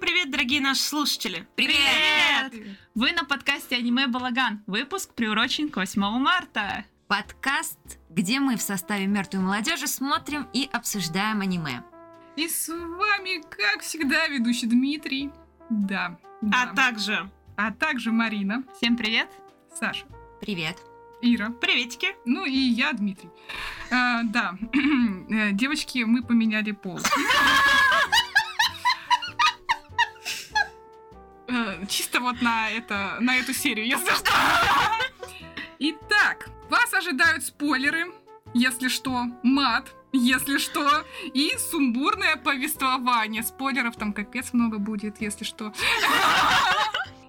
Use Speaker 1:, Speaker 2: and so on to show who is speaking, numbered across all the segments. Speaker 1: Привет, дорогие наши слушатели!
Speaker 2: Привет!
Speaker 3: Вы на подкасте «Аниме Балаган». Выпуск приурочен к 8 марта.
Speaker 2: Подкаст, где мы в составе мертвой молодежи смотрим и обсуждаем аниме.
Speaker 4: И с вами, как всегда, ведущий Дмитрий. Да. да.
Speaker 1: А также
Speaker 4: А также Марина,
Speaker 3: Всем привет!
Speaker 4: Саша,
Speaker 2: Привет.
Speaker 4: Ира.
Speaker 1: приветики!
Speaker 4: Ну и я, Дмитрий. А, да. Э, Девочки, мы поменяли пол. Э, Чисто вот на, это, на эту серию, если что. Итак, вас ожидают спойлеры, если что, мат, если что, и сумбурное повествование. Спойлеров там капец много будет, если что.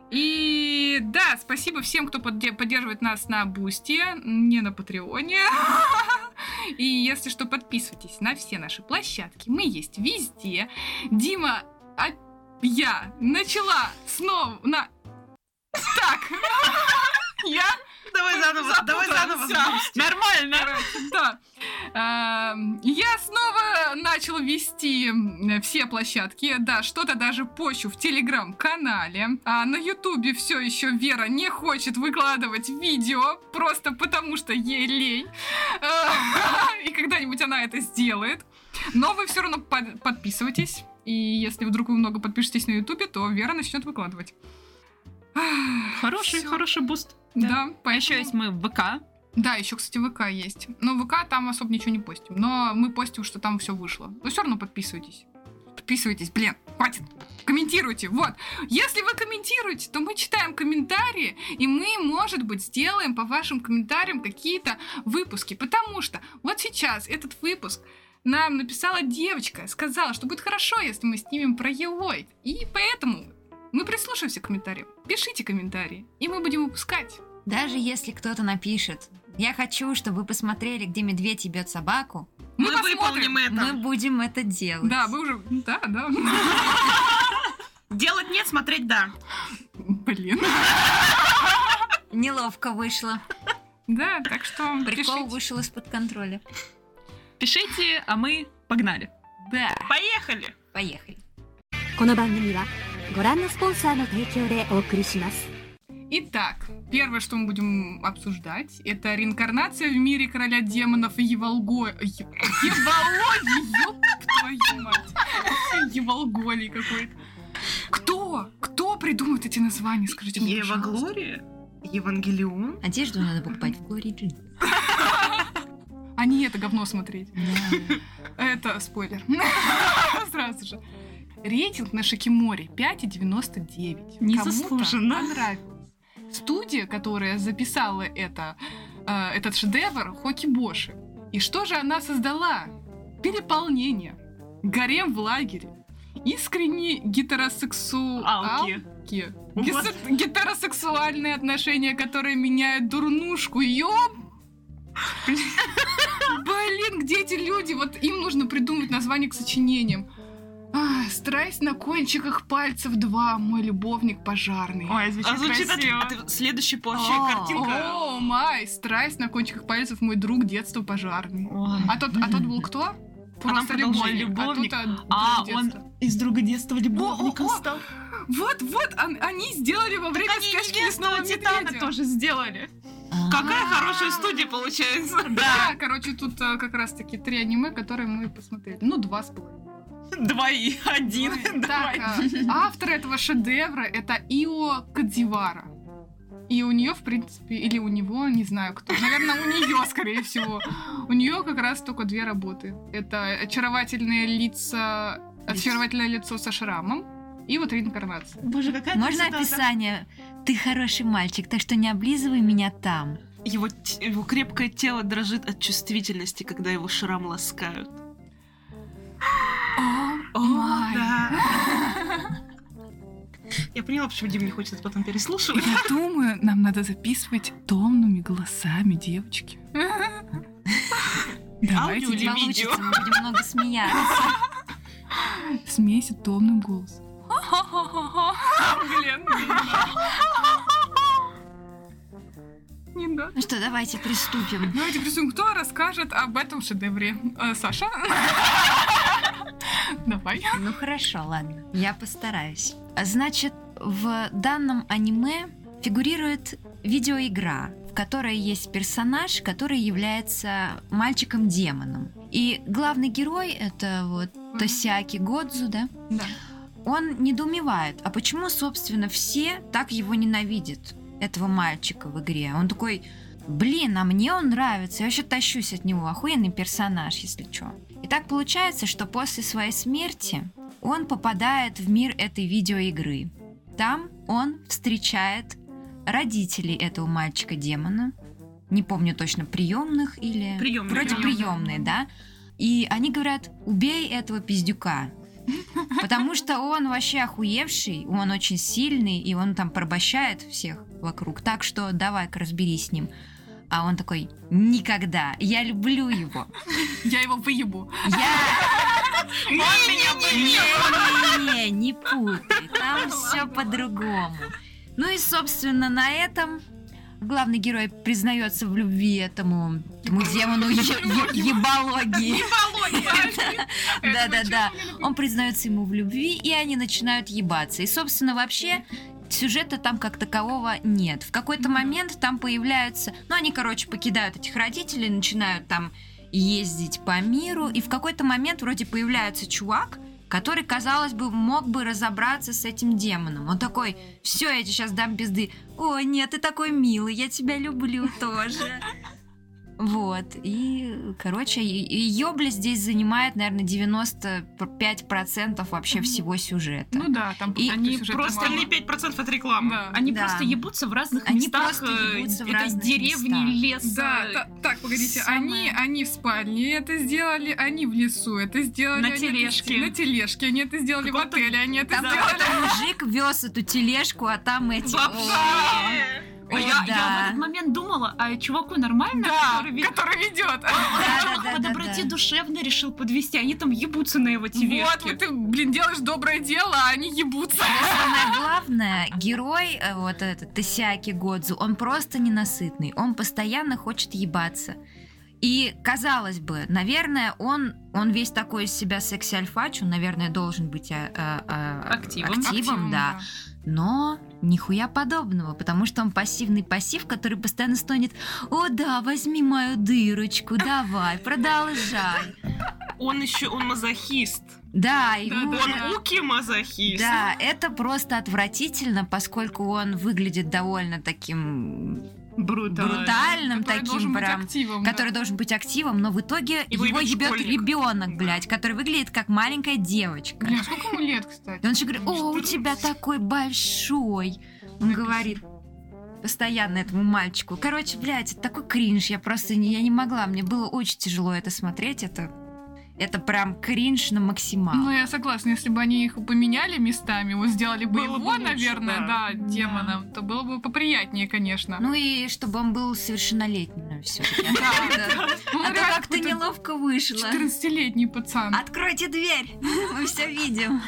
Speaker 4: И да, спасибо всем, кто подде- поддерживает нас на Бусте, не на Патреоне. И если что, подписывайтесь на все наши площадки. Мы есть везде. Дима, а я начала снова на... Так. Я
Speaker 1: Давай заново, давай заново.
Speaker 4: запуталась.
Speaker 3: Нормально!
Speaker 4: Короче, да. А, Я снова начал вести м, все площадки, да, что-то даже пощу в телеграм-канале. А на ютубе все еще Вера не хочет выкладывать видео, просто потому что ей лень. А, И когда-нибудь она это сделает. Но вы все равно под- подписывайтесь. И если вдруг вы много подпишетесь на ютубе, то Вера начнет выкладывать.
Speaker 3: Хороший,
Speaker 4: Всё.
Speaker 3: хороший буст.
Speaker 4: Да,
Speaker 3: А еще
Speaker 4: поэтому-
Speaker 3: есть мы в ВК.
Speaker 4: да, еще, кстати, ВК есть. Но ВК там особо ничего не постим. Но мы постим, что там все вышло. Но все равно подписывайтесь. Подписывайтесь, блин, хватит. Комментируйте, вот. Если вы комментируете, то мы читаем комментарии, и мы, может быть, сделаем по вашим комментариям какие-то выпуски. Потому что вот сейчас этот выпуск нам написала девочка, сказала, что будет хорошо, если мы снимем про Елой. И поэтому мы прислушаемся к комментариям. Пишите комментарии, и мы будем выпускать.
Speaker 2: Даже если кто-то напишет, я хочу, чтобы вы посмотрели, где медведь ебет собаку,
Speaker 1: Мы,
Speaker 4: посмотрим.
Speaker 1: выполним это.
Speaker 2: мы будем это делать.
Speaker 4: Да, мы уже... Да, да.
Speaker 1: Делать нет, смотреть да.
Speaker 4: Блин.
Speaker 2: Неловко вышло.
Speaker 4: Да, так что
Speaker 2: Прикол
Speaker 4: пишите.
Speaker 2: вышел из-под контроля.
Speaker 3: Пишите, а мы погнали.
Speaker 4: Да.
Speaker 1: Поехали!
Speaker 2: Поехали.
Speaker 5: この番組はご覧のスポンサーの提供でお送りします
Speaker 4: Итак, первое, что мы будем обсуждать, это реинкарнация в мире короля демонов и Еволго... Ев- Евологии, ёб твою мать. Еволголий какой-то. Кто? Кто придумает эти названия, скажите мне,
Speaker 1: Ева
Speaker 4: пожалуйста?
Speaker 1: Глория? Евангелион?
Speaker 2: Одежду надо покупать в Глори Джин.
Speaker 4: А не это говно смотреть. Это спойлер. Сразу же. Рейтинг на Шикиморе 5,99.
Speaker 3: Незаслуженно.
Speaker 4: Кому-то понравилось. Студия, которая записала это, э, этот шедевр, Хоки Боши. И что же она создала? Переполнение. Гарем в лагере. Искренне гетеросексуалки.
Speaker 3: Алки.
Speaker 4: Гесер- Гетеросексуальные отношения, которые меняют дурнушку. Ёб! Блин, где эти люди? Вот им нужно придумать название к сочинениям. А, страсть на кончиках пальцев 2. Мой любовник пожарный.
Speaker 3: Ой, звучит,
Speaker 1: А звучит от-
Speaker 3: красиво.
Speaker 1: от- следующая вообще
Speaker 2: О,
Speaker 1: картинка.
Speaker 4: О, май, страсть на кончиках пальцев, мой друг детства пожарный.
Speaker 3: Ой.
Speaker 4: А тот, а тот был кто? Просто
Speaker 3: продолжение,
Speaker 4: любовник. А
Speaker 3: любовник.
Speaker 4: тут, а, друг
Speaker 3: А, он
Speaker 4: детства.
Speaker 3: из друга детства
Speaker 4: О,
Speaker 3: любовником
Speaker 4: о, о.
Speaker 3: стал.
Speaker 4: Вот, вот, он- они сделали во время
Speaker 3: Они
Speaker 4: скачки
Speaker 3: «Лесного
Speaker 4: лесного
Speaker 3: Ну, Титана»
Speaker 4: Ну, медведя.
Speaker 3: тоже сделали.
Speaker 2: А,
Speaker 1: Какая хорошая студия получается.
Speaker 4: Да, короче, тут а, как раз-таки три аниме, которые мы посмотрели. Ну, два с половиной.
Speaker 3: Двои, один,
Speaker 4: Так, а, автор этого шедевра это Ио Кадзивара. И у нее, в принципе, или у него, не знаю кто. Наверное, у нее, скорее всего. У нее как раз только две работы. Это очаровательные лица, очаровательное лицо со шрамом и вот реинкарнация.
Speaker 3: Боже, какая
Speaker 2: Можно
Speaker 3: красота, да.
Speaker 2: описание? Ты хороший мальчик, так что не облизывай меня там.
Speaker 1: Его, т- его крепкое тело дрожит от чувствительности, когда его шрам ласкают.
Speaker 4: О, май.
Speaker 1: Я поняла, почему Дим не хочет это потом переслушивать.
Speaker 4: Я думаю, нам надо записывать томными голосами, девочки.
Speaker 1: Давайте Или
Speaker 2: Получится,
Speaker 1: видео.
Speaker 2: мы будем много смеяться.
Speaker 4: смейся томным голосом. Не надо.
Speaker 2: Ну что, давайте приступим.
Speaker 4: Давайте приступим. Кто расскажет об этом шедевре? Э, Саша? Давай.
Speaker 2: Ну хорошо, ладно, я постараюсь. А Значит, в данном аниме фигурирует видеоигра, в которой есть персонаж, который является мальчиком-демоном. И главный герой это вот Тосиаки Годзу, да?
Speaker 4: Да.
Speaker 2: Он недоумевает, а почему, собственно, все так его ненавидят, этого мальчика в игре. Он такой, блин, а мне он нравится, я вообще тащусь от него, охуенный персонаж, если чё. И так получается, что после своей смерти он попадает в мир этой видеоигры. Там он встречает родителей этого мальчика-демона, не помню точно, приемных или...
Speaker 1: Приемные.
Speaker 2: Вроде приемные, да? И они говорят, убей этого пиздюка. Потому что он вообще охуевший, он очень сильный, и он там порабощает всех вокруг. Так что давай-ка разберись с ним. А он такой, никогда, я люблю его.
Speaker 4: Я его выебу.
Speaker 2: Я...
Speaker 4: Он меня
Speaker 2: Не, не, не путай, там все по-другому. Ну и, собственно, на этом главный герой признается в любви этому, этому демону е- е- ебологии. Да-да-да. Он признается ему в любви, и они начинают ебаться. И, собственно, вообще сюжета там как такового нет. В какой-то момент там появляются... Ну, они, короче, покидают этих родителей, начинают там ездить по миру, и в какой-то момент вроде появляется чувак, который, казалось бы, мог бы разобраться с этим демоном. Он такой, все, я тебе сейчас дам пизды. О, нет, ты такой милый, я тебя люблю тоже. Вот, и, короче, Йобли здесь занимает, наверное, 95% вообще всего сюжета.
Speaker 4: Ну да, там
Speaker 2: И
Speaker 1: Они
Speaker 4: сюжета
Speaker 1: просто
Speaker 4: мало.
Speaker 1: остальные 5% от рекламы.
Speaker 4: Да.
Speaker 3: Они
Speaker 2: Да.
Speaker 3: просто ебутся в разных
Speaker 2: Они
Speaker 3: местах
Speaker 2: просто
Speaker 3: э,
Speaker 2: ебутся в
Speaker 3: этой
Speaker 2: разных
Speaker 3: деревни, леса.
Speaker 4: Да, та- так, погодите,
Speaker 2: самое-
Speaker 4: они, они в спальне это сделали, они в лесу это сделали.
Speaker 3: На
Speaker 4: они это сде-
Speaker 3: тележке.
Speaker 4: на тележке они это сделали, в
Speaker 3: Каком-то-
Speaker 4: отеле они это
Speaker 2: Там
Speaker 4: сделали.
Speaker 2: какой-то мужик вез эту тележку, а там эти...
Speaker 3: Вообще.
Speaker 2: О,
Speaker 3: Ой, я,
Speaker 2: да.
Speaker 3: я в этот момент думала, а чуваку нормально,
Speaker 4: Да,
Speaker 3: который вел-
Speaker 4: который ведет.
Speaker 2: Да,
Speaker 3: чувак
Speaker 2: да,
Speaker 3: по
Speaker 2: да,
Speaker 3: доброте
Speaker 2: да.
Speaker 3: душевной решил подвести, они там ебутся на его
Speaker 4: Вот,
Speaker 3: тележке.
Speaker 4: вот ты, блин, делаешь доброе дело, а они ебутся.
Speaker 2: Самое главное, герой, э, вот этот Тесяки Годзу, он просто ненасытный. Он постоянно хочет ебаться. И, казалось бы, наверное, он, он весь такой из себя секси-альфач, он, наверное, должен быть э, э, э,
Speaker 3: Активом.
Speaker 2: активом, да. Но нихуя подобного, потому что он пассивный пассив, который постоянно стонет «О да, возьми мою дырочку, давай, продолжай».
Speaker 1: Он еще, он мазохист.
Speaker 2: Да, ему
Speaker 4: Да.
Speaker 1: Он уки-мазохист.
Speaker 2: Да, это просто отвратительно, поскольку он выглядит довольно таким
Speaker 3: Брутально.
Speaker 2: брутальным,
Speaker 4: Который
Speaker 2: таким
Speaker 4: должен быть
Speaker 2: прям,
Speaker 4: активом, да.
Speaker 2: который должен быть активом, но в итоге
Speaker 1: Его
Speaker 2: его,
Speaker 1: ебет
Speaker 2: ебет
Speaker 1: школьник.
Speaker 2: ребенок, блядь, который выглядит как маленькая девочка.
Speaker 4: Блин, а сколько ему лет,
Speaker 2: И
Speaker 4: кстати?
Speaker 2: он еще говорит, о, у тебя такой большой. Он говорит постоянно этому мальчику. Короче, блядь, это такой кринж. Я просто не, я не могла. Мне было очень тяжело это смотреть. Это, это прям кринж на максимал.
Speaker 4: Ну, я согласна, если бы они их поменяли местами, вот сделали бы
Speaker 1: Было бы
Speaker 4: его,
Speaker 1: лучше,
Speaker 4: наверное,
Speaker 1: да.
Speaker 4: да, демоном, то было бы поприятнее, конечно.
Speaker 2: Ну и чтобы он был совершеннолетним все
Speaker 4: Ну,
Speaker 2: А то
Speaker 4: реально,
Speaker 2: как-то
Speaker 4: какой-то
Speaker 2: неловко вышло.
Speaker 4: 14-летний пацан.
Speaker 2: Откройте дверь, мы все видим.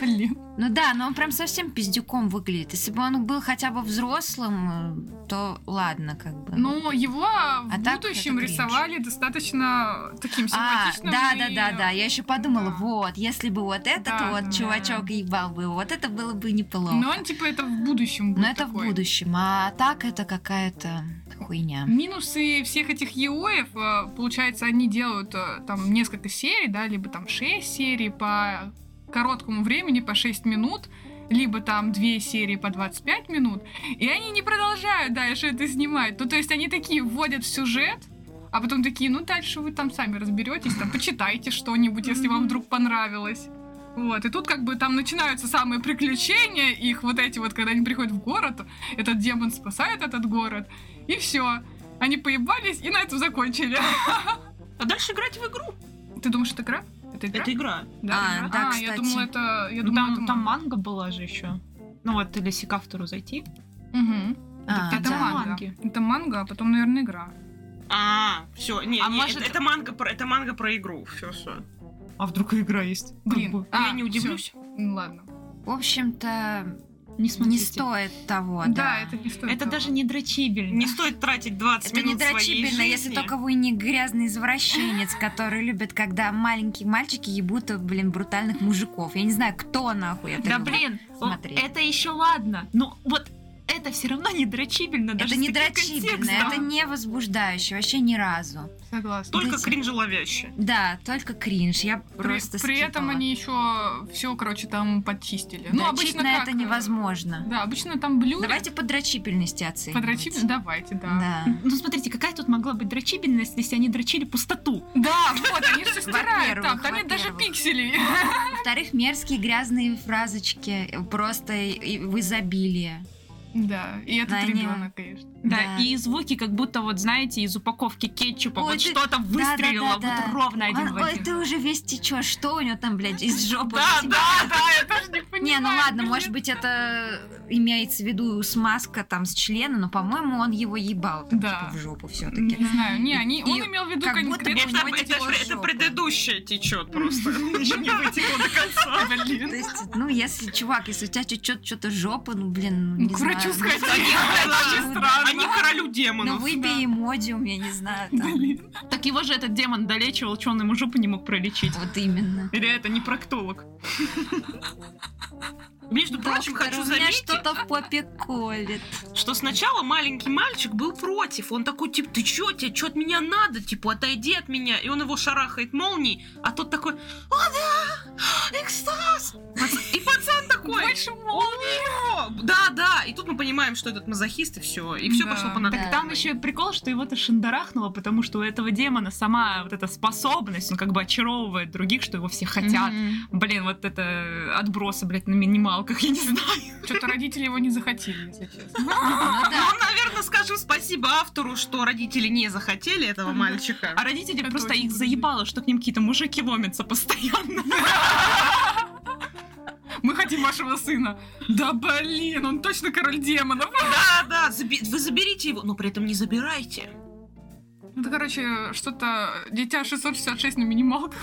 Speaker 4: Блин.
Speaker 2: Ну да, но он прям совсем пиздюком выглядит. Если бы он был хотя бы взрослым, э, то ладно, как бы.
Speaker 4: Но Ну, его в
Speaker 2: А так
Speaker 4: будущем
Speaker 2: это кринж.
Speaker 4: рисовали достаточно таким
Speaker 2: а,
Speaker 4: симпатичным.
Speaker 2: да,
Speaker 4: и-
Speaker 2: да, да, да. Я еще подумала,
Speaker 4: Да.
Speaker 2: вот, если бы вот этот
Speaker 4: Да,
Speaker 2: вот
Speaker 4: да.
Speaker 2: чувачок ебал бы, вот это было бы неплохо.
Speaker 4: Но он, типа, это в будущем будет
Speaker 2: Но это
Speaker 4: такой.
Speaker 2: в будущем, а так это какая-то хуйня.
Speaker 4: Минусы всех этих еоев, э, получается, они делают э, там несколько серий, да, либо там 6 серий по короткому времени, по 6 минут, либо там две серии по 25 минут, и они не продолжают дальше это снимать. Ну, то есть они такие вводят в сюжет, а потом такие, ну, дальше вы там сами разберетесь, там, почитайте что-нибудь, если вам вдруг понравилось. Вот, и тут как бы там начинаются самые приключения, их вот эти вот, когда они приходят в город, этот демон спасает этот город, и все. Они поебались и на этом закончили.
Speaker 1: А дальше играть в игру.
Speaker 4: Ты думаешь, это игра? Это игра?
Speaker 1: Это игра.
Speaker 2: А, да,
Speaker 4: игра? а, я
Speaker 2: кстати.
Speaker 4: думала, это... Я
Speaker 3: Ну,
Speaker 4: думала, это
Speaker 3: Там, там
Speaker 4: манга.
Speaker 3: манга была же еще. Ну вот, или к автору зайти.
Speaker 4: Мгм.
Speaker 2: А,
Speaker 4: это
Speaker 2: да.
Speaker 4: манга.
Speaker 3: Манги.
Speaker 4: Это манга, а потом, наверное, игра.
Speaker 1: А, все, не,
Speaker 3: А
Speaker 1: не,
Speaker 3: может-
Speaker 1: это, это манга про, это манга про игру, все, все.
Speaker 3: А вдруг и игра есть?
Speaker 4: Блин,
Speaker 1: я не удивлюсь.
Speaker 4: всё. Ну, Ладно.
Speaker 2: В общем-то,
Speaker 3: Не смотрите.
Speaker 2: Не стоит того,
Speaker 4: Да,
Speaker 2: да.
Speaker 4: это не стоит.
Speaker 3: Это
Speaker 4: того.
Speaker 3: даже не дрочибельно.
Speaker 1: Не стоит тратить 20
Speaker 2: Это не
Speaker 1: минут своей
Speaker 2: дрочибельно,
Speaker 1: жизни.
Speaker 2: если только вы не грязный извращенец, который любит, когда маленькие мальчики ебут, блин, брутальных мужиков. Я не знаю, кто нахуй это
Speaker 3: Да
Speaker 2: любит.
Speaker 3: блин,
Speaker 2: смотреть.
Speaker 3: это еще ладно. Но вот это все равно не дрочибельно. ну даже
Speaker 2: Это
Speaker 3: с
Speaker 2: не
Speaker 3: таким
Speaker 2: дрочибельно,
Speaker 3: контекстом.
Speaker 2: это не возбудающе, вообще ни разу.
Speaker 4: Согласна.
Speaker 1: Только
Speaker 2: Быть-
Speaker 1: кринжеловяще.
Speaker 2: Да, только кринж. Я
Speaker 4: При-
Speaker 2: просто
Speaker 4: При, этом
Speaker 2: скипала.
Speaker 4: они еще все, короче, там подчистили. ну,
Speaker 2: Дрочить
Speaker 4: обычно
Speaker 2: на
Speaker 4: как,
Speaker 2: это
Speaker 4: э,
Speaker 2: невозможно.
Speaker 4: Да, обычно там блюдо.
Speaker 2: Давайте по дрочибельности оценивать.
Speaker 4: Подрочили? Давайте, да.
Speaker 2: Да.
Speaker 3: Ну смотрите, какая тут могла быть дрочибельность, если они дрочили пустоту?
Speaker 4: Да, вот, они все стирают там,
Speaker 2: Во-первых,
Speaker 4: там нет даже
Speaker 2: во-первых.
Speaker 4: пикселей.
Speaker 2: Во-вторых, мерзкие грязные фразочки э, просто и- и в изобилии.
Speaker 4: Да, и этот
Speaker 2: Да, не-
Speaker 4: ребенок, конечно.
Speaker 3: Да.
Speaker 2: Да.
Speaker 3: И звуки, как будто вот знаете, из упаковки кетчупа
Speaker 2: Ой,
Speaker 3: вот
Speaker 2: ты-
Speaker 3: что-то выстрелило,
Speaker 2: да-да-да-да.
Speaker 3: вот ровно один
Speaker 2: Он-
Speaker 3: в
Speaker 2: Ой,
Speaker 3: один.
Speaker 2: ты уже весь течешь, что у него там, блядь, из жопы?
Speaker 4: Да,
Speaker 2: у тебя?
Speaker 4: да, да, я тоже не понимаю.
Speaker 2: Не, ну ладно,
Speaker 4: блин.
Speaker 2: может быть, это имеется в виду смазка там с члена, но, по-моему, он его ебал там,
Speaker 4: Да.
Speaker 2: типа, в жопу все-таки.
Speaker 4: Не знаю, не, они,
Speaker 2: И
Speaker 4: он имел в виду
Speaker 2: как будто бы
Speaker 4: конкретно...
Speaker 2: у него
Speaker 1: Это,
Speaker 2: текло
Speaker 1: это-
Speaker 2: из
Speaker 1: это
Speaker 2: жопы.
Speaker 1: предыдущее течет просто. Еще не вытекло до конца.
Speaker 2: То есть, ну, если, чувак, если у тебя чуть-чуть что-то жопа, ну, блин, ну, не
Speaker 4: Ну, к врачу
Speaker 2: знаю.
Speaker 4: сходи.
Speaker 2: очень странно.
Speaker 1: Они королю
Speaker 2: Ну,
Speaker 1: демонов.
Speaker 2: выбей эмодиум, я не знаю, там.
Speaker 3: Так его же этот демон долечивал, что он ему жопу не мог пролечить.
Speaker 2: Вот именно.
Speaker 1: Или это не проктолог. Между прочим,
Speaker 2: Доктор,
Speaker 1: хочу
Speaker 2: у меня
Speaker 1: заметить,
Speaker 2: что-то в попе колет.
Speaker 1: что сначала маленький мальчик был против. Он такой, типа, ты чё, тебе чё от меня надо? Типа, отойди от меня. И он его шарахает молнией, а тот такой, о да, экстаз! И пацан такой,
Speaker 4: Больше
Speaker 1: «О, да, да. И тут мы понимаем, что этот мазохист, и все. И все
Speaker 4: Да.
Speaker 1: пошло по натуре.
Speaker 3: Так там еще и прикол, что его-то шандарахнуло, потому что у этого демона сама вот эта способность, ну как бы очаровывает других, что его все хотят. Блин, вот это отбросы, блядь, на минималках, я не знаю.
Speaker 4: Что-то родители его не захотели, если честно.
Speaker 2: Ну да.
Speaker 1: Ну, наверное, скажу спасибо автору, что родители не захотели этого мальчика.
Speaker 3: А родители
Speaker 4: Это
Speaker 3: просто
Speaker 4: очень
Speaker 3: их
Speaker 4: круто.
Speaker 3: заебало, что к ним какие-то мужики ломятся постоянно.
Speaker 4: Мы хотим вашего сына. Да блин, он точно король демонов.
Speaker 1: Да, да, заби- вы заберите его, но при этом не забирайте.
Speaker 4: Ну, это, короче, что-то дитя 666 на минималках.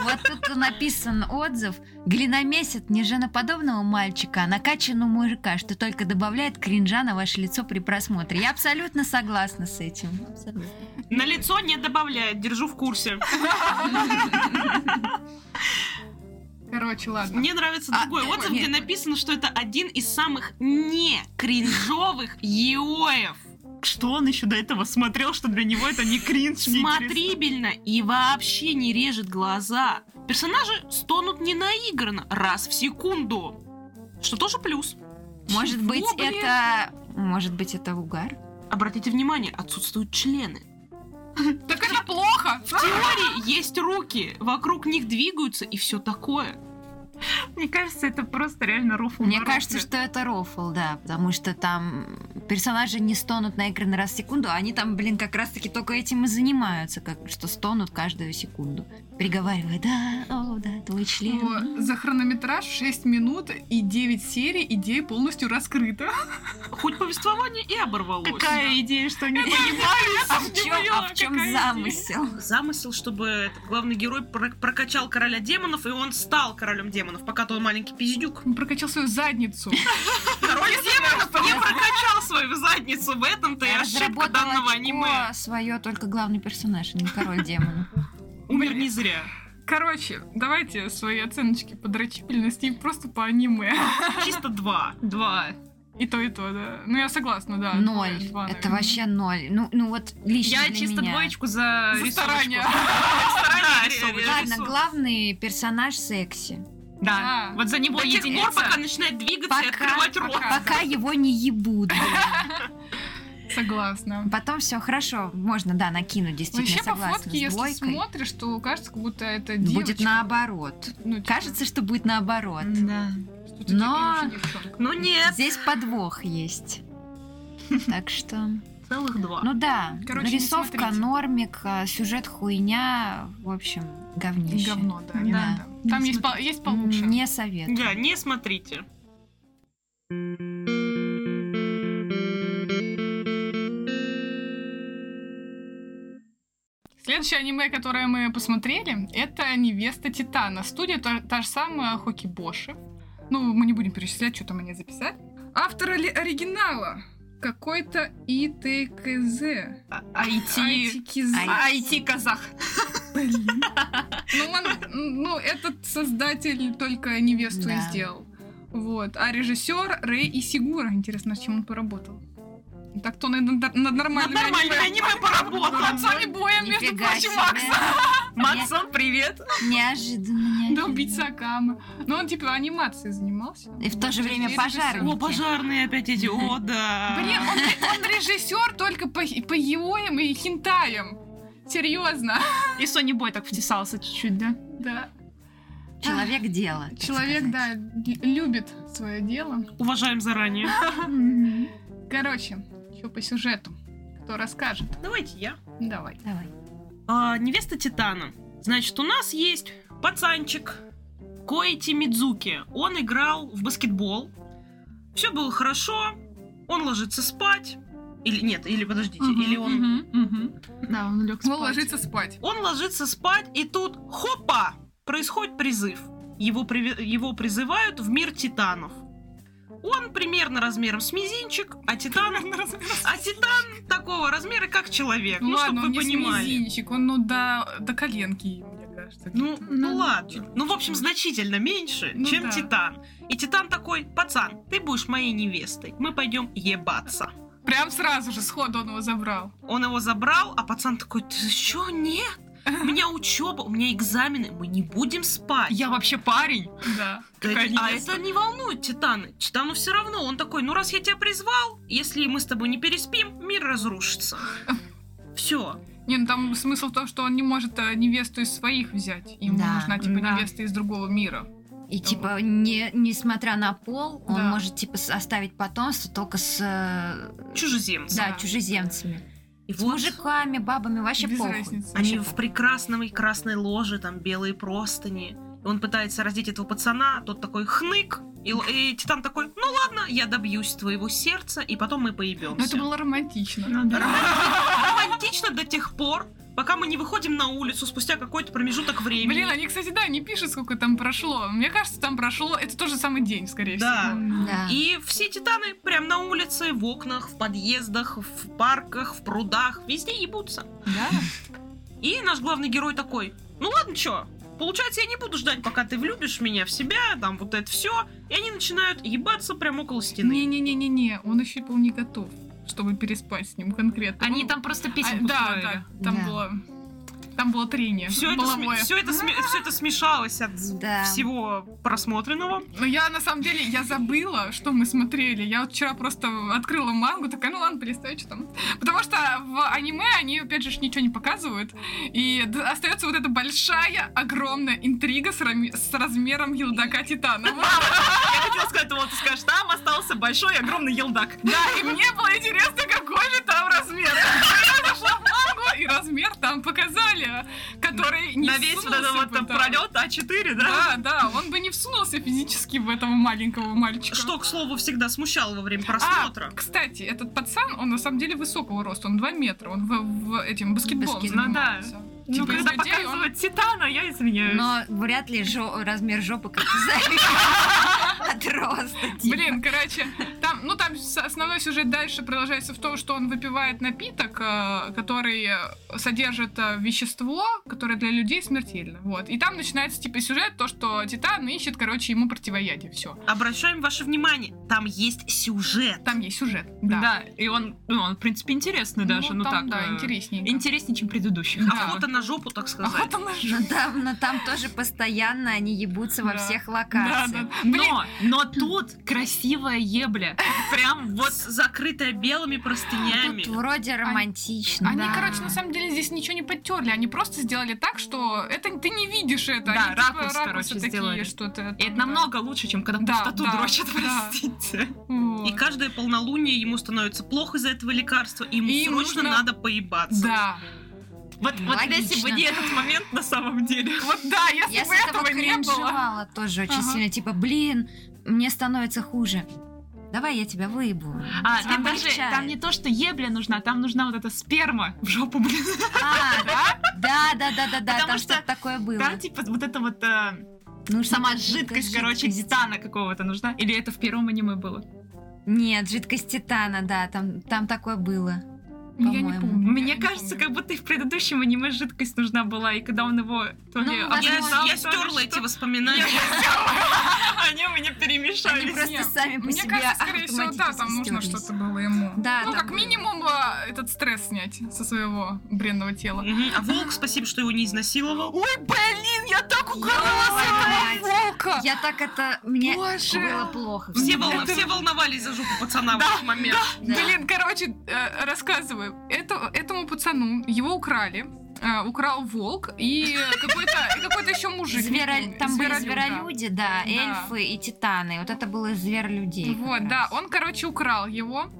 Speaker 2: Вот тут написан отзыв. Глиномесит неженоподобного мальчика, а накачанного мужика, что только добавляет кринжа на ваше лицо при просмотре. Я абсолютно согласна с этим. Абсолютно.
Speaker 1: На лицо не добавляет, держу в курсе.
Speaker 4: Короче, ладно.
Speaker 1: Мне нравится другой
Speaker 2: ой,
Speaker 1: отзыв,
Speaker 2: нет.
Speaker 1: где написано, что это один из самых не кринжовых еоев.
Speaker 3: Что он еще до этого смотрел, что для него это не кринж, не интересно?
Speaker 1: Смотрибельно и вообще не режет глаза. Персонажи стонут не наигранно, раз в секунду. Что тоже плюс.
Speaker 2: Может
Speaker 1: Чего,
Speaker 2: быть,
Speaker 1: блин?
Speaker 2: это... Может быть, это угар?
Speaker 1: Обратите внимание, отсутствуют члены.
Speaker 4: Так это плохо.
Speaker 1: В теории есть руки, вокруг них двигаются и все такое.
Speaker 3: Мне кажется, это просто реально руфл.
Speaker 2: Мне
Speaker 3: на
Speaker 2: кажется,
Speaker 3: руфле.
Speaker 2: что это рофл, да, потому что там персонажи не стонут на экран раз в секунду, а они там, блин, как раз-таки только этим и занимаются, как что стонут каждую секунду, приговаривая, да, о, да, твой член.
Speaker 4: О, За хронометраж 6 минут и 9 серий идея полностью раскрыта.
Speaker 1: Хоть повествование и оборвалось.
Speaker 3: Какая идея, что они
Speaker 2: А в чем, а в чем замысел?
Speaker 1: Замысел, чтобы этот главный герой про- прокачал короля демонов, и он стал королем демонов, пока тот маленький пиздюк.
Speaker 4: Он прокачал свою задницу.
Speaker 1: Король демонов не прокачал свою задницу в этом-то и
Speaker 2: Я
Speaker 1: ошибка
Speaker 2: разработала
Speaker 1: данного
Speaker 2: очко
Speaker 1: аниме.
Speaker 2: свое только главный персонаж, а не король демонов.
Speaker 1: Умер не зря.
Speaker 4: Короче, давайте свои оценочки по дрочибельности и просто по аниме.
Speaker 1: Чисто два.
Speaker 3: Два.
Speaker 4: И то, и то, да. Ну, я согласна, да.
Speaker 2: Ноль.
Speaker 4: Два,
Speaker 2: Это
Speaker 4: наверное.
Speaker 2: вообще ноль. Ну, ну вот лично
Speaker 3: Я
Speaker 2: для
Speaker 3: чисто
Speaker 2: меня.
Speaker 3: двоечку за
Speaker 4: За
Speaker 3: рисовочку.
Speaker 4: старание.
Speaker 1: Да,
Speaker 3: рисовочку.
Speaker 1: реально.
Speaker 2: Ладно, главный персонаж секси.
Speaker 3: Да.
Speaker 4: Да.
Speaker 3: Вот за него
Speaker 1: До тех пор,
Speaker 3: единица.
Speaker 1: пока начинает двигаться и
Speaker 2: Пока,
Speaker 1: открывать рот.
Speaker 4: пока.
Speaker 2: Пока его не ебут.
Speaker 4: Согласна.
Speaker 2: Потом все хорошо, можно, да, накинуть действительно.
Speaker 4: Вообще
Speaker 2: я
Speaker 4: по
Speaker 2: Типа, согласна,
Speaker 4: фотке,
Speaker 2: с
Speaker 4: если
Speaker 2: двойкой.
Speaker 4: смотришь, то кажется, как будто это девочка.
Speaker 2: Будет наоборот.
Speaker 4: Ну, типа,
Speaker 2: Кажется, что будет наоборот.
Speaker 3: Да.
Speaker 4: что это
Speaker 2: но-
Speaker 4: вообще девчонка.
Speaker 1: Ну нет,
Speaker 2: Здесь подвох есть. Так что.
Speaker 1: целых два.
Speaker 2: Ну да,
Speaker 4: Короче, не
Speaker 2: нарисовка,
Speaker 4: смотрите.
Speaker 2: нормик, а, сюжет хуйня, в общем, говнище.
Speaker 4: Говно, да.
Speaker 2: Да.
Speaker 4: не надо. Там
Speaker 3: Не
Speaker 4: есть, по- есть получше.
Speaker 2: Не советую.
Speaker 1: Да, не смотрите.
Speaker 4: Следующее аниме, которое мы посмотрели, это «Невеста Титана». Студия та, та же самая Хоки Боши. Ну, мы не будем перечислять, что там они записали. Автор оли- оригинала. Какой-то ИТКЗ.
Speaker 3: А Айти...
Speaker 4: ITKZ.
Speaker 3: Айти а казах.
Speaker 4: Ну, он- ну, этот создатель только невесту и
Speaker 2: Да.
Speaker 4: сделал. Вот. А режиссер Рэй Исигура. Интересно, над чем он поработал. Так кто над, над- над
Speaker 1: Над
Speaker 4: нормальными
Speaker 1: нормальными
Speaker 4: аниме.
Speaker 1: аниме поработал.
Speaker 4: Над Сони Боем, между
Speaker 2: Нифига
Speaker 4: прочим,
Speaker 2: себе.
Speaker 4: Макса.
Speaker 3: Максон, привет.
Speaker 2: Неожиданно,
Speaker 4: Да,
Speaker 2: неожиданно.
Speaker 4: убийца Акама. Но он, типа, анимацией занимался.
Speaker 2: И в то же время
Speaker 4: И
Speaker 2: пожары.
Speaker 4: режиссер.
Speaker 1: О, пожарные опять эти, о, да.
Speaker 4: Блин, он, он режиссер только по, по еоям и хентаям. Серьезно.
Speaker 3: И Сони Бой так втесался чуть-чуть, да?
Speaker 4: Да.
Speaker 2: Человек дела. так
Speaker 4: Человек, да,
Speaker 2: сказать.
Speaker 4: лю- любит свое дело.
Speaker 1: Уважаем заранее.
Speaker 4: Короче, что по сюжету? Кто расскажет?
Speaker 1: Давайте я.
Speaker 4: Давай.
Speaker 2: Давай.
Speaker 1: А, невеста Титана. Значит, у нас есть пацанчик Коити Мидзуки. Он играл в баскетбол. Все было хорошо. Он ложится спать. Или нет, или подождите, или он...
Speaker 3: Да, он лег
Speaker 4: Он ложится спать.
Speaker 1: Он ложится спать, и тут хопа! Происходит призыв. Его, приви- его призывают в мир титанов. Он примерно размером с мизинчик, а титан, а титан такого размера, как человек. Ну,
Speaker 4: Ладно,
Speaker 1: чтобы
Speaker 4: он
Speaker 1: вы
Speaker 4: не с
Speaker 1: понимали.
Speaker 4: мизинчик, он ну до, до коленки, мне кажется.
Speaker 1: Ну, ну
Speaker 4: Ну,
Speaker 1: ладно. Ну, в общем, значительно меньше,
Speaker 4: Ну
Speaker 1: чем
Speaker 4: да.
Speaker 1: титан. И титан такой, пацан, ты будешь моей невестой. Мы пойдем ебаться.
Speaker 4: Прям сразу же сходу он его забрал.
Speaker 1: Он его забрал, а пацан такой, ты что, нет? У меня учеба, у меня экзамены, мы не будем спать.
Speaker 3: Я вообще парень.
Speaker 4: Да.
Speaker 1: Да
Speaker 3: Какая
Speaker 1: это- а
Speaker 3: невеста?
Speaker 1: это не волнует Титаны. Титану все равно. Он такой, ну раз я тебя призвал, если мы с тобой не переспим, мир разрушится. Все.
Speaker 4: Не, ну там смысл в том, что он не может э, невесту из своих взять. Ему
Speaker 2: Да,
Speaker 4: нужна типа
Speaker 3: да.
Speaker 4: невеста из другого мира.
Speaker 2: И типа, не, несмотря на пол, он
Speaker 4: Э, Да.
Speaker 2: может типа с- оставить потомство только с э,
Speaker 1: Чужеземцы.
Speaker 2: да,
Speaker 4: Да.
Speaker 2: чужеземцами.
Speaker 1: И
Speaker 2: С
Speaker 1: вот
Speaker 2: мужиками, бабами, вообще
Speaker 4: Без
Speaker 2: похуй.
Speaker 4: разницы.
Speaker 1: они
Speaker 2: вообще
Speaker 1: в прекрасном и красной ложе, там белые простыни. И Он пытается раздеть этого пацана, тот такой хнык. И, л- и Титан такой, ну ладно, я добьюсь твоего сердца, и потом мы
Speaker 4: Но Ну, это
Speaker 1: поебемся.
Speaker 4: было романтично.
Speaker 3: Ну да.
Speaker 1: Романтично до тех пор, пока мы не выходим на улицу спустя какой-то промежуток времени.
Speaker 4: Блин, они, кстати, да, не пишут, сколько там прошло. Мне кажется, там прошло... Это тот же самый день, скорее
Speaker 1: Да.
Speaker 4: всего.
Speaker 2: Да.
Speaker 1: И все титаны прям на улице, в окнах, в подъездах, в парках, в прудах, везде ебутся.
Speaker 2: Да.
Speaker 1: И наш главный герой такой, ну ладно, чё, получается, я не буду ждать, пока ты влюбишь меня в себя, там вот это все. И они начинают ебаться прям около стены.
Speaker 4: Не-не-не-не-не, он еще, по-моему, не готов, чтобы переспать с ним конкретно.
Speaker 3: Они
Speaker 4: Ну,
Speaker 3: там просто
Speaker 4: а,
Speaker 3: песенку
Speaker 4: Да,
Speaker 3: устроили.
Speaker 4: да, там
Speaker 2: Да.
Speaker 4: было... Там было трение.
Speaker 1: Все это,
Speaker 4: половое.
Speaker 1: все, это сме- всё это смешалось от
Speaker 2: Да.
Speaker 1: всего просмотренного.
Speaker 4: Но я, на самом деле, я забыла, что мы смотрели. Я вот вчера просто открыла мангу, такая, ну ладно, полистаю, что там. Потому что в аниме они, опять же, ж ничего не показывают. И д- остается вот эта большая, огромная интрига с, рами- с размером елдака Титана.
Speaker 3: Я хотела сказать, вот ты скажешь, там остался большой и огромный елдак.
Speaker 4: Да, и мне было интересно, какой же там размер. Я зашла в мангу, и размер там показали, который не
Speaker 3: На весь вот этот
Speaker 4: всунулся
Speaker 3: вот
Speaker 4: бы, да.
Speaker 3: пролет А4, да?
Speaker 4: Да, да, он бы не всунулся физически в этого маленького мальчика.
Speaker 1: Что, к слову, всегда смущало во время
Speaker 4: А,
Speaker 1: просмотра.
Speaker 4: кстати, этот пацан, он на самом деле высокого роста, он 2 метра, он в, в этим баскетболом
Speaker 2: Баскетбол.
Speaker 4: занимается.
Speaker 3: Ну да. Ну,
Speaker 4: Типа,
Speaker 3: когда
Speaker 4: из людей он-
Speaker 3: показывают Титана, я извиняюсь.
Speaker 2: Но вряд ли жо- размер жопы как-то зависит от роста. типа.
Speaker 4: Блин, короче, там, ну там с- основной сюжет дальше продолжается в том, что он выпивает напиток, э, который э, содержит э, вещество, которое для людей смертельно. Вот. И там начинается типа сюжет, то, что Титан ищет, короче, ему противоядие. Все.
Speaker 1: Обращаем ваше внимание, там есть сюжет.
Speaker 4: Там есть сюжет.
Speaker 3: Да.
Speaker 4: Да.
Speaker 3: и он, ну, он, в принципе, интересный даже, ну,
Speaker 4: там,
Speaker 3: так.
Speaker 4: да,
Speaker 3: э,
Speaker 4: интереснее. А,
Speaker 3: Интереснее, чем предыдущих.
Speaker 4: Да.
Speaker 1: Охота на жопу, так сказать.
Speaker 4: Охота на
Speaker 2: Но там, но там тоже постоянно они ебутся во
Speaker 4: Да.
Speaker 2: всех
Speaker 4: Да,
Speaker 2: локациях.
Speaker 4: да. Блин,
Speaker 3: Но, но тут красивая ебля. Прям
Speaker 1: Вот
Speaker 3: вот
Speaker 1: закрытая белыми простынями.
Speaker 2: Ну, Тут вроде романтично.
Speaker 4: Они,
Speaker 2: да.
Speaker 4: короче, на самом деле здесь ничего не подтерли, они просто сделали так, что это ты не видишь это.
Speaker 3: Да,
Speaker 4: они, типа,
Speaker 3: ракурс,
Speaker 4: ракурсы
Speaker 3: короче,
Speaker 4: такие,
Speaker 3: сделали.
Speaker 4: что это.
Speaker 3: И это намного лучше, чем когда
Speaker 4: Да,
Speaker 3: пустоту
Speaker 4: да,
Speaker 3: дрочат,
Speaker 4: да.
Speaker 3: простите.
Speaker 1: И каждое полнолуние ему становится плохо из-за этого лекарства, и ему
Speaker 4: И
Speaker 1: срочно
Speaker 4: нужно-
Speaker 1: надо поебаться.
Speaker 4: Да.
Speaker 3: Вот, вот если
Speaker 2: Логично.
Speaker 3: бы не этот момент на самом деле.
Speaker 4: Вот да, если,
Speaker 2: Я с
Speaker 4: бы этого,
Speaker 2: этого
Speaker 4: не было.
Speaker 2: кринжевала тоже очень
Speaker 4: Ага.
Speaker 2: сильно. Типа, блин, мне становится хуже. Давай я тебя выебу.
Speaker 3: А,
Speaker 2: Тебя
Speaker 3: там даже,
Speaker 2: полегчает.
Speaker 3: там не то, что ебля нужна, там нужна вот эта сперма в жопу, блин.
Speaker 2: А, да? Да, да, да, да, да.
Speaker 3: Потому
Speaker 2: Там
Speaker 3: что
Speaker 2: что-то такое было.
Speaker 3: Там типа вот это вот э,
Speaker 2: Ну,
Speaker 3: Сама
Speaker 2: жидкая
Speaker 3: жидкость, короче,
Speaker 2: жидкость.
Speaker 3: титана какого-то нужна. Или это в первом аниме было?
Speaker 4: Ну,
Speaker 2: Нет, жидкость титана, да, там, там такое было.
Speaker 4: Я не
Speaker 2: По-моему.
Speaker 4: помню.
Speaker 3: Мне
Speaker 4: я не
Speaker 3: кажется,
Speaker 4: помню.
Speaker 3: как будто и в предыдущем аниме жидкость нужна была, и когда он его то
Speaker 2: Ну,
Speaker 3: ли
Speaker 2: возможно.
Speaker 1: Я,
Speaker 3: облизал,
Speaker 1: я
Speaker 3: то ли
Speaker 1: стерла
Speaker 3: что.
Speaker 1: эти воспоминания.
Speaker 3: Они у меня
Speaker 2: Они
Speaker 3: перемешались.
Speaker 2: просто
Speaker 4: Нет.
Speaker 2: сами по
Speaker 4: Мне
Speaker 2: себе
Speaker 4: кажется, скорее всего, да,
Speaker 2: автоматически
Speaker 4: там нужно
Speaker 2: стерлись.
Speaker 4: что-то было ему.
Speaker 2: Да,
Speaker 4: ну,
Speaker 2: там
Speaker 4: как
Speaker 2: было.
Speaker 4: минимум, а, этот стресс снять со своего бренного тела.
Speaker 1: Мгм. А волк, спасибо, что его не изнасиловал.
Speaker 4: Ой, блин, я так
Speaker 2: Ё-моё, блядь.
Speaker 4: волка!
Speaker 2: Я так это... Мне
Speaker 4: Боже!
Speaker 2: было плохо.
Speaker 1: Все,
Speaker 2: было.
Speaker 1: волна- все волновались за жопу пацана в этот момент.
Speaker 4: Блин, короче, э, рассказываю. Это, этому пацану его украли. э, украл волк и какой-то какой еще мужик. не помню.
Speaker 2: там были
Speaker 4: Зверолюд, да.
Speaker 2: зверолюди, да,
Speaker 4: Да.
Speaker 2: эльфы и титаны. Вот это было из зверолюдей. как
Speaker 4: Вот,
Speaker 2: раз.
Speaker 4: да. Он, короче, украл его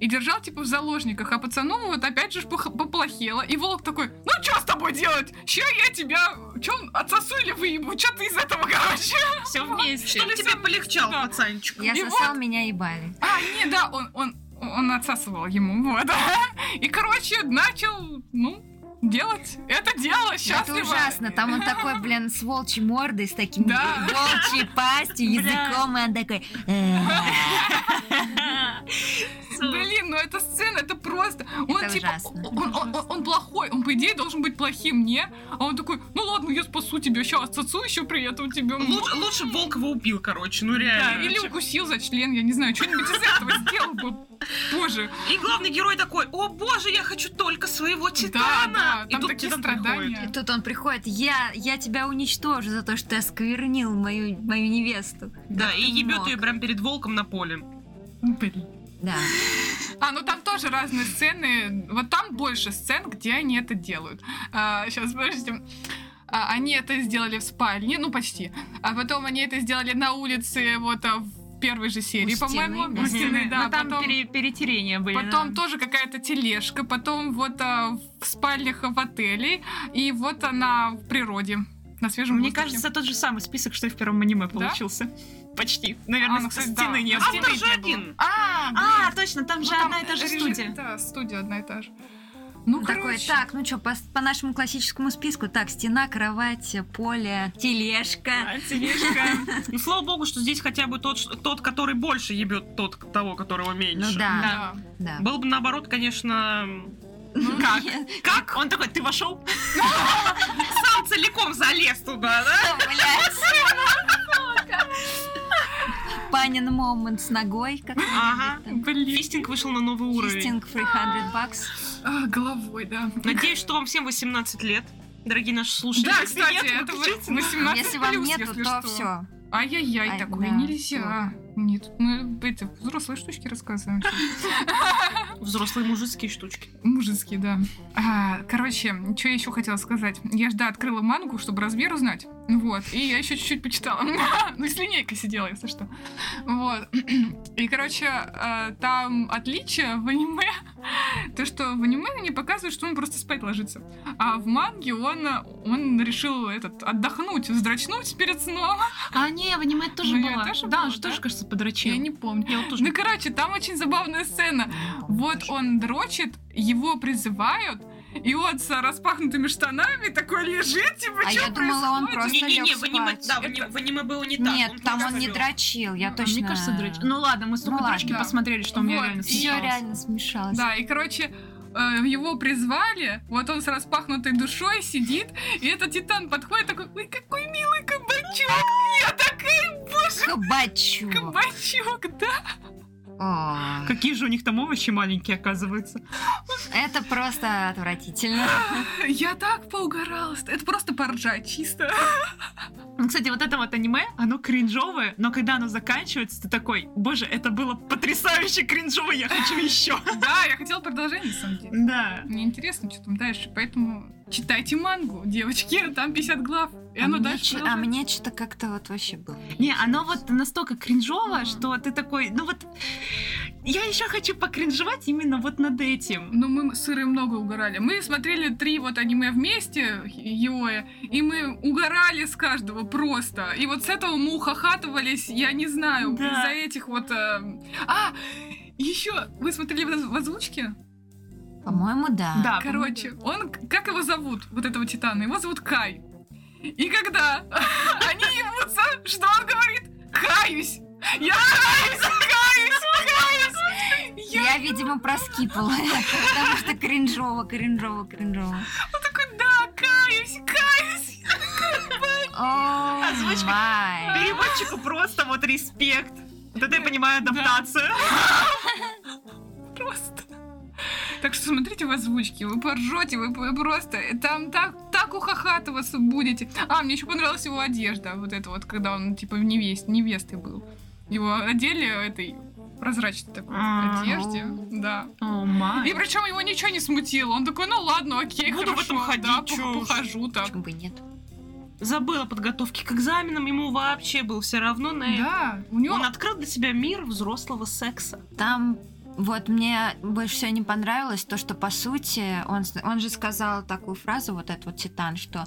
Speaker 4: и держал, типа, в заложниках. А пацану вот опять же ж пох- поплохело. И волк такой, ну что с тобой делать? Ща я тебя... Чё, отсосу или выебу? Чё ты из этого, короче?
Speaker 3: Все вместе.
Speaker 1: Чтоб тебе полегчало,
Speaker 4: Да.
Speaker 1: пацанчик.
Speaker 2: Я
Speaker 4: И
Speaker 2: сосал, меня ебали.
Speaker 4: А, не, да, он, он, он отсасывал ему, вот. И, короче, начал, ну, делать это дело
Speaker 2: Это
Speaker 4: счастливо.
Speaker 2: ужасно. Там он такой, блин, с волчьей мордой, с таким
Speaker 4: Да.
Speaker 2: волчьей пастью, языком, и он такой... «Э-э-э».
Speaker 4: Блин, ну эта сцена, это просто... Он
Speaker 2: Это
Speaker 4: типа,
Speaker 2: ужасно.
Speaker 4: Он, он- он- он плохой, он по идее должен быть плохим мне, а он такой, ну ладно, я спасу тебя, сейчас отцу еще при этом тебе.
Speaker 1: Лучше, лучше б волк его убил, короче, ну
Speaker 4: Да,
Speaker 1: реально.
Speaker 4: или
Speaker 1: Чем-
Speaker 4: укусил за член, я не знаю, что-нибудь из этого сделал бы. Боже,
Speaker 1: И главный герой такой, о боже, я хочу только своего титана.
Speaker 4: да,
Speaker 1: И
Speaker 4: там
Speaker 1: тут
Speaker 4: такие
Speaker 1: титан
Speaker 4: страдания.
Speaker 2: И тут он приходит, я, я тебя уничтожу за то, что я сквернил мою, мою невесту.
Speaker 1: приходит. Да, и
Speaker 2: ты
Speaker 1: ебет
Speaker 2: мог?
Speaker 1: ее прям перед волком на поле.
Speaker 4: Ну, Блин.
Speaker 2: Да.
Speaker 4: А, ну там тоже разные сцены. Вот там больше сцен, где они это делают. сейчас, подождите. А, они это сделали в спальне, ну почти. А потом они это сделали на улице, вот а, в первой же серии,
Speaker 2: У стены,
Speaker 4: по-моему.
Speaker 2: да.
Speaker 4: У стены, да.
Speaker 3: Ну, там
Speaker 4: потом-
Speaker 3: пере- перетерения были.
Speaker 4: Потом
Speaker 3: да.
Speaker 4: тоже какая-то тележка, потом вот а, в спальнях в отеле, и вот она в природе, на свежем
Speaker 3: Мне
Speaker 4: воздухе.
Speaker 3: кажется, тот же самый список, что и в первом аниме получился. Почти. Наверное,
Speaker 4: А,
Speaker 3: с-
Speaker 4: ну, кстати,
Speaker 3: стены
Speaker 4: да.
Speaker 3: не
Speaker 4: А,
Speaker 3: было.
Speaker 4: Стены
Speaker 1: Автор же
Speaker 4: не было.
Speaker 1: один.
Speaker 4: А,
Speaker 3: А, точно, там
Speaker 4: ну,
Speaker 3: же
Speaker 4: там
Speaker 3: одна и та же
Speaker 4: режим-
Speaker 3: студия.
Speaker 4: Да, студия одна и та же. Ну,
Speaker 2: Он такой,
Speaker 4: короче.
Speaker 2: так, ну что, по, по нашему классическому списку, так, стена, кровать, поле, тележка.
Speaker 3: А, тележка.
Speaker 1: Ну, слава богу, что здесь хотя бы тот, что- тот который больше ебет тот, того, которого меньше.
Speaker 2: Ну да,
Speaker 4: Да.
Speaker 2: да.
Speaker 1: Был бы наоборот, конечно...
Speaker 3: Как? Как? Он такой, ты вошел?
Speaker 1: Сам целиком залез туда, да?
Speaker 2: Панин момент с ногой, как
Speaker 1: Ага.
Speaker 2: там.
Speaker 4: Блин.
Speaker 1: Фистинг вышел на новый уровень.
Speaker 2: Фистинг 300 бакс.
Speaker 4: А, головой, да.
Speaker 1: Надеюсь, что вам всем 18 лет, дорогие наши слушатели.
Speaker 4: Да,
Speaker 1: Если
Speaker 4: кстати,
Speaker 1: нет,
Speaker 4: это
Speaker 1: выключайте.
Speaker 4: 18
Speaker 2: Если вам
Speaker 4: Ну, а плюс,
Speaker 2: нету,
Speaker 4: если
Speaker 2: то
Speaker 4: что.
Speaker 2: все.
Speaker 4: Ай-яй-яй,
Speaker 2: Ай,
Speaker 4: такое
Speaker 2: да,
Speaker 4: нельзя. Нет, мы эти взрослые штучки рассказываем.
Speaker 1: Взрослые мужицкие штучки.
Speaker 4: Мужицкий, да. А, короче, что я еще хотела сказать? Я же, да, открыла мангу, чтобы размер узнать. Вот. И я еще чуть-чуть почитала. ну, и с линейкой сидела, если что. Вот. И, короче, э, там отличие в аниме. то, что в аниме они показывают, что он просто спать ложится. А в манге он, э, он решил этот, отдохнуть, вздрочнуть перед сном.
Speaker 3: А, не, в аниме тоже
Speaker 4: Ну, я
Speaker 3: было.
Speaker 4: тоже
Speaker 3: Да,
Speaker 4: была,
Speaker 3: он же
Speaker 4: да?
Speaker 3: тоже, кажется,
Speaker 4: Я
Speaker 3: подрочил.
Speaker 4: не помню.
Speaker 3: Я вот тоже
Speaker 4: Ну, короче, там очень забавная сцена. Вот он дрочит, его призывают, и он с распахнутыми штанами такой лежит, типа,
Speaker 2: А
Speaker 4: что
Speaker 2: я думала, он
Speaker 4: происходит?
Speaker 2: просто
Speaker 1: Не-не-не,
Speaker 2: лег
Speaker 1: в аниме,
Speaker 2: спать.
Speaker 1: да, в аниме- в аниме было не так.
Speaker 2: Нет, там он не
Speaker 1: просто
Speaker 2: дрочил, я
Speaker 4: Ну,
Speaker 2: точно...
Speaker 3: Мне кажется, дрочил. Ну ладно, мы столько
Speaker 2: ладно.
Speaker 3: дрочки
Speaker 4: Да.
Speaker 3: посмотрели, что у меня
Speaker 4: Вот,
Speaker 3: реально
Speaker 4: и
Speaker 2: Все
Speaker 3: смешалось.
Speaker 2: реально смешалось.
Speaker 4: Да, и, короче, э, его призвали, вот он с распахнутой душой сидит, и этот титан подходит такой, ой, какой милый кабачок, я такая, боже,
Speaker 2: Кабачок.
Speaker 4: кабачок, да.
Speaker 2: О,
Speaker 3: Какие же у них там овощи маленькие, оказывается.
Speaker 2: Это просто отвратительно.
Speaker 4: Я так поугаралась, это просто поржать чисто.
Speaker 3: Ну, Кстати, вот это вот аниме, оно кринжовое, но когда оно заканчивается, ты такой, боже, это было потрясающе кринжово, я хочу еще.
Speaker 4: Да, я хотела продолжение, на самом деле.
Speaker 3: Да.
Speaker 4: Мне интересно, что там дальше, поэтому читайте мангу, девочки, там 50 глав. И оно
Speaker 2: а мне,
Speaker 4: дальше
Speaker 2: чё- а
Speaker 4: продолжается.
Speaker 2: мне что-то как-то вот вообще было.
Speaker 3: Не, оно вот настолько кринжово,
Speaker 4: Мгм.
Speaker 3: что ты такой, ну вот, я еще хочу покринжевать именно вот над этим.
Speaker 4: Но Ну, мы с Ирой много угорали. Мы смотрели три вот аниме вместе, Йоэ, и мы угорали с каждого просто. И вот с этого мы ухахатывались, я не знаю,
Speaker 3: Да.
Speaker 4: из-за этих вот... э, А, еще вы смотрели в, оз- в озвучке?
Speaker 2: По-моему, да.
Speaker 3: А, Да,
Speaker 4: Короче, он... Как его зовут, вот этого титана? Его зовут Кай. И когда они его радоваться, что он говорит «Каюсь!» Я каюсь, каюсь, каюсь! Я
Speaker 2: Я, видимо, проскипала, потому что кринжово, кринжово, кринжово.
Speaker 4: такой «Да, каюсь, каюсь!»
Speaker 2: О,
Speaker 1: Озвучка.
Speaker 2: май.
Speaker 1: Переводчику просто вот респект. Вот это я понимаю адаптацию.
Speaker 4: Просто. Так что смотрите в озвучке, вы поржете, вы п- просто там так, так ухахатываться будете. А, мне еще понравилась его одежда, вот это вот, когда он типа в невест, невестой был. Его одели этой прозрачной такой
Speaker 1: Ага.
Speaker 4: одежде, да.
Speaker 3: О,
Speaker 4: И
Speaker 3: май.
Speaker 4: причем его ничего не смутило. Он такой, ну ладно, окей,
Speaker 1: Буду в
Speaker 4: хорошо,
Speaker 1: этом ходить,
Speaker 4: да,
Speaker 1: чё
Speaker 4: пох-
Speaker 1: уж».
Speaker 4: похожу так.
Speaker 2: Почему бы и нет?
Speaker 1: Забыла подготовки к экзаменам, ему вообще был все равно
Speaker 2: ну,
Speaker 1: на это.
Speaker 4: Да, у него
Speaker 1: Он открыл для себя мир взрослого секса.
Speaker 2: Там вот мне больше всего не понравилось то, что по сути он, с- он же сказал такую фразу, вот этот вот Титан, что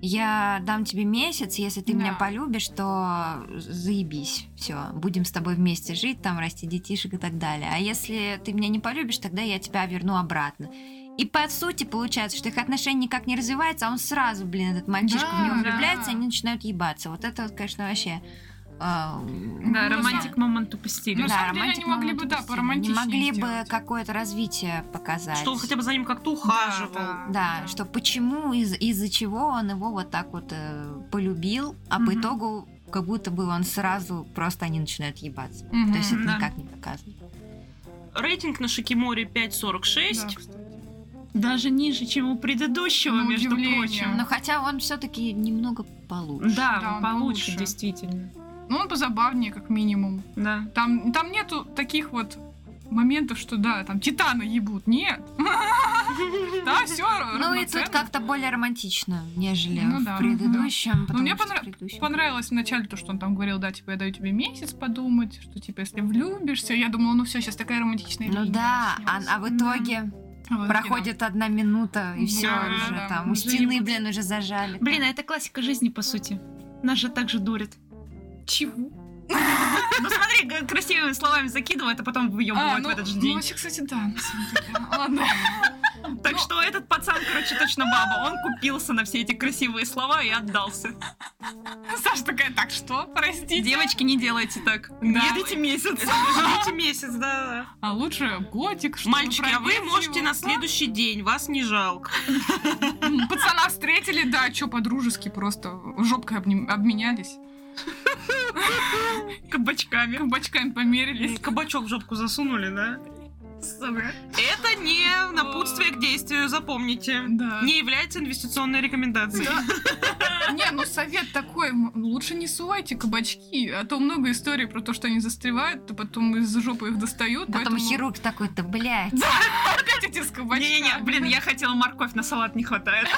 Speaker 2: я дам тебе месяц, если ты меня
Speaker 4: Да.
Speaker 2: полюбишь, то заебись, все, будем с тобой вместе жить, там расти детишек и так далее. А если ты меня не полюбишь, тогда я тебя верну обратно. И по сути получается, что их отношения никак не развиваются, а он сразу, блин, этот мальчишка в него
Speaker 4: Да,
Speaker 2: влюбляется,
Speaker 4: да.
Speaker 2: они начинают ебаться. Вот это вот, конечно, вообще. э,
Speaker 4: Да,
Speaker 3: Да,
Speaker 4: романтик
Speaker 3: романтик момент упустили.
Speaker 4: Ну, самом деле, они могли бы, да,
Speaker 2: допустим,
Speaker 4: поромантичнее
Speaker 2: Могли бы
Speaker 4: сделать.
Speaker 2: какое-то развитие показать.
Speaker 1: Что он хотя бы за ним как-то ухаживал.
Speaker 2: Да, что почему, из- из-за чего он его вот так вот э, полюбил, а по
Speaker 3: Мгм.
Speaker 2: итогу как будто бы он сразу просто они начинают ебаться.
Speaker 4: Мгм,
Speaker 2: То есть это
Speaker 1: да.
Speaker 2: никак не показано.
Speaker 1: Рейтинг на Шикиморе 5.46.
Speaker 3: Даже ниже, чем у предыдущего,
Speaker 4: На
Speaker 3: между
Speaker 4: удивление.
Speaker 3: прочим.
Speaker 2: Но хотя он все-таки немного получше.
Speaker 3: Да,
Speaker 4: Да, он
Speaker 3: получше,
Speaker 4: получше.
Speaker 3: действительно.
Speaker 4: Ну, он позабавнее, как минимум.
Speaker 3: Да.
Speaker 4: Там, там нету таких вот моментов, что да, там титаны ебут. Нет. Да, все
Speaker 2: Ну и тут как-то более романтично, нежели
Speaker 4: Ну
Speaker 2: в
Speaker 4: да. Ну,
Speaker 2: предыдущем. потому
Speaker 4: мне
Speaker 2: что в
Speaker 4: понрав-
Speaker 2: предыдущем-
Speaker 4: Понравилось вначале то, что он там говорил, да, типа, я даю тебе месяц подумать, что, типа, если влюбишься, я думала, ну все, сейчас такая романтичная
Speaker 2: Ну
Speaker 4: линия
Speaker 2: да, а,
Speaker 4: начнётся.
Speaker 2: а в итоге
Speaker 4: А вот,
Speaker 2: проходит одна минута, и все
Speaker 4: Да,
Speaker 2: уже
Speaker 4: да,
Speaker 2: там. У
Speaker 3: уже не
Speaker 2: стены,
Speaker 3: будет.
Speaker 2: блин, уже зажали.
Speaker 3: Блин, а это классика жизни, по сути. Нас же так же дурят.
Speaker 4: Чего?
Speaker 3: Ну смотри, г- красивыми словами закидывают, а потом
Speaker 4: А,
Speaker 3: выебывают
Speaker 4: ну,
Speaker 3: в этот же
Speaker 4: ну,
Speaker 3: день.
Speaker 4: вообще, кстати, да. на самом деле. Ладно.
Speaker 3: Так что этот пацан, короче, точно баба. Он купился на все эти красивые слова и отдался.
Speaker 4: Саша такая, так что? Простите.
Speaker 3: Девочки, не делайте так.
Speaker 4: Да.
Speaker 3: Не дайте месяц.
Speaker 1: Ждите месяц, да.
Speaker 4: А лучше годик, что
Speaker 1: Мальчики, а вы
Speaker 4: пройдете
Speaker 1: можете
Speaker 4: его.
Speaker 1: на следующий день, вас не жалко.
Speaker 4: М, Пацана встретили, да, чё, по-дружески просто жопкой обним- обменялись.
Speaker 3: Кабачками.
Speaker 4: Бачками померились.
Speaker 1: Кабачок в жопку засунули, да? Это не напутствие к действию, запомните.
Speaker 4: Да.
Speaker 1: Не является инвестиционной рекомендацией.
Speaker 4: Не, ну совет такой, м, лучше не сувайте кабачки, а то много историй про то, что они застревают, то потом из жопы их достают.
Speaker 2: Потом
Speaker 4: поэтому-
Speaker 2: хирург такой-то, блядь.
Speaker 4: Опять эти с кабачками.
Speaker 3: Не-не-не, блин, я хотела морковь на салат не хватает.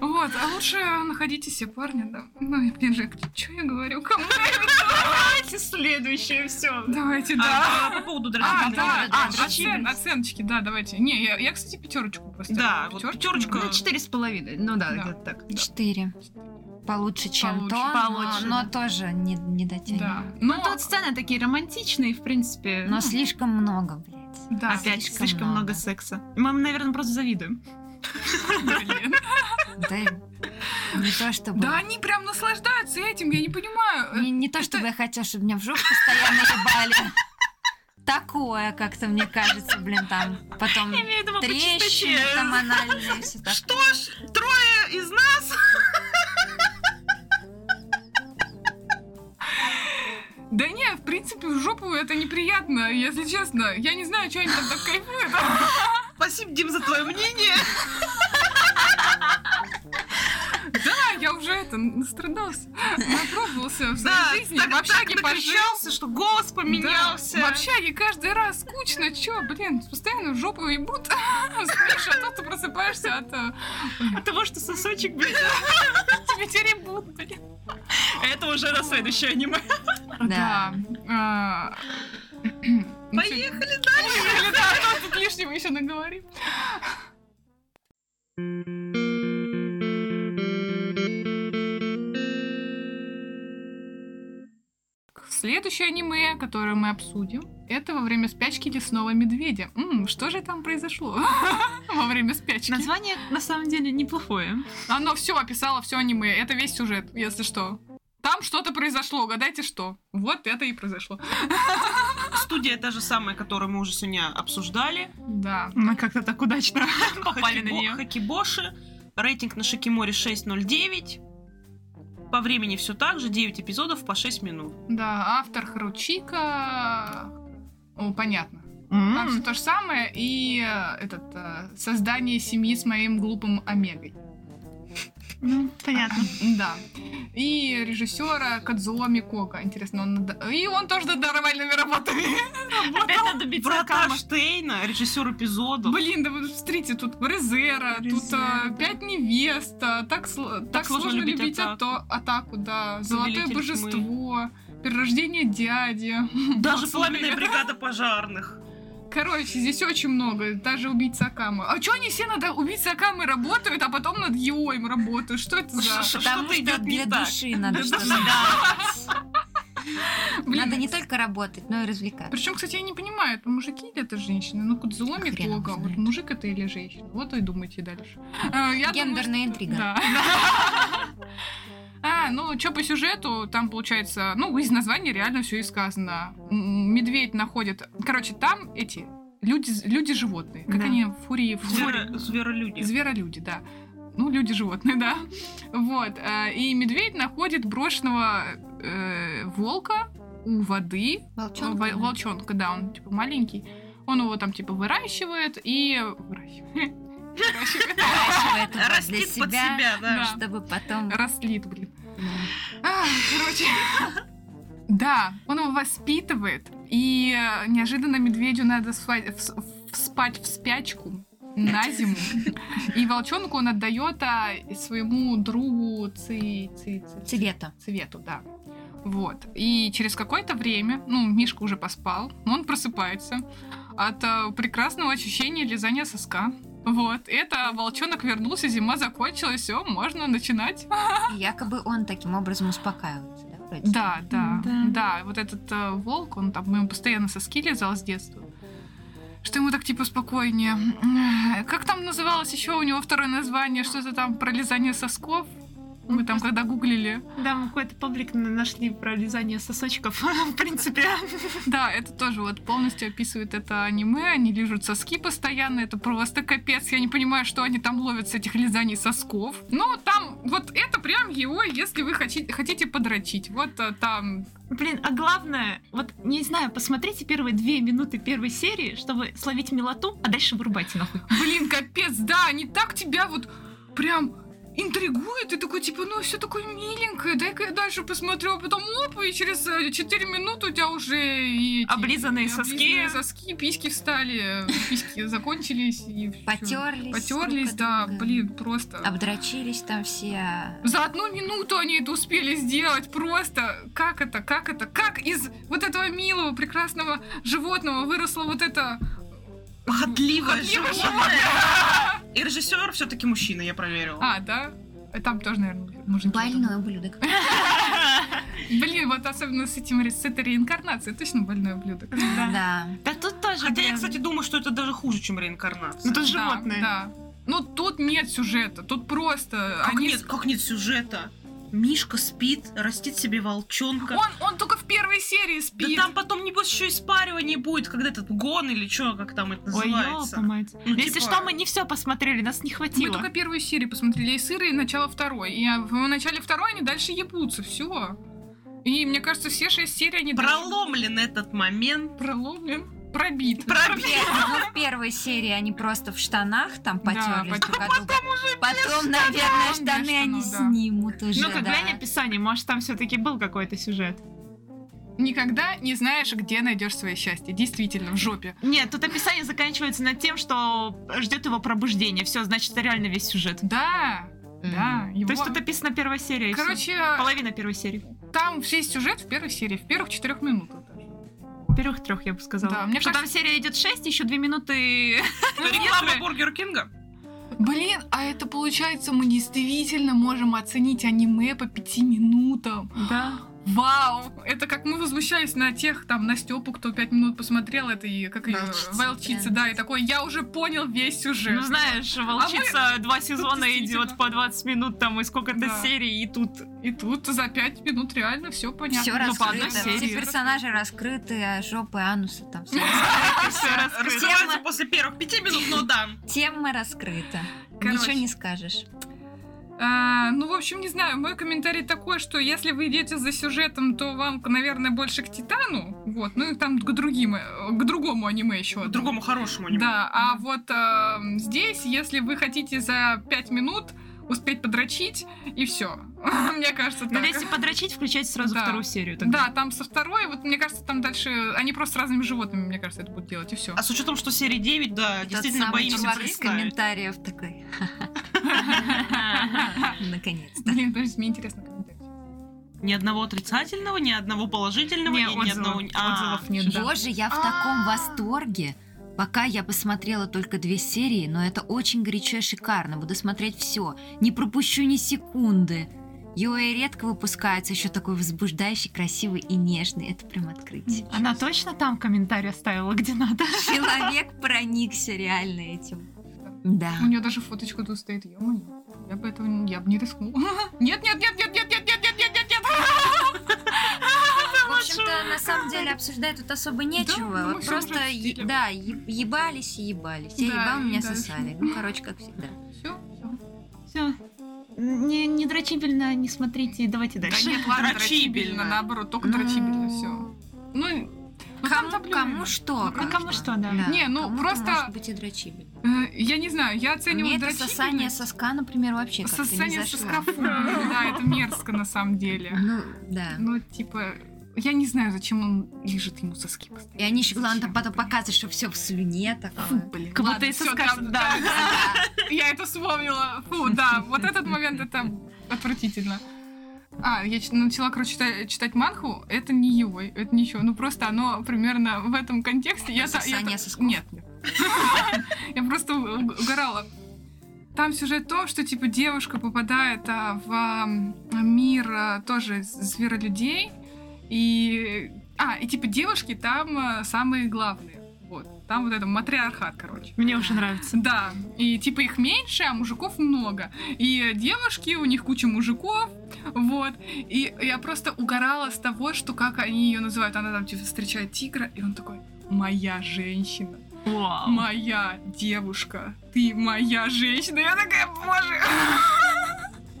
Speaker 4: Вот, а лучше находите себе парня, да. Ну, и, блин, же, что я говорю? Кому я говорю?
Speaker 3: Давайте следующее, все.
Speaker 4: Давайте, да.
Speaker 1: А, По поводу
Speaker 4: А,
Speaker 1: дрочильных
Speaker 4: да,
Speaker 1: комнат.
Speaker 4: а,
Speaker 2: да,
Speaker 4: оцен- оценочки, да, давайте. Не, я, я, кстати, пятерочку поставила.
Speaker 1: Да, вот пятерочка.
Speaker 4: Ну,
Speaker 3: четыре с половиной. Ну да,
Speaker 4: Да.
Speaker 3: где-то так.
Speaker 2: Четыре. Получше, чем
Speaker 4: Получше,
Speaker 2: то,
Speaker 3: получше,
Speaker 2: но,
Speaker 3: да.
Speaker 2: но тоже не, не дотянет.
Speaker 4: Да. Но,
Speaker 3: Ну, тут сцены такие романтичные, в принципе.
Speaker 2: Но слишком много, блядь.
Speaker 4: да.
Speaker 3: Ну, Опять
Speaker 2: слишком
Speaker 3: слишком,
Speaker 2: много.
Speaker 3: много. секса. Мы, наверное, просто завидуем.
Speaker 4: блин.
Speaker 2: Да не то чтобы...
Speaker 4: Да они прям наслаждаются этим, я не понимаю. Э,
Speaker 2: не, не то чтобы я хотела, чтобы меня в жопу постоянно ебали. Такое как-то, мне кажется, блин, там потом
Speaker 1: Я имею в виду по
Speaker 2: трещины
Speaker 1: чистоте.
Speaker 2: там анальные, все так.
Speaker 1: Что ж, трое из нас...
Speaker 4: Да не, в принципе, в жопу это неприятно, если честно. Я не знаю, что они там так кайфуют.
Speaker 1: Спасибо, Дим, за твое мнение.
Speaker 4: Да, я уже это, настрадался. Попробовался в
Speaker 1: Да,
Speaker 4: своей жизни.
Speaker 1: так,
Speaker 4: В общаге
Speaker 1: так
Speaker 4: пожил.
Speaker 1: накричался, что голос поменялся.
Speaker 4: Да, в общаге каждый раз скучно, чё, блин, постоянно в жопу ебут. Спишь, а тут ты просыпаешься от э,
Speaker 3: От того, что сосочек, блин,
Speaker 4: тебя теребут, блин.
Speaker 3: это уже на следующее аниме.
Speaker 2: Да.
Speaker 4: Да. а, Поехали дальше. Да, а то тут лишнего еще наговорим. Следующее аниме, которое мы обсудим, это во время спячки лесного медведя. М, что же там произошло во время спячки?
Speaker 3: Название на самом деле неплохое.
Speaker 4: Оно все описало, все аниме. Это весь сюжет, если что. Там что-то произошло, угадайте что. Вот это и произошло.
Speaker 1: Студия та же самая, которую мы уже сегодня обсуждали.
Speaker 4: Да.
Speaker 3: Мы
Speaker 1: Ну,
Speaker 3: как-то так удачно попали на
Speaker 1: Хакибо-
Speaker 3: нее.
Speaker 1: Хакибоши. Рейтинг на Шикиморе 6.09. По времени все так же, 9 эпизодов по 6 минут.
Speaker 4: Да, автор Харучика... О, понятно. Там все
Speaker 3: М,
Speaker 4: то же самое и э, этот э, создание семьи с моим глупым Омегой.
Speaker 3: Ну, понятно.
Speaker 4: Да. И режиссера Кадзуо Микока. Интересно, он... над- И он тоже над нормальными работами.
Speaker 3: Опять надо бить
Speaker 1: Врата
Speaker 3: Сакама.
Speaker 1: Штейна, режиссер эпизодов.
Speaker 4: Блин, да вы смотрите, тут Резера, тут
Speaker 3: Резера,
Speaker 4: э, пять невест, э, так, сло- так сложно, любить,
Speaker 1: атаку.
Speaker 4: ато- атаку, да, золотое
Speaker 1: Повелитель
Speaker 4: божество, перерождение дяди.
Speaker 1: Даже
Speaker 4: Вот,
Speaker 1: пламенная
Speaker 4: например.
Speaker 1: бригада пожарных.
Speaker 4: Короче, здесь очень много, даже убийца Акамы. А чё они все над убийцей Акамы работают, а потом над Йоем работают? Что это за...
Speaker 1: Что-
Speaker 2: Потому
Speaker 1: что-то
Speaker 2: что
Speaker 1: идет
Speaker 2: для
Speaker 1: не так.
Speaker 2: души надо что-то. Надо не только работать, но и развлекаться.
Speaker 4: Причем, кстати, я не понимаю, это мужики или это женщины? Ну, Кудзуо
Speaker 2: Хрен его
Speaker 4: Микога, вот
Speaker 2: знает.
Speaker 4: мужик это или женщина? Вот и думайте дальше. А, я думаю,
Speaker 2: Гендерная интрига.
Speaker 4: Да. А, ну, что по сюжету, там получается, ну, из названия реально все и сказано. М, Медведь находит... Короче, там эти люди, люди-животные. Как
Speaker 3: Да.
Speaker 4: они? Фурии, фури.
Speaker 1: Зверо- Зверолюди.
Speaker 4: Зверолюди, да. Ну, люди-животные, да. Вот. э, И медведь находит брошенного э, волка у воды.
Speaker 2: Волчонка,
Speaker 4: Во-
Speaker 2: да.
Speaker 4: Волчонка, да, он типа маленький. Он его там типа выращивает и... выращивает. Выращивает.
Speaker 2: Выращивает его для
Speaker 1: Растит под
Speaker 2: себя,
Speaker 1: себя, да.
Speaker 4: Да.
Speaker 2: чтобы потом...
Speaker 4: Рослит, блин.
Speaker 2: да.
Speaker 4: А, короче. Да, он его воспитывает, и э, неожиданно медведю надо сва- вс- в- спать в спячку на зиму. И волчонку он отдает а, своему другу ци, ци, ци-
Speaker 2: Цвета.
Speaker 4: цвету, да. Вот. И через какое-то время, ну, Мишка уже поспал, но он просыпается от э, прекрасного ощущения лизания соска. Вот. Это волчонок вернулся, зима закончилась, все, можно начинать.
Speaker 2: И якобы он таким образом успокаивается, да, вроде?
Speaker 4: Да, да,
Speaker 3: Да.
Speaker 4: да, Вот этот э, волк, он там ему постоянно соски лизал с детства. Что ему так типа спокойнее. Как там называлось еще у него второе название? Что-то там про лизание сосков? Мы там когда гуглили.
Speaker 3: Да, мы какой-то паблик на- нашли про лизание сосочков, в принципе.
Speaker 4: Да, это тоже вот полностью описывает это аниме. Они лижут соски постоянно. Это просто капец. Я не понимаю, что они там ловят с этих лизаний сосков. Но там вот это прям его, если вы хотите, хотите подрочить. Вот э, там
Speaker 3: Блин, а главное, вот, не знаю, посмотрите первые две минуты первой серии, чтобы словить милоту, а дальше вырубайте нахуй.
Speaker 4: Блин, капец, да, они так тебя вот прям интригуют, и такой, типа, ну, все такое миленькое, дай-ка я дальше посмотрю, а потом оп, и через 4 минуты у тебя уже и эти-
Speaker 3: Облизанные
Speaker 4: и
Speaker 3: соски.
Speaker 4: облизанные соски, письки встали, письки закончились, и всё.
Speaker 2: Потерлись. друг
Speaker 4: Потерлись,
Speaker 2: от
Speaker 4: да,
Speaker 2: друга.
Speaker 4: блин, просто.
Speaker 2: Обдрочились там все.
Speaker 4: За одну минуту они это успели сделать. Просто как это, как это, как из вот этого милого, прекрасного животного выросло вот это...
Speaker 1: Похотливое
Speaker 4: Похотливое
Speaker 1: животное. И режиссер все-таки мужчина, я проверила.
Speaker 4: А, да? А Там тоже, наверное, мужики.
Speaker 2: Больной ублюдок.
Speaker 4: Блин, вот особенно с этим ре- с этой реинкарнацией точно больной ублюдок.
Speaker 2: Да.
Speaker 3: Да тут тоже,
Speaker 1: Хотя я,
Speaker 3: блин.
Speaker 1: кстати, думаю, что это даже хуже, чем реинкарнация.
Speaker 3: Ну тут животные.
Speaker 4: Да. Ну тут нет сюжета, тут просто
Speaker 1: Как,
Speaker 4: они.
Speaker 1: нет, как нет сюжета? Мишка спит, растит себе волчонка.
Speaker 4: Он, он только в первой серии
Speaker 1: да
Speaker 4: спит.
Speaker 1: там потом, небось, еще испаривание будет, когда этот гон или что, как там это
Speaker 3: Ой, ёпа
Speaker 1: называется.
Speaker 3: мать.
Speaker 1: Ну,
Speaker 3: Если
Speaker 1: типа-
Speaker 3: что, мы не все посмотрели, нас не
Speaker 4: Мы
Speaker 3: хватило.
Speaker 4: только первую серию посмотрели, и сыры, и начало второй. И а, в начале второй они дальше ебутся, все. И мне кажется, все шесть серий они дальше-
Speaker 1: Проломлен этот момент.
Speaker 4: проломлен, пробит.
Speaker 1: Пробит.
Speaker 2: Первый- ну, в первой серии они просто в штанах там потерлись
Speaker 4: потом-
Speaker 2: друг от друга. Потом, наверное,
Speaker 4: без
Speaker 2: штаны они
Speaker 4: штанов, да.
Speaker 2: снимут уже,
Speaker 3: Ну, как
Speaker 2: да.
Speaker 3: глянь описание, может, там все-таки был какой-то сюжет.
Speaker 4: Никогда не знаешь, где найдешь свое счастье. Действительно, в жопе.
Speaker 3: Нет, тут описание заканчивается над тем, что ждет его пробуждение. Все, значит, это реально весь сюжет.
Speaker 4: Да,
Speaker 2: Мгм.
Speaker 4: да. его-
Speaker 3: То есть тут описана первая серия. и всё.
Speaker 4: Короче,
Speaker 3: половина первой серии.
Speaker 4: там весь сюжет в первой серии, в первых четырех минутах даже.
Speaker 3: Первых трех, я бы сказала.
Speaker 4: Да, мне
Speaker 3: что там серия идет 6, еще две минуты.
Speaker 1: Реклама Бургер Кинга.
Speaker 4: Блин, а это получается, мы действительно можем оценить аниме по пяти минутам.
Speaker 3: Да.
Speaker 4: Вау! Это как мы возмущались на тех, там, на Степу, кто пять минут посмотрел это, и как ее...
Speaker 2: Волчица,
Speaker 4: Волчица, да, и такой, я уже понял весь сюжет.
Speaker 3: Ну, знаешь, волчица два сезона
Speaker 4: действительно.
Speaker 3: идет по 20 минут там и сколько-то
Speaker 4: Да.
Speaker 3: серий, и тут
Speaker 4: И тут за пять минут реально все понятно.
Speaker 2: Все
Speaker 3: Ну, по одной
Speaker 2: раскрыто.
Speaker 3: серии.
Speaker 2: Все персонажи раскрыты, а жопы, анусы там. всё.
Speaker 3: все раскрыто.
Speaker 1: Раскрывается после первых пяти минут, но да.
Speaker 2: Тема раскрыта.
Speaker 4: Короче.
Speaker 2: Ничего не скажешь.
Speaker 4: А, ну, в общем, не знаю, мой комментарий такой, что если вы идете за сюжетом, то вам, наверное, больше к Титану, вот, ну и там к другим, э, к другому аниме еще.
Speaker 1: К другому хорошему не
Speaker 4: Да, а вот э, здесь, если вы хотите за пять минут успеть подрочить, и все. Мне кажется,
Speaker 1: Ну,
Speaker 3: Но
Speaker 4: так.
Speaker 3: если подрочить, включайте сразу
Speaker 4: Да.
Speaker 3: вторую серию. тогда.
Speaker 4: Да, там со второй, вот мне кажется, там дальше они просто с разными животными, мне кажется, это будут делать, и все.
Speaker 1: А с учетом, что серии 9, да,
Speaker 2: Тот
Speaker 1: действительно
Speaker 2: самый
Speaker 1: боимся
Speaker 2: чувак из
Speaker 1: представить.
Speaker 2: комментариев такой. Наконец-то.
Speaker 4: Блин, подожди, мне интересно комментарий.
Speaker 1: Ни одного отрицательного, ни одного положительного,
Speaker 3: Не,
Speaker 1: и ни
Speaker 3: отзывов-
Speaker 1: одного... А,
Speaker 3: отзывов нет, да.
Speaker 2: Боже, я в таком
Speaker 4: А.
Speaker 2: восторге. Пока я посмотрела только две серии, но это очень горячо и шикарно. Буду смотреть все. Не пропущу ни секунды. Юэ редко выпускается, еще такой возбуждающий, красивый и нежный. Это прям открытие.
Speaker 3: Она точно там комментарий оставила, где надо?
Speaker 2: Человек проникся реально этим. Да.
Speaker 4: У нее даже фоточка тут стоит, ё Я бы этого не- я бы не рискнула. Нет, нет, нет, нет, нет, нет, нет, нет, нет, нет, нет. ну
Speaker 2: В общем-то, на самом деле обсуждать тут особо нечего.
Speaker 4: мы
Speaker 2: Вот
Speaker 4: всё
Speaker 2: просто,
Speaker 4: уже
Speaker 2: е-
Speaker 4: обсудили.
Speaker 2: да, е- ебались и ебались. Я
Speaker 4: Да,
Speaker 2: ебал,
Speaker 4: и
Speaker 2: меня
Speaker 4: дальше.
Speaker 2: сосали. Ну, короче, как всегда.
Speaker 4: Все,
Speaker 3: Все. Не, не дрочибельно, не смотрите, давайте
Speaker 4: Да
Speaker 3: дальше.
Speaker 4: нет, ладно,
Speaker 1: Дрочибельно.
Speaker 4: дрочибельно, наоборот, только дрочибельно, все. Ну, ну, там
Speaker 2: Кому,
Speaker 4: табло-
Speaker 2: кому что?
Speaker 4: Ну,
Speaker 3: кому что, да.
Speaker 4: Не, ну,
Speaker 2: кому-то
Speaker 4: просто-
Speaker 2: Может быть и дрочибельно.
Speaker 4: э, я не знаю, я оцениваю
Speaker 2: Мне это сосание
Speaker 4: дрочибельность.
Speaker 2: соска, например, вообще как-то не
Speaker 4: Сосание
Speaker 2: зашло.
Speaker 4: соска, фу, да, это мерзко на самом деле.
Speaker 2: Ну, да.
Speaker 4: Ну, типа, я не знаю, зачем он лежит ему соски постоянно.
Speaker 2: И они еще, главное, там
Speaker 4: Зачем?
Speaker 2: потом показывают, что все в слюне
Speaker 4: Фу,
Speaker 2: такое.
Speaker 4: блин.
Speaker 3: Как будто
Speaker 4: ладно,
Speaker 3: и
Speaker 4: всё,
Speaker 3: соска-
Speaker 4: там-
Speaker 3: да.
Speaker 4: там- Я это вспомнила. Фу, да, вот этот момент это отвратительно. А, я ч- начала, короче, читать, читать манху. Это не его, это ничего. Ну просто оно примерно в этом контексте. Я, та- я
Speaker 2: Сосание
Speaker 4: та-
Speaker 2: сосков.
Speaker 4: Нет, нет. Я просто у- у- угорала. Там сюжет в том, что типа девушка попадает а, в а, мир а, тоже з- зверолюдей. И. А, и типа девушки там а, самые главные. Вот. Там вот это матриархат, короче.
Speaker 3: Мне уже нравится.
Speaker 4: Да, и типа их меньше, а мужиков много. И девушки, у них куча мужиков, вот. И я просто угорала с того, что как они ее называют. Она там типа встречает тигра, и он такой, моя женщина,
Speaker 3: Вау.
Speaker 4: моя девушка, ты моя женщина. Я такая, боже,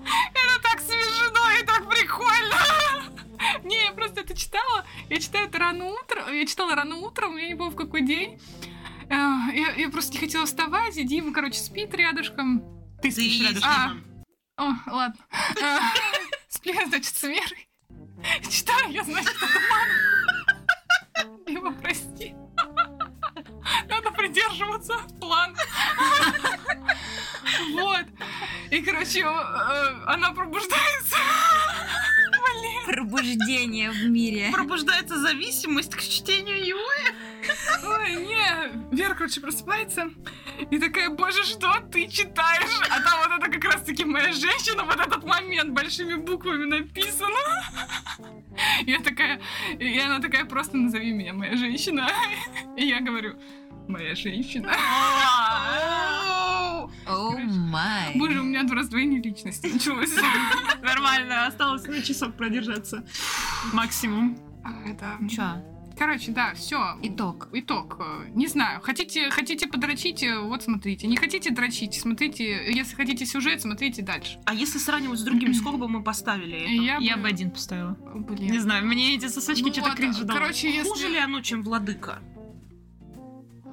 Speaker 4: это так смешно и так прикольно. Не, я просто это читала. Я читаю это рано утром. Я читала рано утром, я не помню в какой день. Э, Я, я просто не хотела вставать, и Дима, короче, спит рядышком.
Speaker 3: Ты
Speaker 1: Ты
Speaker 3: спишь рядом.
Speaker 4: А. О, ладно. Э, Сплю я, значит, с Верой. Читаю я, значит, эту мангу. Дима, прости. Надо придерживаться плана. Вот. И, короче, э, э, она пробуждается. Блин.
Speaker 2: Пробуждение в мире.
Speaker 1: Пробуждается зависимость к чтению его.
Speaker 4: Ой, не. Вера, короче, просыпается. И такая, боже, что ты читаешь? А там вот это как раз-таки моя женщина, вот этот момент большими буквами написано. Я такая, и она такая, просто назови меня моя женщина. И я говорю, моя женщина.
Speaker 2: О
Speaker 4: Короче.
Speaker 2: май.
Speaker 4: Боже, у меня два раздвоение личности началось.
Speaker 3: Нормально, осталось ну, часок продержаться. Максимум.
Speaker 4: А, да.
Speaker 2: Чё,
Speaker 4: Короче, да, все.
Speaker 2: итог.
Speaker 4: Итог, э, не знаю. Хотите, хотите подрочить, э, вот смотрите. Не хотите дрочить, смотрите. Если хотите сюжет, смотрите дальше.
Speaker 1: А если сравнивать с другими, сколько бы мы поставили? этому?
Speaker 3: Я бы один поставила.
Speaker 4: Блин.
Speaker 3: Не знаю, мне эти сосочки
Speaker 4: Ну
Speaker 3: что-то
Speaker 4: вот,
Speaker 3: кринж дало.
Speaker 4: Короче, если...
Speaker 1: Хуже ли оно, чем владыка?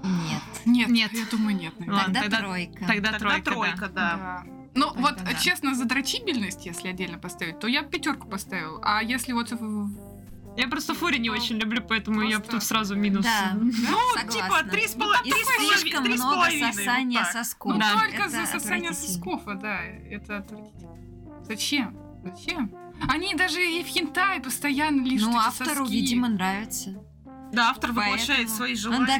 Speaker 2: Нет.
Speaker 4: Нет,
Speaker 3: Нет.
Speaker 4: я думаю, нет. наверное.
Speaker 3: Ладно,
Speaker 2: Тогда,
Speaker 3: тогда-
Speaker 2: тройка.
Speaker 3: Тогда, тройка, да.
Speaker 1: да.
Speaker 4: Ну
Speaker 3: Тогда
Speaker 4: вот,
Speaker 3: да.
Speaker 4: честно, за дрочибельность, если отдельно поставить, то я пятерку поставил. А если вот... в-
Speaker 3: Я просто Фури не очень люблю, поэтому я
Speaker 4: Просто-
Speaker 3: тут сразу минус.
Speaker 2: Да.
Speaker 1: Ну,
Speaker 2: Согласна.
Speaker 1: типа, три с поло-
Speaker 2: И
Speaker 1: три с полови-
Speaker 2: слишком
Speaker 1: три с
Speaker 2: много
Speaker 1: половиной, вот
Speaker 2: сосания
Speaker 1: так.
Speaker 2: сосков.
Speaker 4: Ну
Speaker 3: Да.
Speaker 4: только
Speaker 2: Это
Speaker 4: за сосание
Speaker 2: отвратительно.
Speaker 4: сосков, а, да, это отвратительно. Зачем? Зачем? Они даже и в хентай постоянно лишь
Speaker 2: Ну, автору, видимо, нравится.
Speaker 1: Да, автор
Speaker 2: Поэтому
Speaker 1: воплощает свои
Speaker 2: Он
Speaker 1: желания.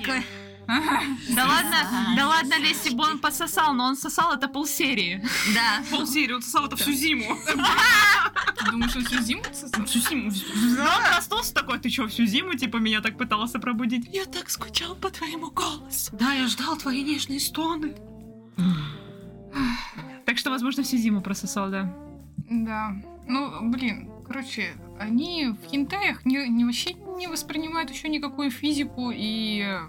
Speaker 2: такой,
Speaker 3: Да ладно,
Speaker 2: Да.
Speaker 3: да ладно, Лесси Бон пососал, но он сосал это полсерии.
Speaker 2: да,
Speaker 1: Полсерии, он сосал это всю зиму.
Speaker 4: Ты думаешь, он всю зиму сосал?
Speaker 1: Всю зиму.
Speaker 3: Да, он проснулся такой, ты чё, всю зиму, типа, меня так пытался пробудить.
Speaker 1: Я так скучал по твоему голосу. Да, я ждал твои нежные стоны.
Speaker 3: Так что, возможно, всю зиму прососал, да.
Speaker 4: Да. Ну, блин, короче, они в хентаях не, не вообще не воспринимают еще никакую физику и... э,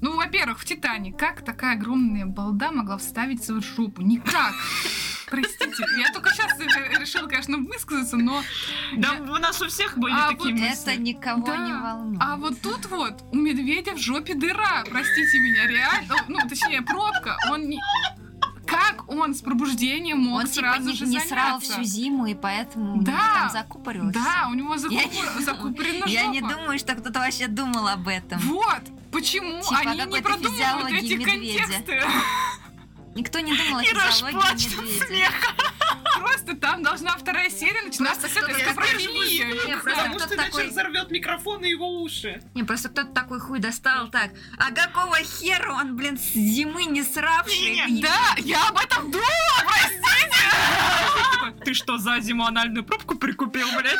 Speaker 4: Ну, во-первых, в Титане как такая огромная балда могла вставить свою жопу? Никак! Простите, я только сейчас решила, конечно, высказаться, но...
Speaker 3: Да, у нас у всех были
Speaker 4: А
Speaker 3: такие
Speaker 4: вот
Speaker 2: Это
Speaker 3: мысли.
Speaker 2: никого
Speaker 4: Да.
Speaker 2: не волнует.
Speaker 4: А вот тут вот у медведя в жопе дыра, простите меня, реально, ну, точнее, пробка, он не... Как он с пробуждением мог
Speaker 2: он типа
Speaker 4: сразу
Speaker 2: не,
Speaker 4: же
Speaker 2: не срал
Speaker 4: заняться?
Speaker 2: всю зиму, и поэтому у
Speaker 4: Да.
Speaker 2: него там закупорилось.
Speaker 4: Да, у него
Speaker 2: Я не
Speaker 4: закупор- закупорена
Speaker 2: Я не
Speaker 4: жопа.
Speaker 2: думаю, что кто-то вообще думал об этом.
Speaker 4: Вот, почему
Speaker 2: Типа
Speaker 4: они не
Speaker 2: какой-то
Speaker 4: продумывают
Speaker 2: физиологии
Speaker 4: эти
Speaker 2: медведя.
Speaker 4: контексты?
Speaker 2: Никто не думал о
Speaker 3: И расплачь
Speaker 2: физиологии
Speaker 3: от
Speaker 2: медведя.
Speaker 3: смеха.
Speaker 4: Просто там должна вторая серия начинаться с этой
Speaker 2: кто-то
Speaker 4: скоропилии.
Speaker 2: Не, просто кто-то такой,
Speaker 3: взорвет микрофон и его уши.
Speaker 2: не, просто кто-то такой хуй достал так. А какого хера он, блин, с зимы не сравший?
Speaker 3: Не,
Speaker 2: И-
Speaker 4: Да, я об этом думала, прости.
Speaker 3: Ты что, за зиму анальную пробку прикупил, блядь?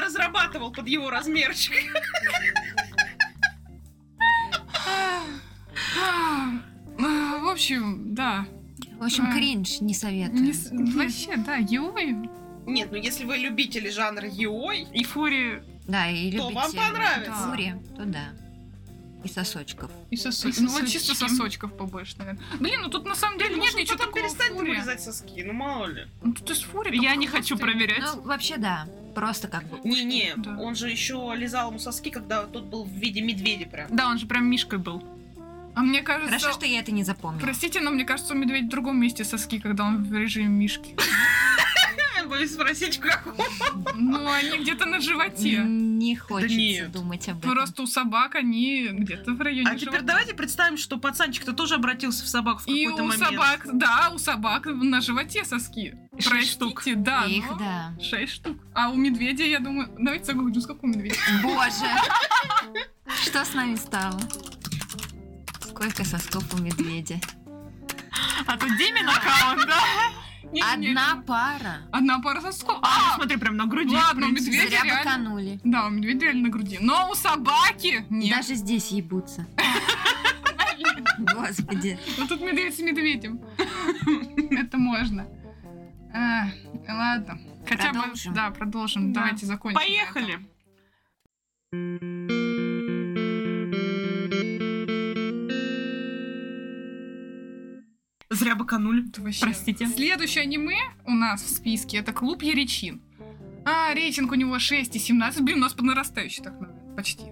Speaker 1: Разрабатывал под его размерчик.
Speaker 4: А, В общем, да.
Speaker 2: В общем,
Speaker 4: Да.
Speaker 2: кринж не
Speaker 4: Не
Speaker 2: советую.
Speaker 4: с- Вообще, да, Йой.
Speaker 1: Нет, ну если вы любители жанра Йой,
Speaker 3: И фури
Speaker 2: Да, и
Speaker 1: то
Speaker 2: любите.
Speaker 1: вам понравится.
Speaker 4: да.
Speaker 2: Фури, то да. И сосочков.
Speaker 3: и сосочки.
Speaker 4: Ну вот чисто сосочков побольше, наверное. Блин, ну тут на самом деле нет
Speaker 1: Может,
Speaker 4: ничего
Speaker 1: потом
Speaker 4: такого
Speaker 1: перестать
Speaker 4: фури.
Speaker 1: вырезать соски, ну мало ли.
Speaker 4: Ну тут из фури.
Speaker 3: Я
Speaker 4: только
Speaker 3: не хочу
Speaker 4: хвосты.
Speaker 3: проверять.
Speaker 2: Ну, вообще, да. Просто как бы.
Speaker 1: Не-не,
Speaker 4: Да.
Speaker 1: он же еще лизал ему соски, когда тот был в виде медведя прям.
Speaker 3: Да, он же прям мишкой был.
Speaker 4: А мне кажется...
Speaker 2: Хорошо, что я это не запомнила.
Speaker 4: Простите, но мне кажется, медведь в другом месте соски, когда он в режиме мишки.
Speaker 1: Я боюсь спросить, как он.
Speaker 4: Ну, они где-то на животе.
Speaker 2: М, Не хочется
Speaker 1: нет.
Speaker 2: думать об этом.
Speaker 4: Просто у собак они где-то в районе
Speaker 1: А теперь
Speaker 4: живота.
Speaker 1: давайте представим, что пацанчик-то тоже обратился в собак в
Speaker 4: И
Speaker 1: какой-то
Speaker 4: у
Speaker 1: момент.
Speaker 4: собак, да, у собак на животе соски.
Speaker 3: Шесть
Speaker 4: Простите,
Speaker 3: штук.
Speaker 4: да.
Speaker 2: Их,
Speaker 4: но
Speaker 2: да.
Speaker 4: Шесть штук. А у медведя, я думаю, давайте загуглим, сколько у медведя.
Speaker 2: Боже! Что с нами стало? Сколько сосков у медведя?
Speaker 3: А тут Димин аккаунт, да?
Speaker 4: Не, не,
Speaker 2: Одна
Speaker 4: не.
Speaker 2: пара.
Speaker 4: Одна пара сосков.
Speaker 3: А,
Speaker 4: А,
Speaker 3: смотри, прям на груди.
Speaker 4: Ладно,
Speaker 3: в принципе.
Speaker 4: медведь. Медведи
Speaker 2: Зря
Speaker 4: реально-
Speaker 2: баканули.
Speaker 4: да, у медведя реально на груди. Но у собаки нет.
Speaker 2: Даже здесь ебутся. Господи.
Speaker 4: Но тут медведь с медведем. Это можно. А, Ладно. Хотя бы,
Speaker 2: Продолжим.
Speaker 4: да, продолжим.
Speaker 3: Да.
Speaker 4: Давайте закончим. на этом.
Speaker 3: Поехали. Зря баканули.
Speaker 4: Это вообще-
Speaker 3: Простите.
Speaker 4: Следующее аниме у нас в списке это клуб Яричин. А, рейтинг у него 6 и 17. Блин, у нас поднарастающий так наверное, почти.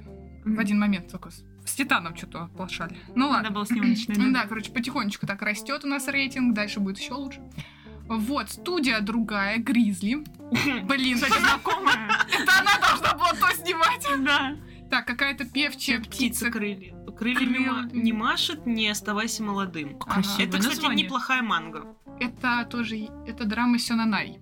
Speaker 4: В один момент только с, с Титаном что-то оплошали. Ну ладно.
Speaker 3: Надо было с него начинать. да.
Speaker 4: Да, короче, потихонечку так растет у нас рейтинг, дальше будет еще лучше. Вот, студия другая, Гризли. Блин,
Speaker 3: Кстати, знакомая.
Speaker 4: это она должна была то снимать.
Speaker 3: Ну Да.
Speaker 4: Так, какая-то певчая птица.
Speaker 1: Птица крылья. Крыльями
Speaker 4: Крылья.
Speaker 1: ма- не машет, не оставайся молодым.
Speaker 4: Ага.
Speaker 3: Красивое
Speaker 1: Это, кстати,
Speaker 3: название.
Speaker 1: неплохая манга.
Speaker 4: Это тоже, это драма Сёнанай.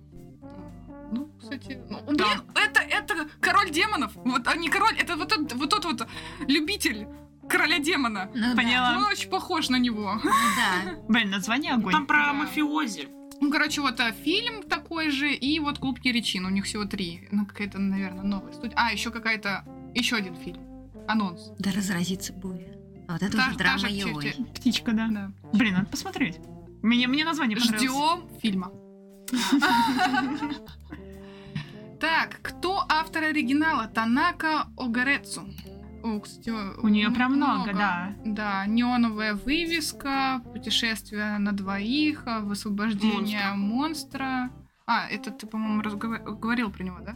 Speaker 4: Ну, кстати, ну, блин, это, это король демонов. Вот, а не король, это вот тот вот, тот вот любитель короля демона.
Speaker 2: Ну да,
Speaker 3: Поняла.
Speaker 4: Он очень похож на него.
Speaker 2: ну да.
Speaker 3: Блин, название огонь.
Speaker 1: Там про
Speaker 4: Да.
Speaker 1: мафиози.
Speaker 4: Ну, короче, вот а, фильм такой же, и вот клуб Еречин. У них всего три. Ну, какая-то, наверное, новая студия. А, еще какая-то. Еще один фильм. Анонс.
Speaker 2: Да разразится буря. А Вот это
Speaker 4: Та-
Speaker 2: уже
Speaker 4: та же
Speaker 2: драма Йой.
Speaker 4: тетя.
Speaker 3: Птичка, да.
Speaker 4: Да.
Speaker 3: Блин, надо посмотреть. Мне, мне название понравилось.
Speaker 4: Ждем фильма. Так, кто автор оригинала? Танака Огарецу. О, кстати,
Speaker 3: У нее прям много, да.
Speaker 4: Да, неоновая вывеска, путешествие на двоих, а, высвобождение монстра. А, это ты, по-моему, разговор- говорил про него, да?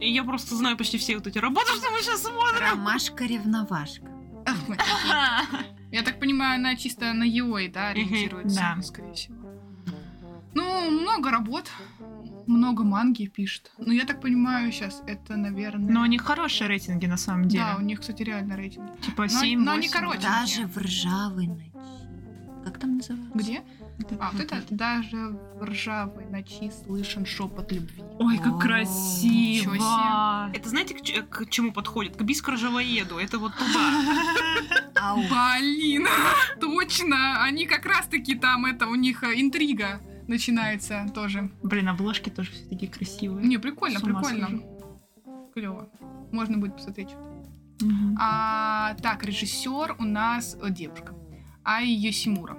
Speaker 1: И я просто знаю почти все вот эти работы, что мы сейчас смотрим.
Speaker 2: Ромашка-ревновашка.
Speaker 4: Ах, мать. Я так понимаю, она чисто на Йой, да, ориентируется,
Speaker 3: да.
Speaker 4: скорее всего. Ну, много работ, много манги пишет. Но я так понимаю, сейчас это, наверное...
Speaker 3: Но у них хорошие рейтинги на самом деле.
Speaker 4: Да, у них, кстати, реально рейтинг.
Speaker 3: Типа
Speaker 4: но-
Speaker 3: 7,
Speaker 4: но они короче.
Speaker 2: Даже в ржавой ночи. Как там называется?
Speaker 4: Где? А, вот это даже в ржавой ночи слышен шепот любви.
Speaker 3: Ой, как
Speaker 2: О,
Speaker 3: красиво.
Speaker 4: ничего себе.
Speaker 1: Это знаете, к, ч- к чему подходит? К бискоржавоеду. Это вот туда.
Speaker 2: Ау.
Speaker 4: Блин, точно! Они как раз-таки там, это, у них э, интрига. начинается тоже.
Speaker 3: Блин, обложки тоже все такие красивые.
Speaker 4: Не, прикольно,
Speaker 3: С ума
Speaker 4: прикольно.
Speaker 3: схожу.
Speaker 4: Клево. Можно будет посмотреть.
Speaker 3: Мгм.
Speaker 4: А, так, режиссер у нас э, девушка. Ай Йосимура.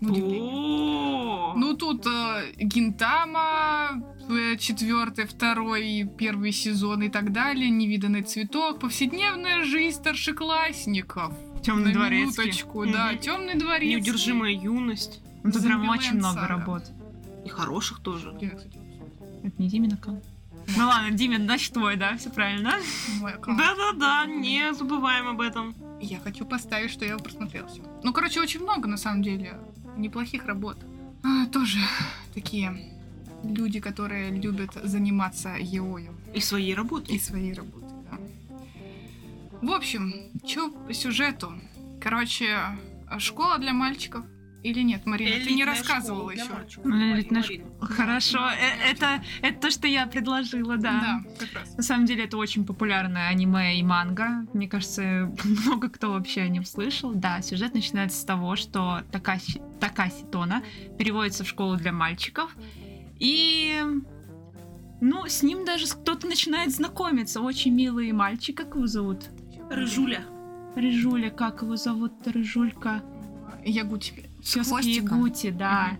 Speaker 4: На удивление.
Speaker 3: О,
Speaker 4: Ну тут э, Гинтама, э, четвертый, второй, первый сезон и так далее, невиданный цветок, повседневная жизнь старшеклассников.
Speaker 3: темный
Speaker 4: На
Speaker 3: дворецкий.
Speaker 4: минуточку, да,
Speaker 1: Мгм.
Speaker 4: темный дворец.
Speaker 1: Неудержимая юность.
Speaker 3: Ну, Тут прям
Speaker 4: Zombieland
Speaker 3: очень много
Speaker 4: сага.
Speaker 3: работ.
Speaker 1: И хороших тоже.
Speaker 3: Это не Димин аккаунт. Ну ладно, Димин, значит твой, да? Все правильно? Да-да-да, не забываем об этом.
Speaker 4: Я хочу поставить, что я его просмотрела все. Ну, короче, очень много, на самом деле, неплохих работ. А, тоже такие люди, которые любят заниматься еоем
Speaker 1: И своей
Speaker 4: и
Speaker 1: работой.
Speaker 4: своей работой, да. В общем, что по сюжету? Короче, школа для мальчиков или нет, Марина? ты не рассказывала еще.
Speaker 3: Марина, Элитная Хорошо, э, это, это то, что я предложила, да.
Speaker 4: да, как раз.
Speaker 3: На самом деле это очень популярное аниме и манга. Мне кажется, много кто вообще о нем слышал. Да, сюжет начинается с того, что Такаси, Такаси Тона переводится в школу для мальчиков. И ну, с ним даже с- кто-то начинает знакомиться. Очень милый мальчик, как его зовут?
Speaker 1: Рыжуля.
Speaker 3: Рыжуля, как его зовут? Рыжулька.
Speaker 4: Ягути.
Speaker 3: Все
Speaker 2: хвостиком.
Speaker 3: Гути, да.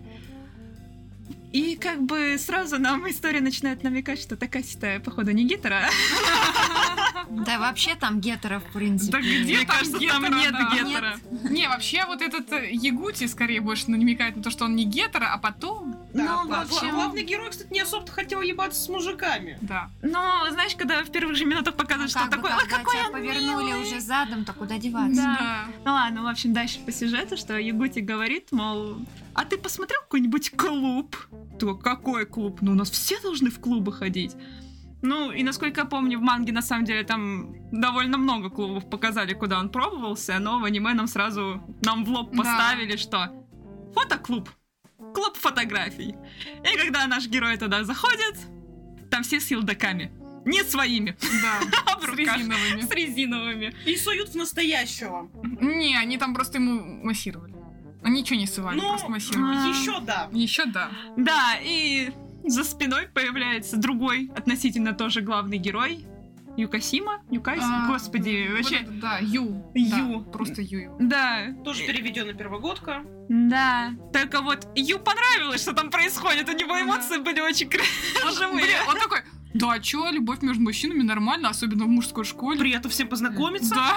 Speaker 3: И как бы сразу нам история начинает намекать, что Такаси-то, походу, не гитара.
Speaker 2: Да вообще там гетера, в принципе.
Speaker 3: Да где
Speaker 4: Мне
Speaker 3: там
Speaker 4: кажется,
Speaker 3: гетера,
Speaker 4: там
Speaker 3: нет
Speaker 4: да.
Speaker 3: гетера?
Speaker 4: Не, вообще вот этот э, Ягути скорее больше намекает на то, что он не гетер, а потом...
Speaker 3: Ну, в
Speaker 4: да,
Speaker 3: общем,
Speaker 1: Главный герой, кстати, не особо-то хотел ебаться с мужиками.
Speaker 4: Да.
Speaker 3: Но, знаешь, когда в первых же минутах показывают, что
Speaker 2: Ну, Как бы,
Speaker 3: такое, «Ой,
Speaker 2: когда
Speaker 3: какой
Speaker 2: тебя
Speaker 3: он
Speaker 2: повернули
Speaker 3: милый!»
Speaker 2: уже задом, то куда деваться?
Speaker 3: Да. Ну ладно, в общем, дальше по сюжету, что Ягути говорит, мол, а ты посмотрел какой-нибудь клуб? То какой клуб? Ну у нас все должны в клубы ходить. Ну, и насколько я помню, в манге на самом деле там довольно много клубов показали, куда он пробовался, но в аниме нам сразу нам в лоб
Speaker 4: Да.
Speaker 3: поставили, что фотоклуб, клуб фотографий. И когда наш герой туда заходит, там все с елдаками. Не своими,
Speaker 4: Да,
Speaker 3: а в
Speaker 4: с
Speaker 3: руках.
Speaker 4: резиновыми.
Speaker 3: С резиновыми.
Speaker 1: И суют в настоящего.
Speaker 4: Не, они там просто ему массировали. Они ничего не сывали,
Speaker 1: Ну,
Speaker 4: просто массировали.
Speaker 3: А.
Speaker 1: Еще да.
Speaker 4: Еще да.
Speaker 3: Да, и за спиной появляется другой, относительно тоже главный герой. Юкасима? Юкаси?
Speaker 4: А,
Speaker 3: Господи,
Speaker 4: вот
Speaker 3: вообще...
Speaker 4: это да, Ю.
Speaker 3: Ю.
Speaker 4: Да, просто Ю. его.
Speaker 3: Да.
Speaker 1: Тоже переведенная первогодка.
Speaker 3: Да. Только вот Ю понравилось, что там происходит. У него
Speaker 4: Ну Да.
Speaker 3: эмоции были очень кра- живые.
Speaker 4: Блин, он такой, да, чё, любовь между мужчинами нормально, особенно в мужской школе.
Speaker 1: Приятно всем познакомиться.
Speaker 4: Да,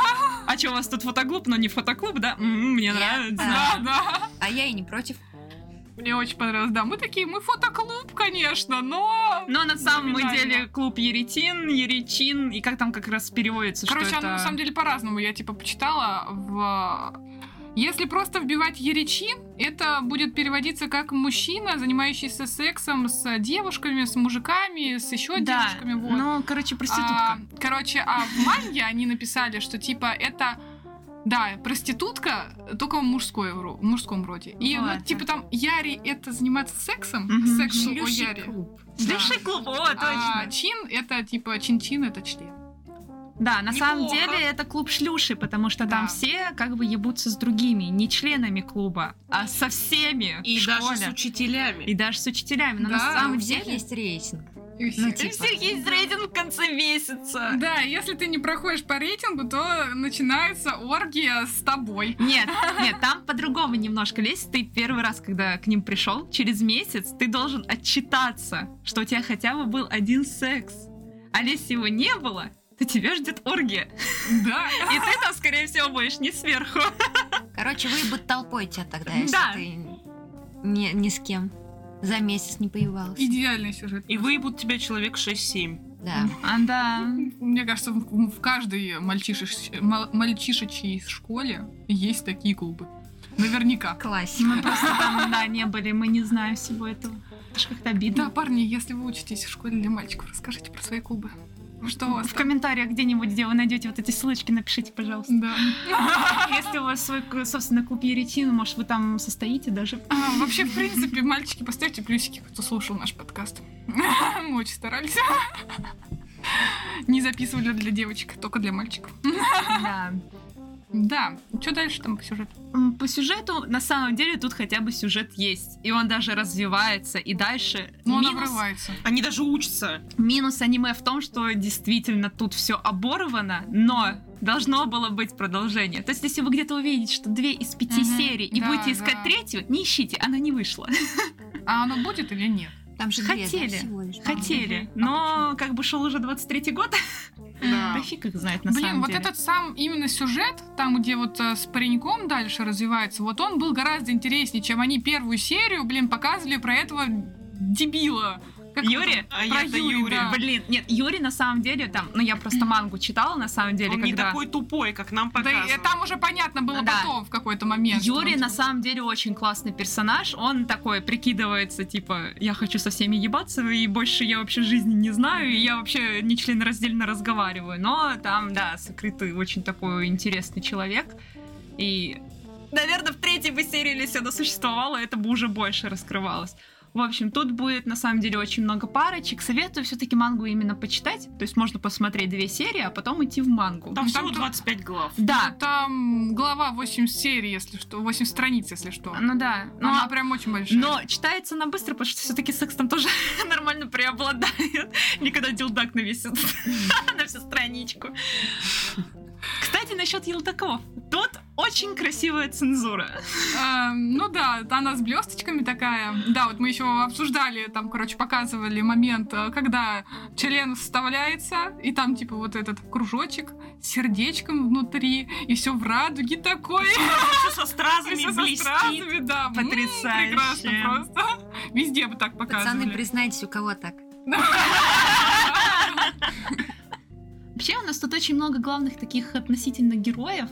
Speaker 3: А что, у вас тут фотоклуб, но не фотоклуб, да? М, мне
Speaker 2: Нет,
Speaker 3: нравится.
Speaker 4: да, да.
Speaker 2: А я и не против.
Speaker 4: Мне очень понравилось, да. Мы такие, мы фотоклуб, конечно, но...
Speaker 3: Но на самом
Speaker 4: Запоминально.
Speaker 3: деле клуб Еретин, Еречин, и как там как раз переводится,
Speaker 4: Короче,
Speaker 3: что это...
Speaker 4: оно на самом деле по-разному. Я типа почитала в... Если просто вбивать еречин, это будет переводиться как мужчина, занимающийся сексом с девушками, с мужиками, с еще
Speaker 3: Да,
Speaker 4: девушками. Вот.
Speaker 3: ну, короче,
Speaker 4: А,
Speaker 3: проститутка.
Speaker 4: короче, а в манге они написали, что типа это да, проститутка, только в, мужской, ро- в мужском роде. И, ну,
Speaker 3: Ладно.
Speaker 4: типа там Яри это заниматься сексом,
Speaker 3: Мгм.
Speaker 4: секшу о
Speaker 2: Шлющий
Speaker 4: Яри.
Speaker 2: клуб.
Speaker 4: да.
Speaker 3: Дыши клуб, о, точно.
Speaker 4: А чин это типа чин-чин это член.
Speaker 3: Да, на самом
Speaker 1: Неплохо.
Speaker 3: деле это клуб шлюши, потому что там
Speaker 4: Да.
Speaker 3: все как бы ебутся с другими, не членами клуба, а со всеми
Speaker 1: И
Speaker 3: в школе.
Speaker 1: даже с учителями.
Speaker 3: И даже с учителями. Но на
Speaker 4: Да,
Speaker 2: Там у
Speaker 3: самом
Speaker 2: всех
Speaker 3: деле...
Speaker 2: есть рейтинг.
Speaker 4: И
Speaker 2: Ну,
Speaker 4: всё.
Speaker 2: типа.
Speaker 3: есть рейтинг в конце месяца.
Speaker 4: Да, если ты не проходишь по рейтингу, то начинается оргия с тобой.
Speaker 3: Нет, нет, там по-другому немножко. Если ты первый раз, когда к ним пришел, через месяц ты должен отчитаться, что у тебя хотя бы был один секс. А если его не было, то тебя ждет оргия.
Speaker 4: Да.
Speaker 3: И ты там, скорее всего, будешь не сверху.
Speaker 2: Короче, выебут толпой тебя тогда, если
Speaker 3: Да.
Speaker 2: ты ни, ни с кем за месяц не поевалась.
Speaker 4: Идеальный сюжет.
Speaker 1: И выебут тебя человек 6-7.
Speaker 2: Да.
Speaker 3: А, Да.
Speaker 4: Мне кажется, в в каждой мальчишеш- мал- мальчишечьей школе есть такие клубы. Наверняка.
Speaker 2: Классика.
Speaker 3: Просто там, да, не были, мы не знаем всего этого. Это ж как-то
Speaker 4: Да,
Speaker 3: обидно.
Speaker 4: парни, если вы учитесь в школе для мальчиков, расскажите про свои клубы. Что у вас
Speaker 3: В комментариях где-нибудь, где вы найдете вот эти ссылочки, напишите, пожалуйста.
Speaker 4: там? Да.
Speaker 3: Если у вас свой, к- собственно, клуб Еретин, может, вы там состоите даже.
Speaker 4: А, вообще, в принципе, мальчики, поставьте плюсики, кто слушал наш подкаст. Мы очень старались. Не записывали для девочек, только для мальчиков.
Speaker 3: Да.
Speaker 4: Да, что дальше там по сюжету?
Speaker 3: М, По сюжету, на самом деле, тут хотя бы сюжет есть. И он даже развивается. И дальше
Speaker 4: Ну, он
Speaker 3: минус-
Speaker 4: обрывается.
Speaker 1: Они даже учатся.
Speaker 3: Минус аниме в том, что действительно тут все оборвано, но должно было быть продолжение. То есть, если вы где-то увидите, что две из пяти
Speaker 4: Мгм.
Speaker 3: серий, и
Speaker 4: Да,
Speaker 3: будете искать
Speaker 4: да.
Speaker 3: третью, не ищите, она не вышла.
Speaker 4: А оно будет или нет?
Speaker 2: Ну, Там же две, да,
Speaker 3: Хотели.
Speaker 2: всего лишь, по-моему.
Speaker 3: Хотели, но как бы шел уже 23-й год, А да фиг их знает на
Speaker 4: Блин,
Speaker 3: самом
Speaker 4: вот
Speaker 3: деле.
Speaker 4: этот сам именно сюжет, там, где вот э, с пареньком дальше развивается, вот он был гораздо интереснее, чем они первую серию, блин, показывали про этого дебила. Как
Speaker 3: Юрий?
Speaker 1: А
Speaker 4: Про
Speaker 1: я-то
Speaker 4: Юрия.
Speaker 1: Юрий.
Speaker 4: Да.
Speaker 3: Блин, нет, Юрий на самом деле там, ну я просто мангу читала на самом деле,
Speaker 1: Он не
Speaker 3: когда...
Speaker 1: такой тупой, как нам
Speaker 4: Да,
Speaker 1: показывают.
Speaker 4: и там уже понятно было
Speaker 3: Да.
Speaker 4: потом в какой-то момент. что
Speaker 3: Юрий
Speaker 4: он-
Speaker 3: на самом деле очень классный персонаж. Он такой прикидывается, типа, я хочу со всеми ебаться, и больше я вообще жизни не знаю, и я вообще не членораздельно разговариваю. Но там, да, сокрытый очень такой интересный человек. И, наверное, в третьей бы серии, если оно существовало, это бы уже больше раскрывалось. В общем, тут будет на самом деле очень много парочек. Советую все-таки мангу именно почитать. То есть можно посмотреть две серии, а потом идти в мангу.
Speaker 1: Там всего
Speaker 4: там-
Speaker 1: 25 глав.
Speaker 3: Да.
Speaker 4: Там глава 8 серий, если что, 8 страниц, если что.
Speaker 3: Ну да. Ну,
Speaker 4: Она
Speaker 3: а
Speaker 4: прям очень большая.
Speaker 3: Но читается она быстро, потому что все-таки секс там тоже нормально преобладает. Никогда дилдак навесит на всю страничку. Кстати, насчет елдаков. Тут очень красивая цензура.
Speaker 4: Э, ну да, она с блесточками такая. Да, вот мы еще обсуждали, там, короче, показывали момент, э, когда член вставляется, и там, типа, вот этот кружочек с сердечком внутри, и все в радуге такое.
Speaker 1: Всё со
Speaker 4: И
Speaker 1: стразами
Speaker 4: всё со
Speaker 1: блестит.
Speaker 4: стразами, да. М,
Speaker 3: Потрясающе.
Speaker 4: Прекрасно просто. Везде бы так
Speaker 2: Пацаны,
Speaker 4: показывали.
Speaker 2: признайтесь, у кого так?
Speaker 3: Вообще у нас тут очень много главных таких относительно героев.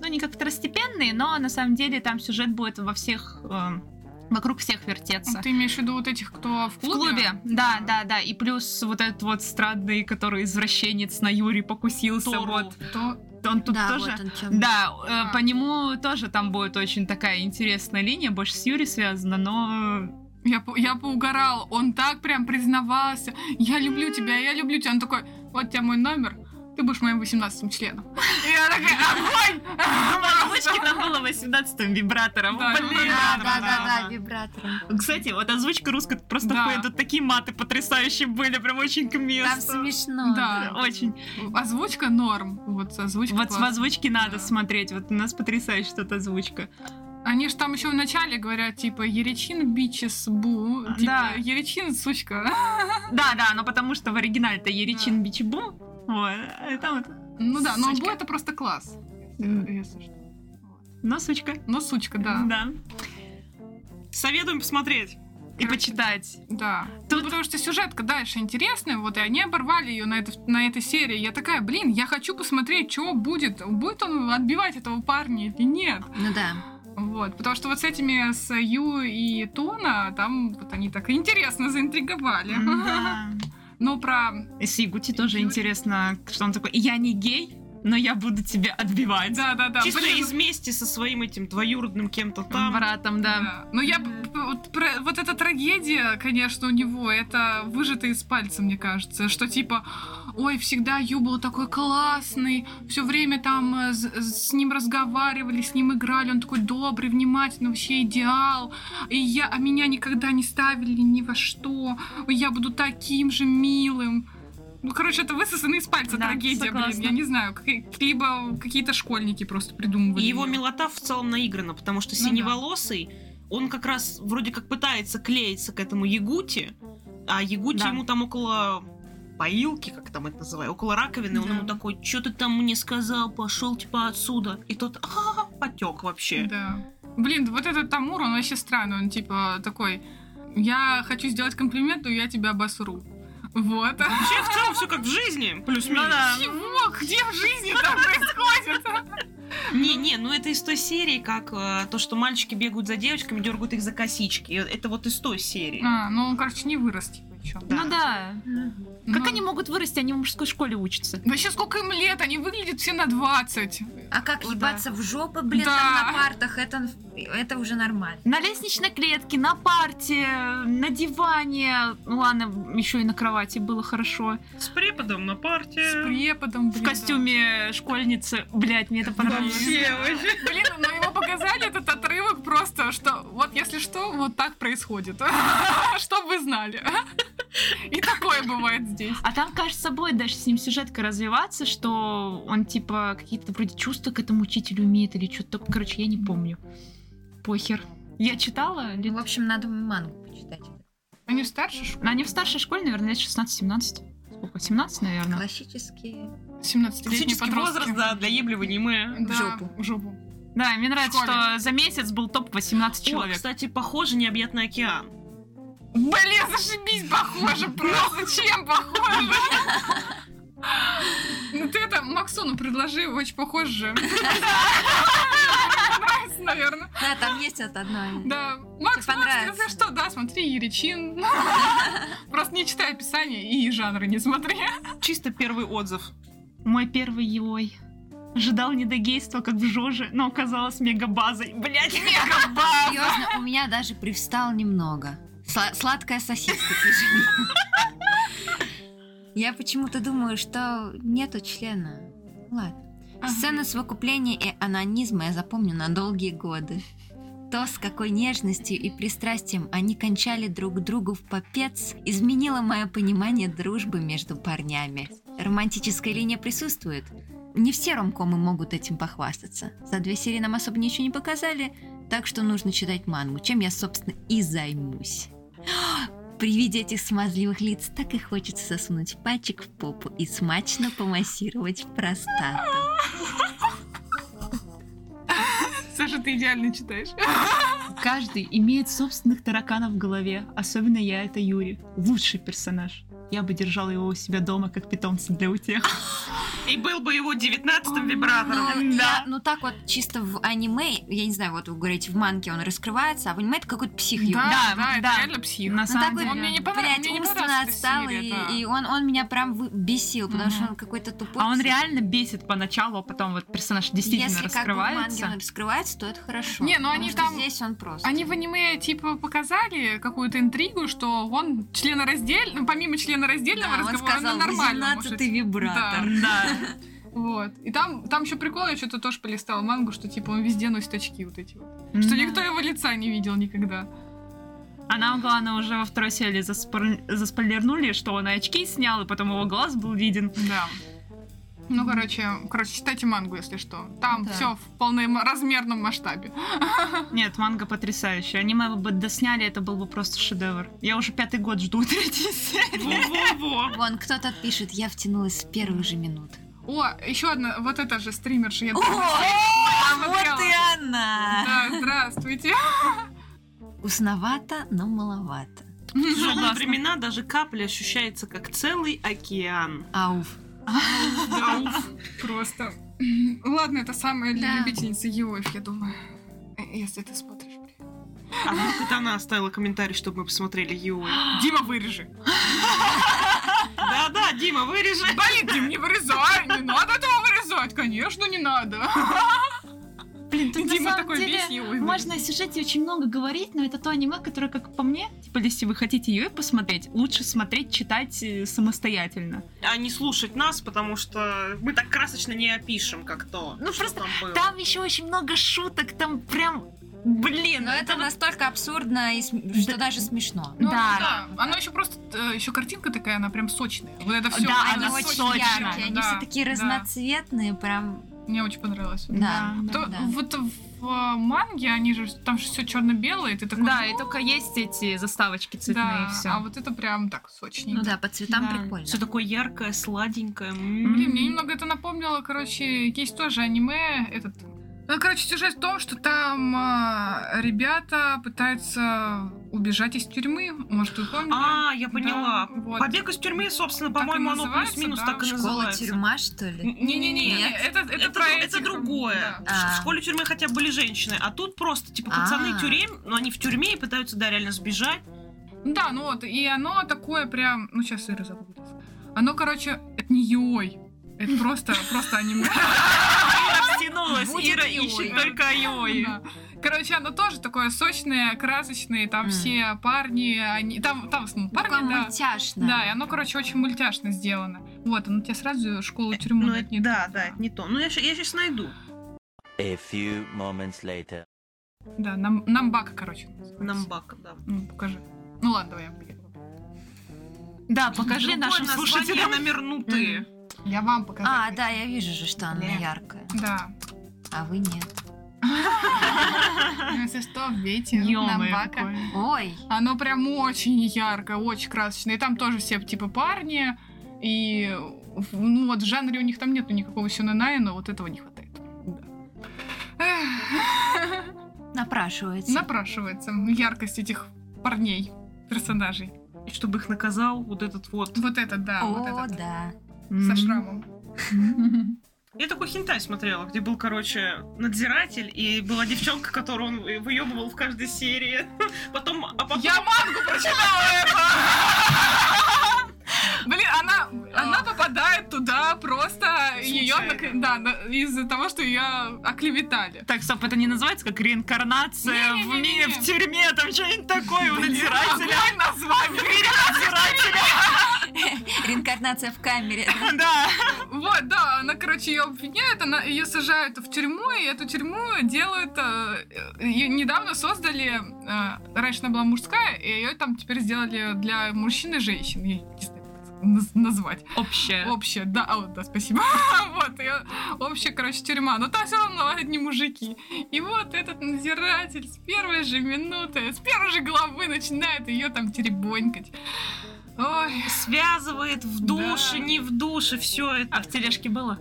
Speaker 3: Ну, они как второстепенные, но на самом деле там сюжет будет во всех... эм, вокруг всех вертеться.
Speaker 4: Ты имеешь в виду вот этих, кто в
Speaker 3: В
Speaker 4: клубе?
Speaker 3: клубе, да, да, да. И плюс вот этот вот странный, который извращенец на Юрий покусился.
Speaker 1: Тору.
Speaker 3: Вот
Speaker 4: То-
Speaker 3: он тут
Speaker 2: да,
Speaker 3: тоже.
Speaker 2: вот он чем.
Speaker 3: Да, э,
Speaker 4: А.
Speaker 3: по нему тоже там будет очень такая интересная линия, больше с Юри связана, но...
Speaker 4: Я, по- я поугорала. Он так прям признавался. Я люблю тебя, я люблю тебя. Он такой, вот тебе мой номер, ты будешь моим 18 членом. И Я такая,
Speaker 3: Озвучки там было 18-м вибратором.
Speaker 4: Да,
Speaker 3: Блин.
Speaker 2: Да,
Speaker 4: Вибратором,
Speaker 2: да,
Speaker 4: да,
Speaker 2: да,
Speaker 4: да.
Speaker 2: да, вибратором.
Speaker 3: Кстати, вот озвучка русская, это просто
Speaker 4: Да.
Speaker 3: хуй, тут такие маты потрясающие были, прям очень к
Speaker 2: Там
Speaker 3: месту.
Speaker 2: смешно.
Speaker 4: Да.
Speaker 3: Очень.
Speaker 4: огонь! Озвучка норм. Вот озвучка
Speaker 3: Вот в
Speaker 4: классная.
Speaker 3: озвучке надо
Speaker 4: Да.
Speaker 3: смотреть, вот у нас потрясающая тут озвучка.
Speaker 4: Они же там еще в начале говорят, типа, еречин бичес бу.
Speaker 3: Да.
Speaker 4: Типа, еречин, сучка.
Speaker 3: Да, да, но потому что в оригинале-то Еричин Бичибу, вот, а там вот,
Speaker 4: Ну да, но
Speaker 3: Сучка.
Speaker 4: бу это просто класс. Э,
Speaker 3: М.
Speaker 4: Если что.
Speaker 3: но сучка.
Speaker 4: Но Ну, сучка, да.
Speaker 3: Да.
Speaker 1: Советуем посмотреть.
Speaker 3: И почитать.
Speaker 4: Да. Ну, потому что сюжетка дальше интересная, вот, и они оборвали ее на, это- на этой серии. Я такая, блин, я хочу посмотреть, что будет. Будет он отбивать этого парня или нет?
Speaker 2: Ну да.
Speaker 4: Вот, потому что вот с этими, с Ю и Тона, там вот они так интересно заинтриговали.
Speaker 3: Да.
Speaker 4: Но про...
Speaker 3: И Сигути тоже
Speaker 4: Юрий.
Speaker 3: интересно, что он такой, я не гей, но я буду тебя отбивать.
Speaker 4: Да-да-да.
Speaker 1: Чисто
Speaker 4: блин,
Speaker 1: из мести со своим этим двоюродным кем-то там.
Speaker 3: Братом, да.
Speaker 4: да. Но Ну, я... б- б- Вот, про- вот эта трагедия, конечно, у него, это выжато из пальца, мне кажется. Что типа, ой, всегда Ю был такой классный, все время там э, с, с ним разговаривали, с ним играли, он такой добрый, внимательный, вообще идеал. И я, а меня никогда не ставили ни во что. Ой, Я буду таким же милым. Ну, короче, это высосано из пальца
Speaker 3: Да,
Speaker 4: трагедия,
Speaker 3: согласна.
Speaker 4: блин. Я не знаю, как- либо какие-то школьники просто придумывали.
Speaker 1: И его
Speaker 4: её.
Speaker 1: милота в целом наиграна, потому что
Speaker 4: Ну да.
Speaker 1: синеволосый, он как раз вроде как пытается клеиться к этому Ягути, а Ягути
Speaker 3: Да.
Speaker 1: ему там около поилки, как там это называют, около раковины, он
Speaker 4: Да.
Speaker 1: ему такой, что ты там мне сказал, пошел типа отсюда. И тот а потек вообще.
Speaker 4: Да. Блин, вот этот Тамур, он вообще странный. Он типа такой, я хочу сделать комплимент, но я тебя обосру. Вот.
Speaker 1: Вообще в целом все как в жизни,
Speaker 4: Ну
Speaker 1: плюс-минус.
Speaker 4: Чего? Где в жизни так происходит?
Speaker 1: Не, не, ну это из той серии, как э, то, что мальчики бегают за девочками, дергают их за косички. Это вот из той серии.
Speaker 4: А, ну он, короче, не вырос, типа, чё.
Speaker 3: Ну да.
Speaker 4: Ну,
Speaker 3: Как они могут вырасти? Они в мужской школе учатся.
Speaker 4: Вообще, сколько им лет? Они выглядят все на 20.
Speaker 2: А как
Speaker 4: О, да.
Speaker 2: ебаться в жопу, блин,
Speaker 4: Да.
Speaker 2: там на партах, это, это уже нормально.
Speaker 3: На лестничной клетке, на парте, на диване. Ну ладно, еще и на кровати было хорошо.
Speaker 1: С преподом на
Speaker 4: С
Speaker 1: парте.
Speaker 4: преподом, блин,
Speaker 3: В
Speaker 4: да.
Speaker 3: костюме школьницы. Блять, мне это понравилось.
Speaker 1: Вообще, вообще.
Speaker 4: Блин, но его показали этот отрывок просто, что вот если что, вот так происходит. Чтоб вы знали. И такое бывает здесь.
Speaker 3: А там, кажется, будет даже с ним сюжетка развиваться, что он, типа, какие-то вроде чувства к этому учителю имеет или что-то такое. Короче, я не помню. Похер. Я читала
Speaker 2: Ну,
Speaker 3: лет...
Speaker 2: в общем, надо мангу почитать.
Speaker 4: Они в старшей школе.
Speaker 3: Они в старшей школе, наверное, лет 16-17. Сколько? 17, наверное.
Speaker 2: Классические.
Speaker 4: 17-летний
Speaker 1: Классический возраст, да, для ебливого аниме.
Speaker 4: Да,
Speaker 2: В жопу.
Speaker 4: в жопу.
Speaker 3: Да, мне нравится,
Speaker 4: Школьник.
Speaker 3: что за месяц был топ 18
Speaker 1: О,
Speaker 3: человек.
Speaker 1: кстати, похоже, необъятный океан.
Speaker 4: Блин, зашибись, похоже, просто чем похоже? Ну ты это Максону предложи, очень похоже же. Нравится, наверное.
Speaker 2: Да, там есть от одной.
Speaker 4: Да, Макс,
Speaker 2: Тебе
Speaker 4: Макс,
Speaker 2: понравится.
Speaker 4: если что, да, смотри Еричин. Просто не читай описание и жанры не смотри.
Speaker 1: Чисто первый отзыв.
Speaker 3: Мой первый елой. Ожидал недогейства, как в жоже, но оказалась мегабазой. Блять, мегабаза!
Speaker 2: Серьезно, у меня даже привстал немного. Сла- сладкая сосиска пишет. Я почему-то думаю, что нету члена. Ладно. Сцены совокупления и анонизма я запомню на долгие годы. То, с какой нежностью и пристрастием они кончали друг другу в попец, изменило мое понимание дружбы между парнями. Романтическая линия присутствует. Не все ромкомы могут этим похвастаться. За две серии нам особо ничего не показали, так что нужно читать мангу, чем я, собственно, и займусь. При виде этих смазливых лиц так и хочется сосунуть пальчик в попу и смачно помассировать простату.
Speaker 4: Саша, ты идеально читаешь.
Speaker 3: Каждый имеет собственных тараканов в голове. Особенно я, это Юрий. Лучший персонаж. Я бы держала его у себя дома, как питомца для утех.
Speaker 1: И был бы его девятнадцатым вибратором.
Speaker 2: Ну,
Speaker 3: Да.
Speaker 2: я- ну так вот, чисто в аниме, я не знаю, вот вы говорите, в манке он раскрывается, а в аниме это какой-то псих ёбаный.
Speaker 4: Да,
Speaker 3: да,
Speaker 4: да, это
Speaker 3: да.
Speaker 4: реально псих.
Speaker 3: На
Speaker 2: Ну,
Speaker 3: самом
Speaker 2: такой,
Speaker 3: деле.
Speaker 4: Он мне не понравился.
Speaker 2: Блять,
Speaker 4: Мне не
Speaker 2: умственно
Speaker 4: понравилась эта
Speaker 2: отстал, и,
Speaker 4: серия, да.
Speaker 2: и он, он меня прям вы- бесил, потому что
Speaker 4: Мгм.
Speaker 2: он какой-то тупой.
Speaker 3: А он
Speaker 2: псих.
Speaker 3: реально бесит поначалу, а потом вот персонаж действительно
Speaker 2: Если как бы в манге
Speaker 3: раскрывается.
Speaker 2: он раскрывается, то это хорошо.
Speaker 4: Не, ну
Speaker 2: Потому
Speaker 4: они
Speaker 2: что
Speaker 4: там-
Speaker 2: Здесь он просто.
Speaker 4: Они в аниме, типа, показали какую-то интригу, что он членораздельный, ну, помимо членораздельного
Speaker 2: Да, он
Speaker 4: разговора,
Speaker 2: сказал,
Speaker 4: ну, нормально
Speaker 2: 18
Speaker 4: может.
Speaker 2: вибратор.
Speaker 3: Да.
Speaker 4: Вот. И там, там еще прикол, я что-то тоже полистала мангу, что, типа, он везде носит очки вот эти вот. Что никто его лица не видел никогда.
Speaker 3: А нам, главное, уже во второй серии заспор- заспойлернули, что он и очки снял, и потом его глаз был виден.
Speaker 4: Да. Ну, короче, короче, читайте мангу, если что. Там
Speaker 2: Да.
Speaker 4: все в полноразмерном масштабе.
Speaker 3: Нет, манга потрясающая. Аниме бы досняли, это был бы просто шедевр. Я уже пятый год жду третьей серии.
Speaker 1: Во-во-во.
Speaker 2: Вон, кто-то пишет, я втянулась с первых же минут.
Speaker 4: О, еще одна, вот эта же стримерша. Я
Speaker 2: О,
Speaker 4: тоже посмотрела.
Speaker 2: вот и она!
Speaker 4: Да, здравствуйте.
Speaker 2: Усновато, но маловато.
Speaker 1: В тяжелые
Speaker 3: Согласна.
Speaker 1: времена даже капля ощущается как целый океан.
Speaker 2: Ауф.
Speaker 4: Да, уф, просто. Ладно, это самая
Speaker 2: Да.
Speaker 4: любительница Еоев, я думаю. Э, Если ты смотришь. блин.
Speaker 1: А вдруг это она оставила комментарий, чтобы мы посмотрели Юэ.
Speaker 2: А.
Speaker 4: Дима, вырежи.
Speaker 1: Да-да, Дима, вырежи.
Speaker 4: Блин, Дим, не вырезай. Не надо этого вырезать. Конечно, не надо.
Speaker 3: Блин, тут на
Speaker 4: Дима
Speaker 3: самом
Speaker 4: такой
Speaker 3: деле
Speaker 4: весь Еоев.
Speaker 3: Можно о сюжете очень много говорить, но это то аниме, которое, как по мне, типа, если вы хотите ее посмотреть, лучше смотреть, читать э, самостоятельно.
Speaker 1: А не слушать нас, потому что мы так красочно не опишем, как то.
Speaker 3: Ну,
Speaker 1: что
Speaker 3: просто
Speaker 1: там было.
Speaker 3: Там еще очень много шуток, там прям, блин,
Speaker 2: Но Ну, это настолько абсурдно, и см- что даже смешно.
Speaker 4: Ну,
Speaker 3: Да.
Speaker 4: да. Оно еще просто, э, еще картинка такая, она прям сочная. Вот это все.
Speaker 3: Да,
Speaker 2: Они
Speaker 3: она
Speaker 2: очень
Speaker 3: сочная,
Speaker 2: яркие, они все такие
Speaker 4: да.
Speaker 2: разноцветные, прям.
Speaker 4: Мне очень понравилось.
Speaker 2: Да.
Speaker 3: Да.
Speaker 4: То-
Speaker 2: да.
Speaker 4: Вот в э, манге они же там же все черно-белое, и ты такой.
Speaker 3: Да,
Speaker 4: «О,
Speaker 3: и только есть эти заставочки цветные
Speaker 4: да.
Speaker 3: и все.
Speaker 4: А вот это прям так сочненько.
Speaker 2: Ну да, по цветам
Speaker 3: Да.
Speaker 2: прикольно.
Speaker 1: Все такое яркое, сладенькое. М-м-м.
Speaker 4: Блин,
Speaker 1: м.
Speaker 4: мне немного это напомнило, короче, есть тоже аниме, этот... Ну, короче, сюжет в том, что там а, ребята пытаются убежать из тюрьмы, может, вы помните?
Speaker 1: А, я поняла.
Speaker 4: Да, вот.
Speaker 1: Побег из тюрьмы, собственно,
Speaker 4: Так и
Speaker 1: по-моему, оно
Speaker 4: называется,
Speaker 1: плюс-минус
Speaker 4: да?
Speaker 1: так и
Speaker 4: Школа
Speaker 2: Школа,
Speaker 1: называется.
Speaker 2: тюрьма, что ли?
Speaker 4: Не-не-не,
Speaker 2: Нет.
Speaker 4: это, это,
Speaker 1: Это,
Speaker 4: про
Speaker 1: дру- это
Speaker 4: этих,
Speaker 1: другое.
Speaker 2: А.
Speaker 4: да.
Speaker 1: В школе тюрьмы хотя бы были женщины, а тут просто, типа, пацаны
Speaker 2: А.
Speaker 1: тюрем, но они в тюрьме и пытаются, да, реально сбежать.
Speaker 4: Ну Да, ну вот, и оно такое прям... Ну, сейчас Ира загуглит. Оно, короче, это не ой. Это просто, просто аниме.
Speaker 1: Ой, в стену задумалась,
Speaker 2: Будет
Speaker 1: Ира
Speaker 2: Иои.
Speaker 1: ищет только Йои.
Speaker 4: Да. Короче, она тоже такое сочное, красочное, там
Speaker 2: М.
Speaker 4: все парни, они, там, там в
Speaker 1: Ну,
Speaker 4: основном
Speaker 2: ну, Такое
Speaker 4: парни, да.
Speaker 2: мультяшное.
Speaker 4: Да, и оно, короче, очень мультяшно сделано. Вот, оно тебе сразу школу-тюрьму
Speaker 1: Ну, это-
Speaker 4: отнюдь.
Speaker 1: да, да, это не то. Ну, я сейчас найду.
Speaker 6: A few moments later.
Speaker 4: Да, нам, намбака, короче. называется.
Speaker 1: Намбак, да.
Speaker 4: Ну, покажи. Ну ладно, давай я покажу.
Speaker 3: Да, покажи
Speaker 1: Другое
Speaker 3: нашим
Speaker 1: название
Speaker 3: слушателям.
Speaker 1: намернутые.
Speaker 4: Я вам покажу.
Speaker 2: А, да, я вижу же, что она
Speaker 4: Блин.
Speaker 2: яркая,
Speaker 4: Да.
Speaker 2: а вы нет.
Speaker 4: Ну, Если что, вейте.
Speaker 3: Ё-моё,
Speaker 4: Намбака.
Speaker 3: какое.
Speaker 2: Ой,
Speaker 4: Оно прям очень ярко, очень красочное. И там тоже все типа парни. И в- ну вот в жанре у них там нету никакого сюнэнай, но вот этого не хватает. Да. Эх,
Speaker 2: напрашивается.
Speaker 4: Напрашивается яркость этих парней, персонажей.
Speaker 1: И чтобы их наказал вот этот вот.
Speaker 4: Вот это, да,
Speaker 2: О,
Speaker 4: вот этот.
Speaker 2: да.
Speaker 4: Со шрамом.
Speaker 1: Я такой хентай смотрела, где был, короче, надзиратель, и была девчонка, которую он выебывал в каждой серии. Потом, а потом...
Speaker 4: Я мангу прочитала это! Блин, она, она попадает туда просто ее
Speaker 1: Случайно.
Speaker 4: да, на- из-за того, что ее оклеветали.
Speaker 3: Так, стоп, это не называется как реинкарнация в
Speaker 4: Не-не-не-не.
Speaker 3: ми- в тюрьме, там что-нибудь такое у
Speaker 4: Блин,
Speaker 3: надзирателя.
Speaker 4: огонь А, название.
Speaker 2: Реинкарнация в камере.
Speaker 3: Да.
Speaker 4: Вот, да, она, короче, ее обвиняют, она ее сажают в тюрьму, и эту тюрьму делают. э, э, её недавно создали. э, раньше она была мужская, и ее там теперь сделали для мужчин и женщин. Я не знаю, как это наз- назвать.
Speaker 3: Общее.
Speaker 4: Общая, да, а, вот, да, спасибо. вот, её общая, короче, тюрьма. Но там все равно одни мужики. И вот этот надзиратель с первой же минуты, с первой же главы начинает ее там теребонькать. Ой,
Speaker 1: Связывает в душе,
Speaker 4: Да.
Speaker 1: не в душе, все
Speaker 3: А
Speaker 1: это.
Speaker 3: в тележке было?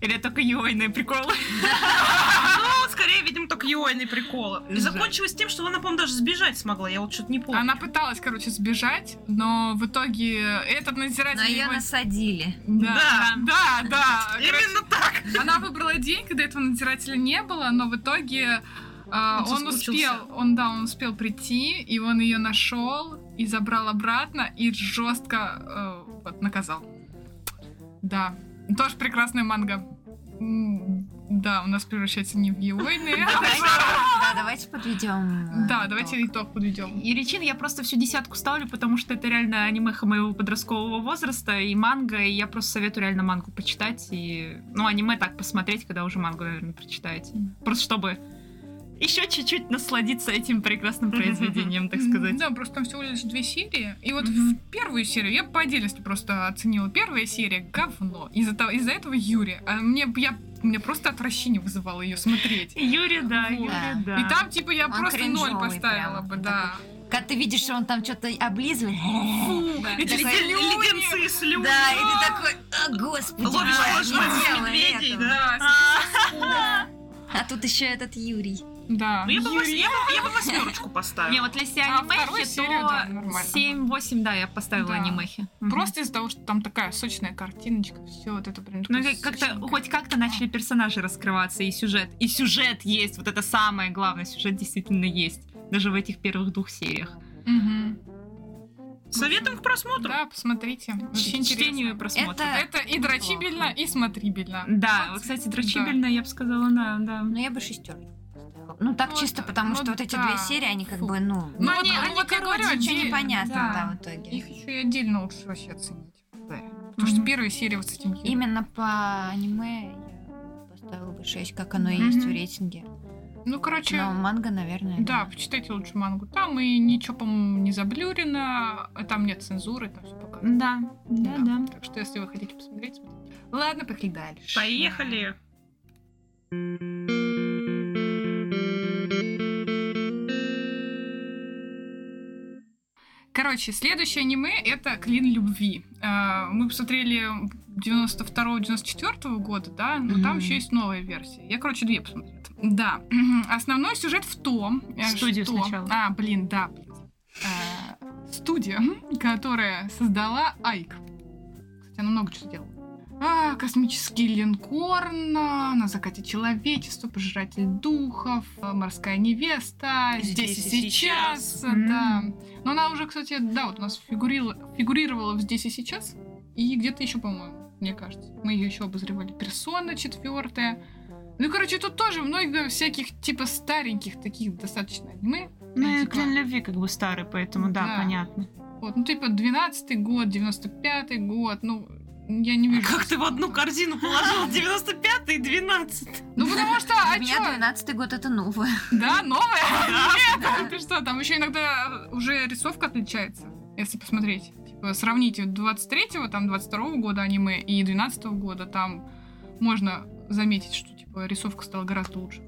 Speaker 3: Или только йойные приколы?
Speaker 1: Ну, скорее, видимо, только Йоины приколы. И
Speaker 3: Жаль.
Speaker 1: закончилось тем, что она, по-моему, даже сбежать смогла. Я вот что-то не помню.
Speaker 4: Она пыталась, короче, сбежать, но в итоге этот надзиратель...
Speaker 2: Но ее
Speaker 4: его-
Speaker 2: насадили.
Speaker 4: Да, да, да. Короче,
Speaker 1: Именно так.
Speaker 4: Она выбрала день, когда этого надзирателя не было, но в итоге э, он
Speaker 1: соскучился.
Speaker 4: успел, он, да, он успел прийти, и он ее нашел, и забрал обратно, и жестко э, вот, наказал. Да, тоже прекрасная манга. М, Да, у нас превращается не в героины.
Speaker 2: Давайте- Да, давайте подведем. э,
Speaker 4: Да,
Speaker 2: итог.
Speaker 4: давайте итог подведем.
Speaker 3: И Речин я просто всю десятку ставлю, потому что это реально анимеха моего подросткового возраста и манга, и я просто советую реально мангу почитать, и, ну, аниме так посмотреть, когда уже мангу, наверное, прочитаете. Просто чтобы еще чуть-чуть насладиться этим прекрасным произведением, так сказать.
Speaker 4: Да, просто там всего лишь две серии. И вот
Speaker 3: Мгм.
Speaker 4: в первую серию я по отдельности просто оценила. Первая серия говно. Из-за того- из-за этого Юрия. А мне я мне просто отвращение вызывало ее смотреть.
Speaker 3: Юрий, да,
Speaker 4: Вот.
Speaker 3: Юрий, да.
Speaker 4: И там, типа, я
Speaker 2: Он
Speaker 4: просто
Speaker 2: кринжовый
Speaker 4: ноль поставила
Speaker 2: прям.
Speaker 4: бы, да.
Speaker 2: Когда ты видишь, что он там что-то облизывает.
Speaker 4: Эти
Speaker 2: Такой-
Speaker 4: слюни.
Speaker 1: Леденцы, слюни.
Speaker 2: Да, и ты такой, «О, А, господи,
Speaker 1: Ловишь
Speaker 2: да,
Speaker 1: ложь
Speaker 2: не делай
Speaker 1: медведей,
Speaker 2: этого».
Speaker 1: да.
Speaker 2: А тут еще этот Юрий.
Speaker 4: Да.
Speaker 1: Ну, я бы вос- я бы- я бы восьмерочку поставила.
Speaker 3: Не, вот если
Speaker 4: А
Speaker 3: анимехи,
Speaker 4: вторую серию, да,
Speaker 3: то
Speaker 4: нормально.
Speaker 3: 7-8, да, я поставила
Speaker 4: Да.
Speaker 3: анимехи.
Speaker 4: Просто из-за того, что там такая сочная картиночка, все вот это прям
Speaker 3: Ну,
Speaker 4: такое
Speaker 3: как- как-то
Speaker 4: сочненькое.
Speaker 3: хоть как-то начали персонажи раскрываться, и сюжет. И сюжет есть, вот это самое главное, сюжет действительно есть. Даже в этих первых двух сериях.
Speaker 4: Мгм.
Speaker 1: Советуем к просмотру.
Speaker 4: Да, посмотрите. Очень
Speaker 3: Ч- Чтению и
Speaker 4: Ну,
Speaker 3: Ну
Speaker 4: интересно.
Speaker 3: просмотру.
Speaker 2: Это-
Speaker 4: Это и дрочибельно, и смотрибельно.
Speaker 3: Да,
Speaker 4: Вот,
Speaker 3: вот, кстати, дрочибельно, я бы сказала, да, да.
Speaker 2: Ну, я бы шестерку поставила. Ну, так
Speaker 4: Вот,
Speaker 2: чисто, потому
Speaker 4: вот
Speaker 2: что вот эти
Speaker 4: да.
Speaker 2: две серии, они как
Speaker 4: Фу.
Speaker 2: бы, ну...
Speaker 4: Ну,
Speaker 2: ну,
Speaker 4: они- ну, вот я говорю,
Speaker 2: ничего
Speaker 4: отдельно,
Speaker 2: непонятно,
Speaker 4: да.
Speaker 2: да, в итоге.
Speaker 4: Их еще и отдельно лучше вообще оценить. Потому что
Speaker 3: Мгм.
Speaker 4: первая серия вот с этим Юрием.
Speaker 2: Именно по аниме я поставила бы 6, как оно и есть в
Speaker 4: Мгм.
Speaker 2: рейтинге.
Speaker 4: Ну, короче,
Speaker 2: Но манга, наверное...
Speaker 4: да, почитайте лучше мангу. Там и ничего, по-моему, не заблюрено, а там нет цензуры, там все показано.
Speaker 3: Да, да, да.
Speaker 4: Так что, если вы хотите посмотреть, смотрите. Ладно, поехали дальше.
Speaker 1: Поехали.
Speaker 4: Короче, следующее аниме — это «Клин любви». Э, Мы посмотрели 92-94 года, да, но там
Speaker 2: Мгм.
Speaker 4: еще есть новая версия. Я, короче, две посмотрела. Да. Основной сюжет в том, э,
Speaker 3: Студию
Speaker 4: что-
Speaker 3: сначала.
Speaker 4: А, блин, да. блин. Э, Студия, которая создала Айк. Кстати, она много чего делала. А, космический линкор на, на закате человечества, пожиратель духов, э, морская невеста, здесь, и сейчас,
Speaker 3: М.
Speaker 4: да. Но она уже, кстати, да, вот у нас фигурила- фигурировала в здесь и сейчас, и где-то еще, по-моему, мне кажется. Мы ее еще обозревали. Персона четвертая. Ну, и, короче, тут тоже много всяких, типа, стареньких таких достаточно аниме.
Speaker 3: Ну, и
Speaker 4: Типа,
Speaker 3: клин любви как бы старый, поэтому да,
Speaker 4: Да.
Speaker 3: понятно.
Speaker 4: Вот, ну, типа, 12-й год, 95-й год, ну, я
Speaker 3: А
Speaker 4: не вижу.
Speaker 1: Как ты в одну корзину положил 95 и 12?
Speaker 4: Ну, потому что,
Speaker 2: У
Speaker 4: а
Speaker 2: меня
Speaker 4: чё?
Speaker 2: 12 год это новое.
Speaker 4: Да, новая? Нет, ты что, там еще иногда уже рисовка отличается, если посмотреть. Типа, сравните 23-го, там, 22-го года аниме и 12-го года, там можно заметить, что, типа, рисовка стала гораздо лучше.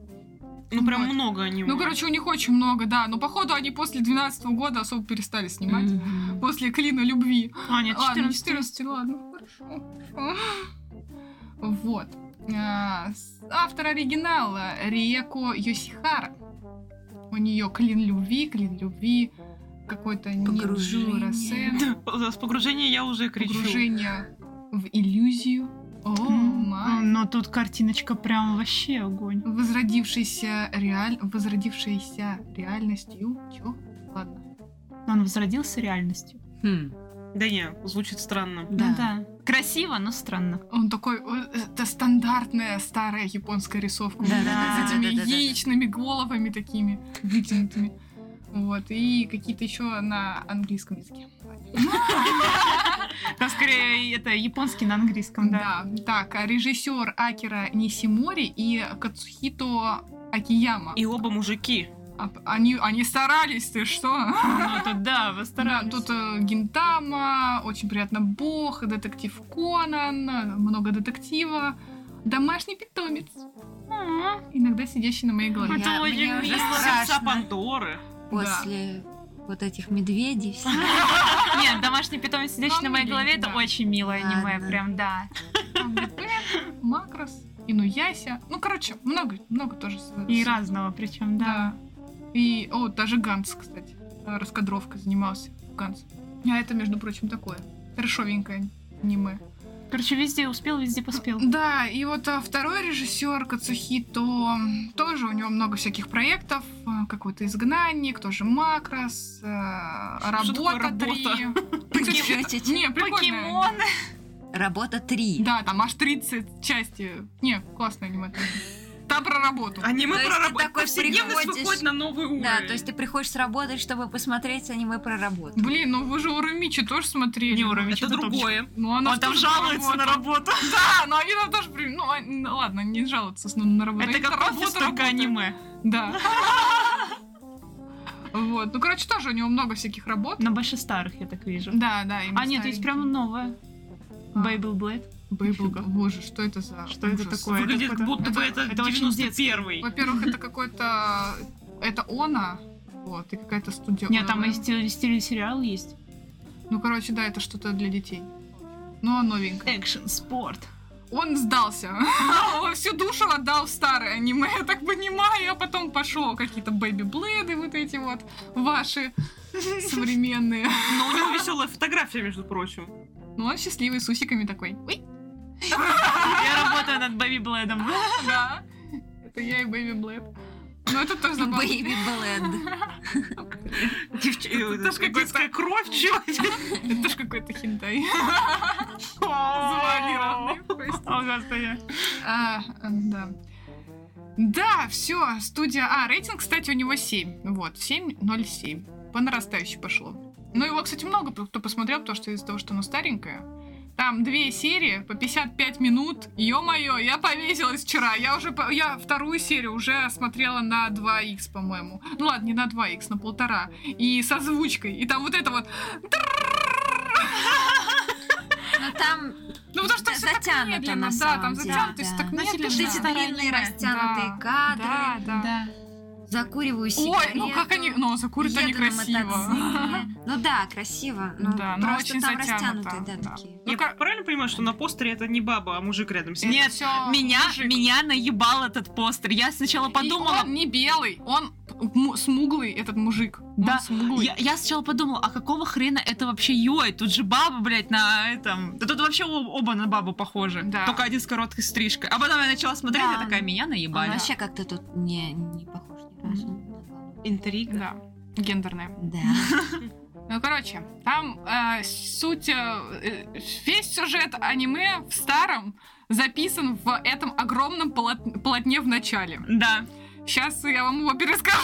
Speaker 1: Ну, прям
Speaker 4: Вот.
Speaker 1: много они.
Speaker 4: Ну, короче, у них очень много, да, но, походу, они после 12-го года особо перестали снимать. После «Клина любви».
Speaker 3: А, нет,
Speaker 4: Ладно,
Speaker 3: 14.
Speaker 4: 14, ладно, хорошо. Вот. А, с- Автор оригинала Риеко Йосихара. У нее клин любви, клин любви, какой-то
Speaker 2: Погружение.
Speaker 4: Ниджура Сен,
Speaker 1: Да, С погружения я уже кричу.
Speaker 4: погружение в иллюзию. О, мам.
Speaker 3: а, Но тут картиночка прям вообще огонь.
Speaker 4: Возродившийся реаль... Возродившейся реальностью. Чё? Ладно.
Speaker 3: Он возродился реальностью.
Speaker 1: Да не, звучит странно.
Speaker 3: Ну да. Красиво, но странно.
Speaker 4: Он такой, «Э, это стандартная старая японская рисовка.
Speaker 2: Да,
Speaker 3: да,
Speaker 4: с этими
Speaker 2: да, да, да, да.
Speaker 4: яичными головами такими вытянутыми. Вот, и какие-то еще на английском языке.
Speaker 3: Там скорее это японский на английском, да.
Speaker 4: Да. так, а режиссер Акера Нисимори и Кацухито Акияма.
Speaker 1: И оба мужики.
Speaker 4: А- Они, они старались, ты что?
Speaker 3: Ну, это да, вы
Speaker 4: Да,
Speaker 3: старались.
Speaker 4: тут э, Гинтама, очень приятно Бог, детектив Конан, много детектива, домашний питомец,
Speaker 3: М,
Speaker 4: иногда сидящий на моей голове.
Speaker 2: Я-
Speaker 1: Это
Speaker 2: мне
Speaker 1: очень
Speaker 2: уже
Speaker 1: мило,
Speaker 2: страшно.
Speaker 1: сердца Пандоры.
Speaker 2: После вот этих медведей всех.
Speaker 3: Нет, домашний питомец, сидящий
Speaker 4: Ну,
Speaker 3: на моей
Speaker 4: миленький,
Speaker 3: голове, это
Speaker 4: да.
Speaker 3: очень милое аниме,
Speaker 2: Ладно.
Speaker 3: прям, да.
Speaker 4: АВП, Макрос, Инуяся. Ну, короче, много, много тоже. с-
Speaker 3: И
Speaker 4: с-
Speaker 3: разного причем, да.
Speaker 4: Да. И, о, даже Ганс, кстати, э, раскадровкой занимался. Ганс. А это, между прочим, такое. Трешовенькое аниме.
Speaker 3: Короче, везде успел, везде поспел.
Speaker 4: Да, и вот а, второй режиссер Кацухито, тоже у него много всяких проектов. А, Какой-то изгнанник, тоже Макрос, э,
Speaker 1: Что такое
Speaker 4: Работа 3.
Speaker 2: Покемончики.
Speaker 4: Не, прикольно.
Speaker 3: Покемоны!
Speaker 2: Работа 3.
Speaker 4: Да, там аж 30 части. Не, классное аниме. тоже. Там про работу.
Speaker 1: Аниме
Speaker 2: То есть ты
Speaker 1: проработали.
Speaker 2: такой
Speaker 1: Повседневность
Speaker 2: приходишь-
Speaker 1: выходит на новый уровень.
Speaker 2: Да, то есть ты приходишь с работы, чтобы посмотреть аниме про работу.
Speaker 4: Блин, ну вы же Урамичи тоже смотрели.
Speaker 3: Не Урамичи.
Speaker 1: Это
Speaker 3: что-то топчик.
Speaker 1: другое.
Speaker 4: Ну, она
Speaker 3: Он
Speaker 4: ж
Speaker 3: там
Speaker 4: тоже
Speaker 3: жалуется на
Speaker 4: работала.
Speaker 3: работу.
Speaker 4: Да, но они там тоже... при- Ну, а- ну, ладно, не жалуются с- на работу.
Speaker 3: Это
Speaker 4: Они на
Speaker 3: как офис,
Speaker 4: работу
Speaker 3: только
Speaker 4: работают.
Speaker 3: аниме.
Speaker 4: Да. Вот. Ну, короче, тоже у него много всяких работ.
Speaker 3: Но больше старых, я так вижу.
Speaker 4: Да, да.
Speaker 3: А нет, есть прям новое.
Speaker 4: А.
Speaker 3: Бейбл Блэд.
Speaker 4: Бейбл.
Speaker 3: Нифига.
Speaker 4: Боже, что это за...
Speaker 3: Что это
Speaker 4: ужас?
Speaker 3: такое?
Speaker 1: Выглядит,
Speaker 3: Это
Speaker 1: как будто бы
Speaker 4: это-
Speaker 1: это,
Speaker 3: это очень детский.
Speaker 1: 91-й.
Speaker 4: Во-первых, это какой-то... Это она. Вот, и какая-то студия.
Speaker 3: Нет, там
Speaker 4: Она-
Speaker 3: и стиль, стиль сериал есть.
Speaker 4: Ну, короче, да, это что-то для детей. Ну, а новенькое.
Speaker 3: Экшн, спорт.
Speaker 4: Он сдался. Он Всю душу отдал в старое аниме, я так понимаю. А потом пошло какие-то бэби-блэды вот эти вот ваши современные.
Speaker 1: Но у него веселая фотография, между прочим.
Speaker 4: Ну, он счастливый, с усиками такой. Ой,
Speaker 3: Я работаю над Бэби Блэдом.
Speaker 4: да. Это я и бэби-блэд. Ну, это тоже забавно.
Speaker 2: Бэйби Блэд.
Speaker 1: Девч- э,
Speaker 4: Это ж какой-то-
Speaker 1: Детская кровь, чё?
Speaker 4: Это тоже какой-то хинтай. Завуалированный, просто.
Speaker 3: О, господи.
Speaker 4: А, э, да. Да, все, студия... А, рейтинг, кстати, у него 7. Вот, 7.07. По нарастающей пошло. Ну, его, кстати, много кто посмотрел, потому что из-за того, что оно старенькое. Там две серии по 55 минут. Ё-моё, я повесилась вчера. Я уже... по- Я вторую серию уже смотрела на 2х, по-моему. Ну ладно, не на 2х, на полтора. И со озвучкой. И там вот это вот...
Speaker 2: Но там
Speaker 4: Ну, потому что
Speaker 2: Да,
Speaker 4: всё так
Speaker 2: затянуто на
Speaker 4: медленно, Да,
Speaker 2: самом
Speaker 4: там
Speaker 2: деле,
Speaker 4: затянуто,
Speaker 2: да.
Speaker 4: всё так
Speaker 3: Значит,
Speaker 4: медленно.
Speaker 2: вот эти длинные растянутые
Speaker 4: Да,
Speaker 2: кадры,
Speaker 4: да, да.
Speaker 2: закуриваю
Speaker 4: Ой,
Speaker 2: сигарету.
Speaker 4: ну как они... Ну, закурят они
Speaker 2: еду на
Speaker 4: красиво.
Speaker 2: мотоцикле. Ну да, красиво. Ну,
Speaker 4: Да, но
Speaker 2: просто
Speaker 4: очень
Speaker 2: там
Speaker 4: затянуто,
Speaker 2: растянутые, да,
Speaker 4: да.
Speaker 2: такие.
Speaker 1: Я
Speaker 4: Ну, как-
Speaker 1: правильно понимаю, что на постере это не баба, а мужик рядом с ней?
Speaker 4: Нет, все.
Speaker 3: Меня, меня наебал этот постер. Я сначала подумала...
Speaker 4: Он не белый, он му- смуглый, этот мужик. Он
Speaker 3: Да,
Speaker 4: смуглый.
Speaker 3: Я, я сначала подумала, а какого хрена это вообще Йой? Тут же баба, блядь, на этом... Да тут вообще об- оба на бабу похожи.
Speaker 4: Да.
Speaker 3: Только один с короткой стрижкой. А потом я начала смотреть,
Speaker 2: Да.
Speaker 3: я такая, меня
Speaker 2: Он
Speaker 3: наебали.
Speaker 2: вообще как-то тут не, не похож ни разу.
Speaker 1: Интрига.
Speaker 4: Да. Гендерная.
Speaker 2: Да.
Speaker 4: Э, Ну, короче, там э, суть, э, э, весь сюжет аниме в старом записан в этом огромном полот- полотне в начале.
Speaker 1: Да.
Speaker 4: Сейчас я вам его перескажу.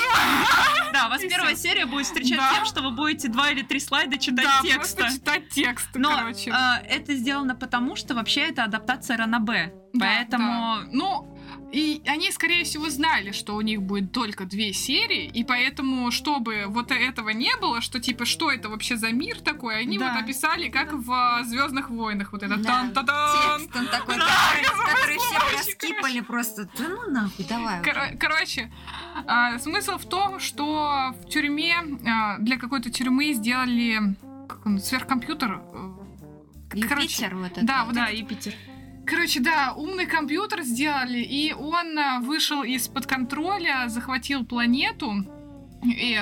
Speaker 1: Да, вас
Speaker 4: И
Speaker 1: первая
Speaker 4: всё.
Speaker 1: серия будет встречать
Speaker 4: Да.
Speaker 1: тем, что вы будете два или три слайда читать
Speaker 4: да,
Speaker 1: текста.
Speaker 4: просто читать текст,
Speaker 1: Но
Speaker 4: короче.
Speaker 3: А,
Speaker 1: э, это сделано потому, что вообще это адаптация Ранабе.
Speaker 4: Да,
Speaker 1: поэтому
Speaker 4: да. Ну, и они, скорее всего, знали, что у них будет только две серии, и поэтому, чтобы вот этого не было, что типа, что это вообще за мир такой, они
Speaker 1: Да.
Speaker 4: вот описали, как в Звездных войнах, вот это
Speaker 2: Да.
Speaker 4: тан-та-дан.
Speaker 2: Текст он такой,
Speaker 4: Да,
Speaker 2: который-
Speaker 4: я забыла
Speaker 2: который все
Speaker 4: слова,
Speaker 2: проскипали просто. Да ну нахуй, давай. уже.
Speaker 4: Коро- короче, а, смысл в том, что в тюрьме а, для какой-то тюрьмы сделали как он, сверхкомпьютер. э, короче,
Speaker 2: Юпитер вот это.
Speaker 4: Да, вот
Speaker 1: да,
Speaker 4: этот-
Speaker 1: Юпитер.
Speaker 4: Короче, да, умный компьютер сделали, и он а, вышел из-под контроля, захватил планету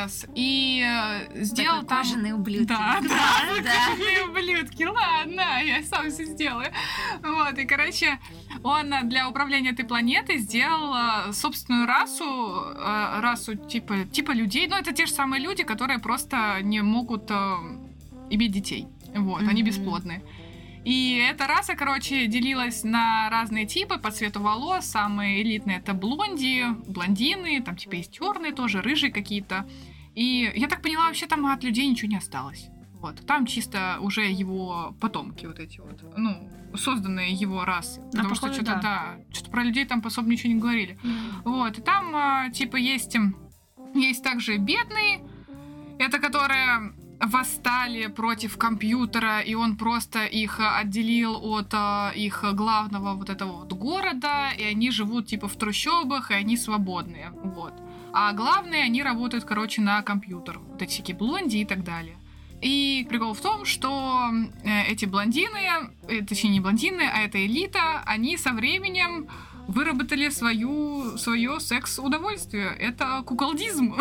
Speaker 4: С и э, сделал
Speaker 2: Такой
Speaker 4: там...
Speaker 2: кожаный ублюдок.
Speaker 4: Да, да,
Speaker 2: да.
Speaker 4: Вы ублюдки, ладно, я сам все сделаю. Вот, и, короче, он а, для управления этой планетой сделал а, собственную расу, а, расу типа, типа людей, но это те же самые люди, которые просто не могут а, иметь детей. Вот, они
Speaker 2: Мгм.
Speaker 4: бесплодные. И эта раса, короче, делилась на разные типы по цвету волос. Самые элитные это блонди, блондины, там типа есть черные тоже, рыжие какие-то. И я так поняла, вообще там от людей ничего не осталось. Вот. Там чисто уже его потомки вот эти вот, ну, созданные его расы. Потому что
Speaker 1: А походу, да.
Speaker 4: что-то, да. что-то про людей там особо ничего не говорили. Вот. И там, а, типа, есть, м, есть также бедные, это которые восстали против компьютера, и он просто их а, отделил от а, их главного вот этого вот города, и они живут типа в трущобах, и они свободные, вот. А главные, они работают, короче, на компьютер, вот эти всякие блонди и так далее. И прикол в том, что э, эти блондины, э, точнее не блондины, а эта элита, они со временем выработали свою, свое секс-удовольствие. Это куколдизм.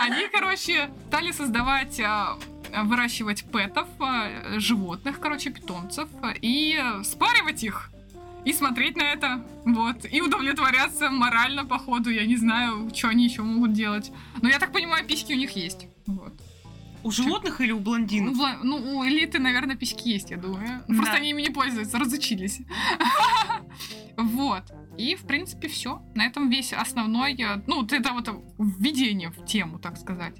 Speaker 4: Они, короче, стали создавать, а, выращивать пэтов, а, животных, короче, питомцев, и э, спаривать их. И смотреть на это, вот, и удовлетворяться морально, походу, я не знаю, что они еще могут делать. Но я так понимаю, письки у них есть, вот.
Speaker 1: У животных или у
Speaker 4: Ну,
Speaker 1: блондинов?
Speaker 4: вла- ну, у элиты, наверное, письки есть, я думаю.
Speaker 1: Да.
Speaker 4: Просто они ими не пользуются, разучились. Вот. И, в принципе, все. На этом весь основной, э, ну, вот это вот введение в тему, так сказать.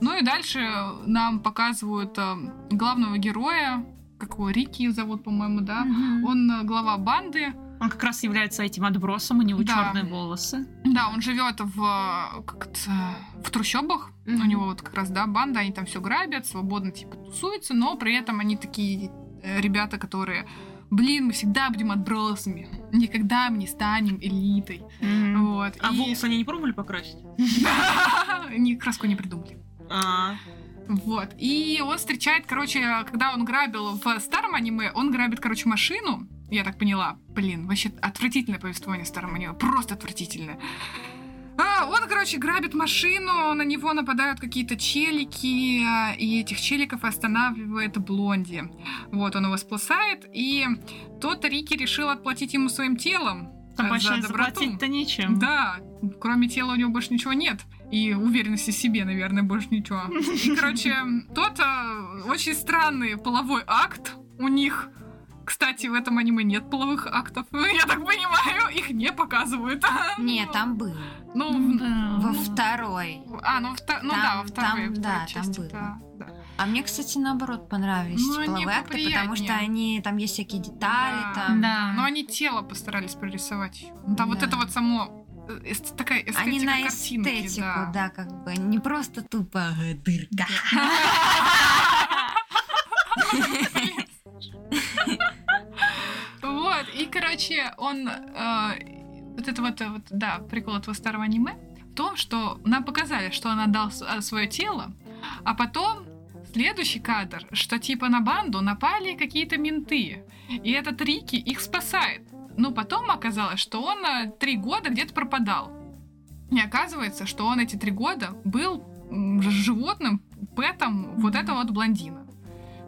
Speaker 4: Ну и дальше нам показывают э, главного героя, какого Рики зовут, по-моему, да?
Speaker 2: Мгм.
Speaker 4: Он э, глава банды.
Speaker 1: Он как раз является этим отбросом, у него
Speaker 4: Да.
Speaker 1: черные волосы.
Speaker 4: Да, он живет в, э, как это, в трущобах. У него вот как раз, да, банда, они там все грабят, свободно, типа, тусуются, но при этом они такие э, ребята, которые, блин, мы всегда будем отбросами, никогда мы не станем элитой. Вот.
Speaker 1: А
Speaker 4: И-
Speaker 1: волосы они не пробовали покрасить?
Speaker 4: Они краску не придумали.
Speaker 1: А,
Speaker 4: Вот. И он встречает, короче, когда он грабил в старом аниме, он грабит, короче, машину. Я так поняла. Блин, вообще отвратительное повествование в старом аниме. Просто отвратительное. А, он, короче, грабит машину, на него нападают какие-то челики, а, и этих челиков останавливает Блонди. Вот, он его спасает, и тот Рики решил отплатить ему своим телом.
Speaker 1: там
Speaker 4: а,
Speaker 1: больше
Speaker 4: за доброту.
Speaker 1: заплатить-то нечем.
Speaker 4: Да, кроме тела у него больше ничего нет. И уверенности в себе, наверное, больше ничего. И, короче, тот а, очень странный половой акт у них. Кстати, в этом аниме нет половых актов. Я так понимаю, их не показывают.
Speaker 2: Не, там был.
Speaker 4: Ну, в-
Speaker 1: Э,
Speaker 2: Во второй.
Speaker 4: а, ну, вта- ну
Speaker 2: Там-
Speaker 4: да, во
Speaker 2: там,
Speaker 4: второй, второй
Speaker 2: да, там
Speaker 4: части,
Speaker 2: было.
Speaker 4: да, да.
Speaker 2: А мне, кстати, наоборот понравились
Speaker 4: Ну, они
Speaker 2: половые акты, потому
Speaker 4: поприятнее.
Speaker 2: что они там есть всякие детали,
Speaker 4: Да.
Speaker 2: там.
Speaker 4: Но они тело постарались прорисовать. ещё. Ну, там вот
Speaker 2: А. Да.
Speaker 4: это вот само э, эс- такая эстетика
Speaker 2: Они на
Speaker 4: картинки,
Speaker 2: эстетику,
Speaker 4: да.
Speaker 2: да. как бы. Не просто тупо э, дырка.
Speaker 4: Вот, и, короче, он... э, вот это вот, э, вот, да, прикол этого старого аниме в том, что нам показали, что он отдал свое тело, а потом следующий кадр, что типа на банду напали какие-то менты, и этот Рики их спасает. Но потом оказалось, что он э, три года где-то пропадал. И оказывается, что он эти три года был м, ж- животным, пэтом вот этого вот блондина.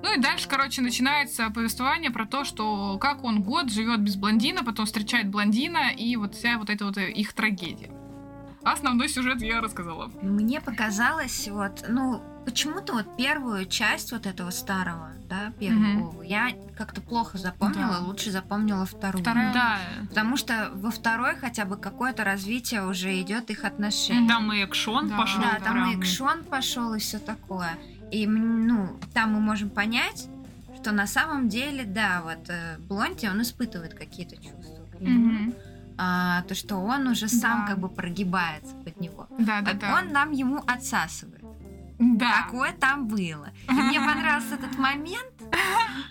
Speaker 4: Ну и дальше, короче, начинается повествование про то, что как он год живет без блондина, потом встречает блондина и вот вся вот эта вот их э, трагедия. Основной сюжет я рассказала.
Speaker 2: Мне показалось, вот, ну, почему-то вот первую часть вот этого старого, да, первого, я как-то плохо запомнила,
Speaker 4: Да.
Speaker 2: лучше запомнила вторую.
Speaker 4: Вторая-
Speaker 3: Да,
Speaker 2: Потому что во второй хотя бы какое-то развитие уже идет их отношений.
Speaker 4: Мгм.
Speaker 3: там и экшон
Speaker 4: Да.
Speaker 3: пошел.
Speaker 2: Да, там и
Speaker 3: прям.
Speaker 2: экшон пошел и все такое. И, м, ну, там мы можем понять, что на самом деле, да, вот э, Блонти, он испытывает какие-то чувства. к нему.
Speaker 4: Мгм.
Speaker 2: А, то, что он уже сам
Speaker 4: Да.
Speaker 2: как бы прогибается под него.
Speaker 4: Да, да,
Speaker 2: А
Speaker 4: да.
Speaker 2: Он нам ему отсасывает.
Speaker 4: Да.
Speaker 2: Такое там было. И мне понравился этот момент,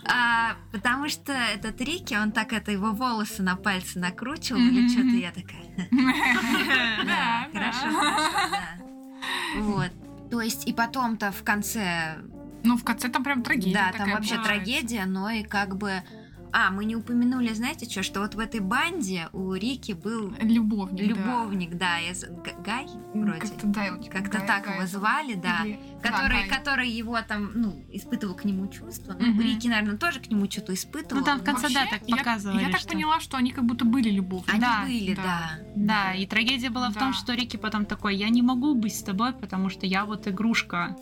Speaker 2: а, потому что этот Рики, он так это его волосы на пальцы накручивал или
Speaker 4: Мгм.
Speaker 2: что-то я такая. Да,
Speaker 4: Да,
Speaker 2: хорошо, хорошо, да. Вот. То есть, и потом-то в конце,
Speaker 4: Ну, в конце там прям трагедия.
Speaker 2: да,
Speaker 4: такая
Speaker 2: там вообще
Speaker 4: была.
Speaker 2: трагедия, но и как бы... А, мы не упомянули, знаете что, что вот в этой банде у Рики был
Speaker 4: Любовник.
Speaker 2: любовник, да, из- Г- Гай
Speaker 4: да.
Speaker 2: вроде.
Speaker 4: Как-то, да, вот
Speaker 2: Как-то
Speaker 4: Гай-
Speaker 2: так
Speaker 4: Гай.
Speaker 2: его звали, да.
Speaker 4: Или-
Speaker 2: который,
Speaker 4: Гай.
Speaker 2: который его там, ну, испытывал к нему чувства. Ну,
Speaker 4: Мгм.
Speaker 2: Рики, наверное, тоже к нему что-то испытывал.
Speaker 1: Ну там в конце, да,
Speaker 4: Вообще,
Speaker 1: так
Speaker 4: я-
Speaker 1: показывали.
Speaker 4: Я, так
Speaker 1: что-
Speaker 4: поняла, что они как будто были любовниками.
Speaker 2: Они
Speaker 1: да,
Speaker 2: были,
Speaker 4: да.
Speaker 2: да.
Speaker 1: Да, и трагедия была в
Speaker 4: Да.
Speaker 1: том, что Рики потом такой, я не могу быть с тобой, потому что я вот игрушка.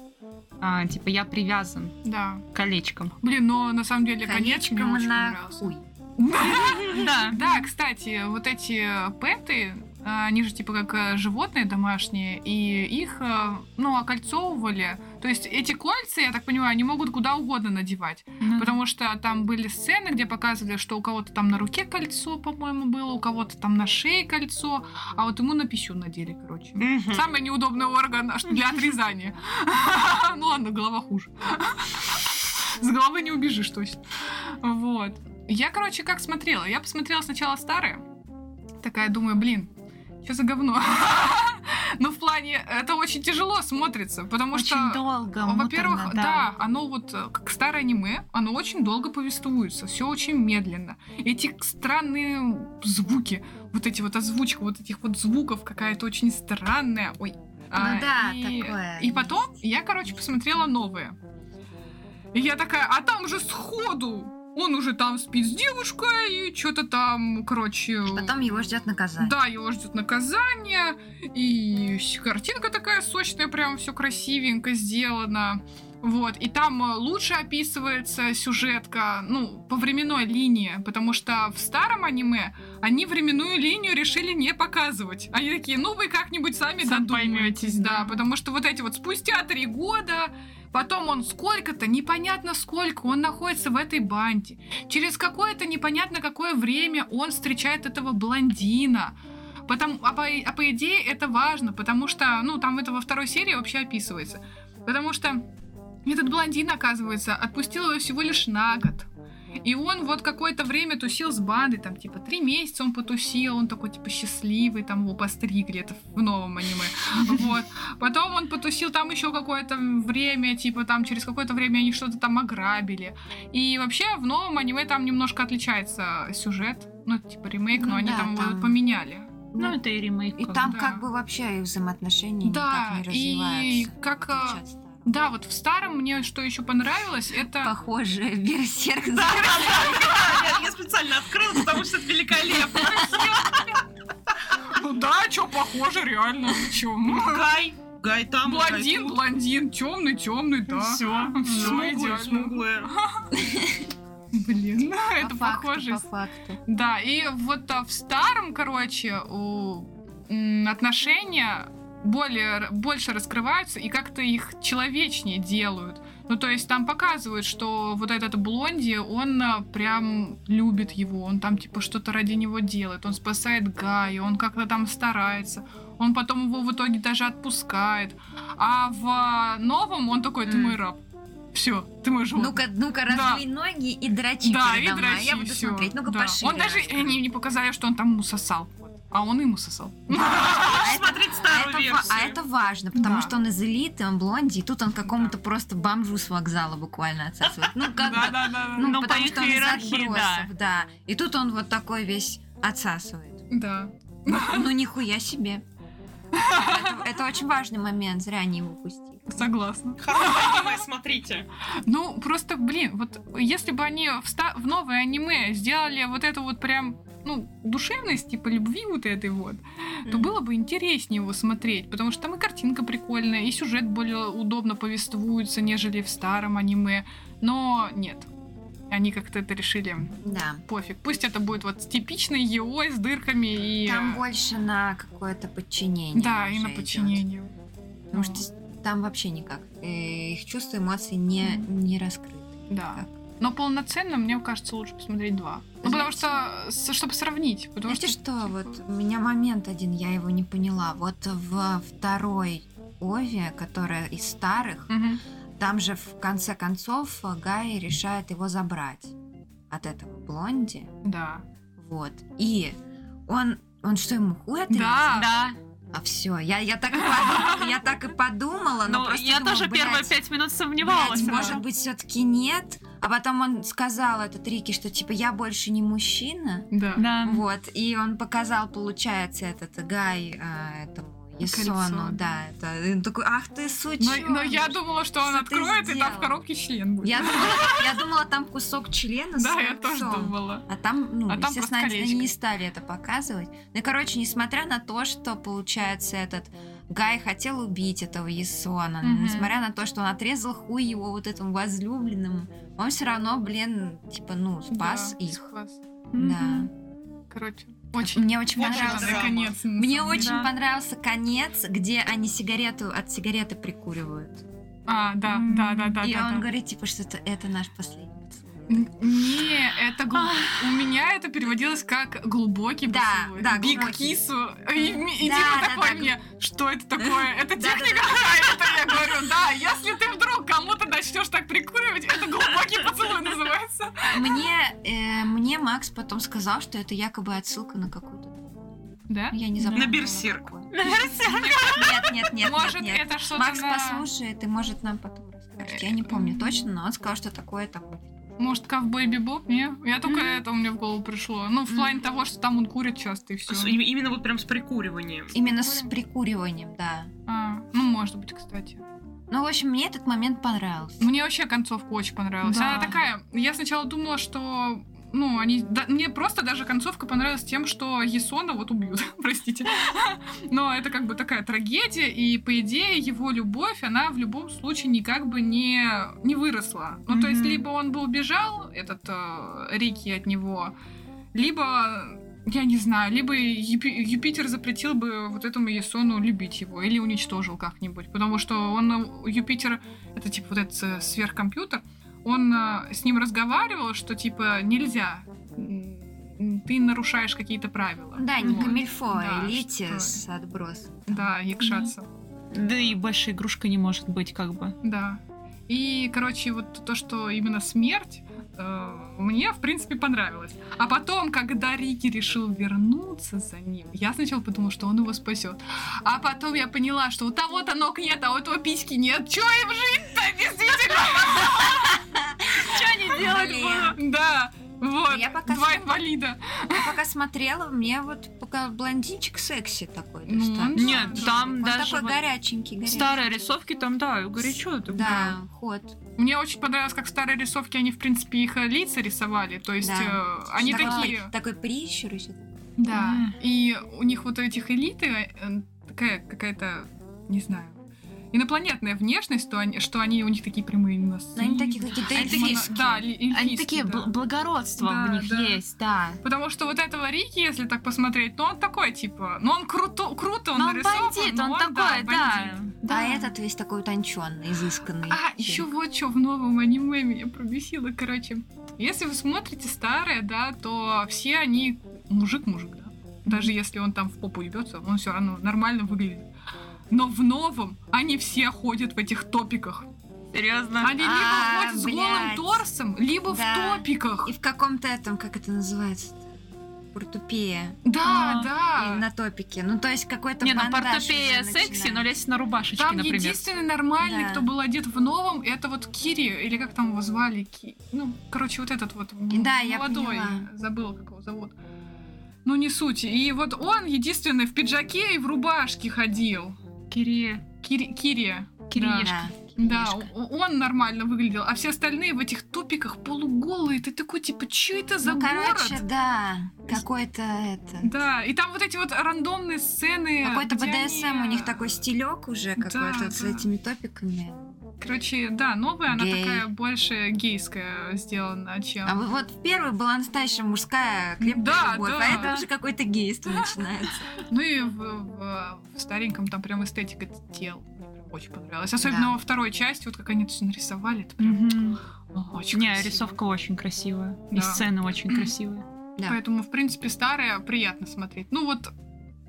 Speaker 1: А, типа я привязан
Speaker 4: Да.
Speaker 1: колечком.
Speaker 4: Блин, но на самом деле конец мне
Speaker 2: Колечком
Speaker 4: очень
Speaker 2: на
Speaker 4: понравился.
Speaker 2: хуй. Ну
Speaker 4: М-м.
Speaker 1: Да.
Speaker 4: Да, кстати, вот эти пэты, а, они же типа как э, животные домашние, и их, э, ну, окольцовывали. То есть эти кольца, я так понимаю, они могут куда угодно надевать.
Speaker 1: Ну,
Speaker 4: Потому что там были сцены, где показывали, что у кого-то там на руке кольцо, по-моему, было, у кого-то там на шее кольцо, а вот ему на пищу надели, короче.
Speaker 1: Мгм.
Speaker 4: Самый неудобный орган аж для отрезания. Ну ладно, голова хуже. С головы не убежишь точно. Вот. Я, короче, как смотрела? Я посмотрела сначала старые. Такая, думаю, блин, что за говно? Ну, в плане, это очень тяжело смотрится, потому
Speaker 1: Очень
Speaker 4: что...
Speaker 1: долго,
Speaker 4: Во-первых,
Speaker 1: муторно,
Speaker 4: да. оно вот э, как старое аниме, оно очень долго повествуется, все очень медленно. Эти странные звуки, вот эти вот озвучка вот этих вот звуков какая-то очень странная. Ой. а,
Speaker 2: Ну да, такое.
Speaker 4: И потом я, короче, посмотрела новые. И я такая, а там же сходу он уже там спит с девушкой, и что-то там, короче...
Speaker 2: Потом его ждет наказание.
Speaker 4: Да, его ждет наказание, и с- картинка такая сочная, прям все красивенько сделано. Вот, и там э, лучше описывается сюжетка, ну, по временной линии, потому что в старом аниме они временную линию решили не показывать. Они такие, ну, вы как-нибудь сами
Speaker 3: Сам
Speaker 4: додумаетесь,
Speaker 3: поймётесь,
Speaker 4: да,
Speaker 3: да.
Speaker 4: потому что вот эти вот спустя три года, потом он сколько-то, непонятно сколько, он находится в этой банде. Через какое-то непонятно какое время он встречает этого блондина. Потом, а, по, а по идее это важно, потому что, ну, там это во второй серии вообще описывается. Потому что этот блондин, оказывается, отпустил его всего лишь на год. И он вот какое-то время тусил с бандой, там, типа, три месяца он потусил, он такой, типа, счастливый, там, его постригли, это в новом аниме. Вот. Потом он потусил там еще какое-то время, типа, там, через какое-то время они что-то там ограбили. И вообще в новом аниме там немножко отличается сюжет. Ну, это типа ремейк, но
Speaker 2: Ну
Speaker 4: они
Speaker 2: да,
Speaker 4: там, его
Speaker 2: там.
Speaker 4: поменяли.
Speaker 1: Ну, это и ремейк.
Speaker 2: И
Speaker 1: как
Speaker 2: там
Speaker 4: да.
Speaker 2: как бы вообще и взаимоотношения
Speaker 4: Да,
Speaker 2: никак не
Speaker 4: и
Speaker 2: развиваются.
Speaker 4: как,
Speaker 2: в
Speaker 4: а,
Speaker 2: отличие от старого.
Speaker 4: Да, вот в старом мне что еще понравилось, это...
Speaker 2: Похоже, берсерк.
Speaker 1: Я специально открыла, потому что это великолепно.
Speaker 4: Ну да, что похоже, реально, ну чё?
Speaker 1: Ну, Гай, Гай там,
Speaker 4: Блондин, блондин, темный, темный, да.
Speaker 1: Все,
Speaker 4: Всё идеально. Блин, это похоже.
Speaker 2: По факту.
Speaker 4: Да, и вот а, в старом, короче, у, м, отношения более, р- больше раскрываются и как-то их человечнее делают. Ну, то есть там показывают, что вот этот Блонди, он а, прям любит его, он там типа что-то ради него делает, он спасает Гая, он как-то там старается, он потом его в итоге даже отпускает. А в а, новом он такой, ты
Speaker 2: М.
Speaker 4: мой раб. Все, ты мой животное.
Speaker 2: Ну-ка, ну-ка,
Speaker 4: Да.
Speaker 2: раздвинь ноги и дрочи
Speaker 4: Да,
Speaker 2: передо мной.
Speaker 4: и
Speaker 2: а
Speaker 4: дрочи,
Speaker 2: Я буду
Speaker 4: всё,
Speaker 2: смотреть. Ну-ка,
Speaker 4: да.
Speaker 2: пошире.
Speaker 4: Он даже э, не, не показали, что он там ему сосал. Вот. А он ему сосал.
Speaker 2: А это-
Speaker 1: Смотреть
Speaker 2: а
Speaker 1: старую
Speaker 2: это, ва-
Speaker 1: версию.
Speaker 2: а это важно, потому
Speaker 4: Да.
Speaker 2: что он из элиты, он блонди, и тут он какому-то просто бомжу с вокзала буквально отсасывает. Ну, как бы,
Speaker 4: да,
Speaker 2: ну,
Speaker 1: Но по
Speaker 2: потому
Speaker 1: их
Speaker 2: что он из
Speaker 1: иерархии, да.
Speaker 2: отбросов, да. И тут он вот такой весь отсасывает.
Speaker 4: Да.
Speaker 2: Ну, нихуя себе. Это, это очень важный момент, зря они его пустили.
Speaker 4: Согласна.
Speaker 1: Хорошее аниме, смотрите.
Speaker 4: Ну, просто, блин, вот если бы они в, ста- в новое аниме сделали вот это вот прям, ну, душевность, типа любви вот этой вот, то было бы интереснее его смотреть, потому что там и картинка прикольная, и сюжет более удобно повествуется, нежели в старом аниме. Но нет. Они как-то это решили.
Speaker 2: Да.
Speaker 4: Пофиг. Пусть это будет вот типичный ЕО с дырками и... э,
Speaker 2: Там больше на какое-то подчинение.
Speaker 4: да, и
Speaker 2: уже
Speaker 4: на
Speaker 2: идёт.
Speaker 4: подчинение.
Speaker 2: Потому что с- там вообще никак. И Их чувства, эмоции не, не раскрыты.
Speaker 4: Да.
Speaker 2: Как?
Speaker 4: Но полноценно, мне кажется, лучше посмотреть два. Ну, потому что, с- чтобы сравнить. Потому
Speaker 2: Знаете что,
Speaker 4: типа,
Speaker 2: вот у меня момент один, я его не поняла. Вот во второй Ове, которая из старых,
Speaker 4: мгм.
Speaker 2: там же в конце концов Гай решает его забрать от этого блонди.
Speaker 4: Да.
Speaker 2: Вот. И он, он что ему хуй отрезал?
Speaker 4: Да.
Speaker 3: Да.
Speaker 2: А все, я, я, так и подумала, я так и подумала, но,
Speaker 3: Ну,
Speaker 2: просто
Speaker 3: я
Speaker 2: думала,
Speaker 3: тоже первые
Speaker 2: «Блядь,
Speaker 3: пять минут
Speaker 2: Блядь,
Speaker 3: сомневалась.
Speaker 2: может быть, все-таки нет. А потом он сказал этот Рики, что типа я больше не мужчина.
Speaker 4: Да.
Speaker 3: Да.
Speaker 2: Вот. И он показал, получается, этот Гай а, этому Ясону.
Speaker 4: Кольцо.
Speaker 2: да. Это, и он такой, ах ты,
Speaker 4: Но,
Speaker 2: сучонок.
Speaker 4: но я думала, что он
Speaker 2: Что ты
Speaker 4: откроет, и там
Speaker 2: сделала?
Speaker 4: в коробке член будет.
Speaker 2: Я думала, я думала, там кусок члена с
Speaker 4: Да, я тоже
Speaker 2: кольцом.
Speaker 4: думала.
Speaker 2: А там, ну,
Speaker 4: А там
Speaker 2: естественно,
Speaker 4: просто
Speaker 2: они, они не
Speaker 4: колечко.
Speaker 2: стали это показывать. Ну, и, короче, несмотря на то, что, получается, этот Гай хотел убить этого Ясона,
Speaker 4: Мгм.
Speaker 2: несмотря на то, что он отрезал хуй его вот этому возлюбленному, он все равно, блин, типа, ну, спас
Speaker 4: Да,
Speaker 2: их.
Speaker 4: спас.
Speaker 2: Да.
Speaker 4: Короче, очень
Speaker 2: Мне очень
Speaker 4: понравился
Speaker 2: понравилось.
Speaker 4: конец. на
Speaker 2: Мне
Speaker 4: самом деле.
Speaker 2: очень понравился конец, где они сигарету от сигареты прикуривают.
Speaker 4: А, да, да, да, да.
Speaker 2: и
Speaker 4: да,
Speaker 2: он
Speaker 4: да.
Speaker 2: говорит, типа, что это, это наш последний поцелуй.
Speaker 4: Н- Не, это глу- у меня это переводилось как глубокий
Speaker 2: Да,
Speaker 4: поцелуй.
Speaker 2: да,
Speaker 4: Биг
Speaker 2: глубокий. Э,
Speaker 4: кису. И, ми- и
Speaker 2: Да,
Speaker 4: Дима
Speaker 2: да,
Speaker 4: такой
Speaker 2: да, глу-
Speaker 4: мне, что это такое? Это
Speaker 2: Да, да,
Speaker 4: техника какая-то, я говорю, да, если ты вдруг кому-то начнешь так прикуривать, это глубокий поцелуй называется.
Speaker 2: Мне, э, мне Макс потом сказал, что это якобы отсылка на какую-то
Speaker 4: Да?
Speaker 2: Я не запомнила.
Speaker 1: На берсерк.
Speaker 2: какой. Нет, нет, нет.
Speaker 4: Может,
Speaker 2: нет, нет.
Speaker 4: это что-то
Speaker 2: Макс
Speaker 4: на-
Speaker 2: послушает и может нам потом расскажет. Я не помню точно, но он сказал, что такое там будет.
Speaker 4: Может, ковбой бибоп? Не? Я только это мне в голову пришло. Ну, в
Speaker 2: Мгм.
Speaker 4: плане того, что там он курит часто и все.
Speaker 1: С- и- Именно вот прям с прикуриванием.
Speaker 2: Именно с прикуриванием, да.
Speaker 4: ну, может быть, кстати.
Speaker 2: Ну, в общем, мне этот момент понравился.
Speaker 4: Мне вообще концовка очень понравилась.
Speaker 3: Да.
Speaker 4: Она такая... Я сначала думала, что... Ну, они... да, мне просто даже концовка понравилась тем, что Есона вот убьют. Простите. Но это как бы такая трагедия, и по идее его любовь, она в любом случае никак бы не, не выросла. Ну, то есть,
Speaker 3: Мгм.
Speaker 4: либо он бы убежал, этот э, Рики от него, либо, я не знаю, либо Юпи- Юпитер запретил бы вот этому Ясону любить его или уничтожил как-нибудь. Потому что он, э, Юпитер, это типа вот этот э, сверхкомпьютер, он э, с ним разговаривал, что типа нельзя, м, ты нарушаешь какие-то правила.
Speaker 2: Да, не
Speaker 4: Вот.
Speaker 2: Камильфо,
Speaker 4: Да,
Speaker 2: а элите
Speaker 4: что-
Speaker 2: с отбросом.
Speaker 4: Да, якшаться.
Speaker 3: Да и больше игрушка не может быть, как бы.
Speaker 4: Да. И, короче, вот то, что именно смерть, э, мне, в принципе, понравилось. А потом, когда Рики решил вернуться за ним, я сначала подумала, что он его спасет. А потом я поняла, что у того-то ног нет, а у этого письки нет. Чё им жить-то, действительно?
Speaker 3: Что не
Speaker 2: делать было?
Speaker 4: Да, вот.
Speaker 2: Я пока
Speaker 4: Два
Speaker 2: смотрю.
Speaker 4: инвалида.
Speaker 2: Я пока смотрела, мне вот пока блондинчик секси такой
Speaker 4: Ну, он
Speaker 2: достаточно.
Speaker 3: Нет, там
Speaker 2: Он
Speaker 3: даже
Speaker 2: такой
Speaker 3: вот
Speaker 2: горяченький, горяченький.
Speaker 3: Старые рисовки там, да, горячо. так,
Speaker 2: Да, ход.
Speaker 4: Мне очень понравилось, как старые рисовки, они, в принципе, их э, лица рисовали. То есть,
Speaker 2: Да.
Speaker 4: э, они
Speaker 2: такой,
Speaker 4: такие...
Speaker 2: Такой прищур еще.
Speaker 4: Да. И у них вот у этих элиты э, такая какая-то, не знаю, инопланетная внешность, то они, что они у них такие прямые носы.
Speaker 2: Но они такие какие-то
Speaker 3: Они такие
Speaker 2: эльфийские.
Speaker 4: Да, ли-
Speaker 3: Они
Speaker 4: эльфийские,
Speaker 3: такие,
Speaker 4: да.
Speaker 3: бл- благородство
Speaker 4: Да,
Speaker 3: в них
Speaker 4: да.
Speaker 3: есть, да.
Speaker 4: Потому что вот этого Рики, если так посмотреть, ну он такой, типа, ну он круто, круто он
Speaker 3: Но он
Speaker 4: нарисован,
Speaker 3: бандит,
Speaker 4: но
Speaker 3: он
Speaker 4: да,
Speaker 3: такой, да.
Speaker 4: бандит.
Speaker 2: А этот весь такой утонченный, изысканный.
Speaker 4: А, еще вот что в новом аниме меня пробесило, короче. Если вы смотрите старое, да, то все они мужик-мужик, да. Даже если он там в попу ебется, он все равно нормально выглядит. Но в новом они все ходят в этих топиках.
Speaker 3: Серьезно.
Speaker 4: Они
Speaker 2: А,
Speaker 4: либо ходят с голым
Speaker 2: блядь.
Speaker 4: торсом,
Speaker 2: Да.
Speaker 4: либо в топиках.
Speaker 2: И в каком-то этом, как это называется? Портупея.
Speaker 4: Да,
Speaker 3: А,
Speaker 4: да.
Speaker 2: И на топике. Ну, то есть какой-то
Speaker 3: Не, ну
Speaker 2: бандаж
Speaker 3: портупея
Speaker 2: уже
Speaker 3: секси, но
Speaker 2: начинает.
Speaker 3: лезть на рубашечки,
Speaker 4: Там
Speaker 3: например.
Speaker 4: единственный нормальный,
Speaker 2: Да.
Speaker 4: кто был одет в новом, это вот Кири, или как там его звали, Ки... ну, короче, вот этот вот м-
Speaker 2: Да, я
Speaker 4: молодой,
Speaker 2: поняла.
Speaker 4: забыла, как его зовут. Ну, не суть. И вот он единственный в пиджаке и в рубашке ходил.
Speaker 3: Кири...
Speaker 4: Кири, Кири.
Speaker 3: Кириешка.
Speaker 2: Да.
Speaker 4: Да,
Speaker 2: мишка.
Speaker 4: о- он нормально выглядел, а все остальные в этих тупиках полуголые. Ты такой, типа, че это за
Speaker 2: Ну, короче,
Speaker 4: город?
Speaker 2: да, какой-то это...
Speaker 4: Да, и там вот эти вот рандомные сцены.
Speaker 2: Какой-то
Speaker 4: Э, где они-
Speaker 2: БДСМ, у них такой стилек уже какой-то вот с
Speaker 4: да.
Speaker 2: этими топиками.
Speaker 4: Короче, да, новая, она
Speaker 2: Гей.
Speaker 4: такая больше гейская сделана, чем...
Speaker 2: А вы- вот в первой была настоящая мужская крепкая
Speaker 4: Да,
Speaker 2: любовь,
Speaker 4: да.
Speaker 2: а это уже какое-то гейство начинается.
Speaker 4: Ну и в, в- в стареньком там прям эстетика тел. Мне прям Очень понравилась. Особенно
Speaker 2: Да.
Speaker 4: во второй части, вот как они это все нарисовали, это прям
Speaker 7: Мгм.
Speaker 4: о, очень
Speaker 7: Не,
Speaker 4: красиво.
Speaker 7: рисовка очень красивая. И
Speaker 4: Да.
Speaker 7: сцены очень красивые.
Speaker 2: Да.
Speaker 4: Поэтому, в принципе, старое приятно смотреть. Ну вот,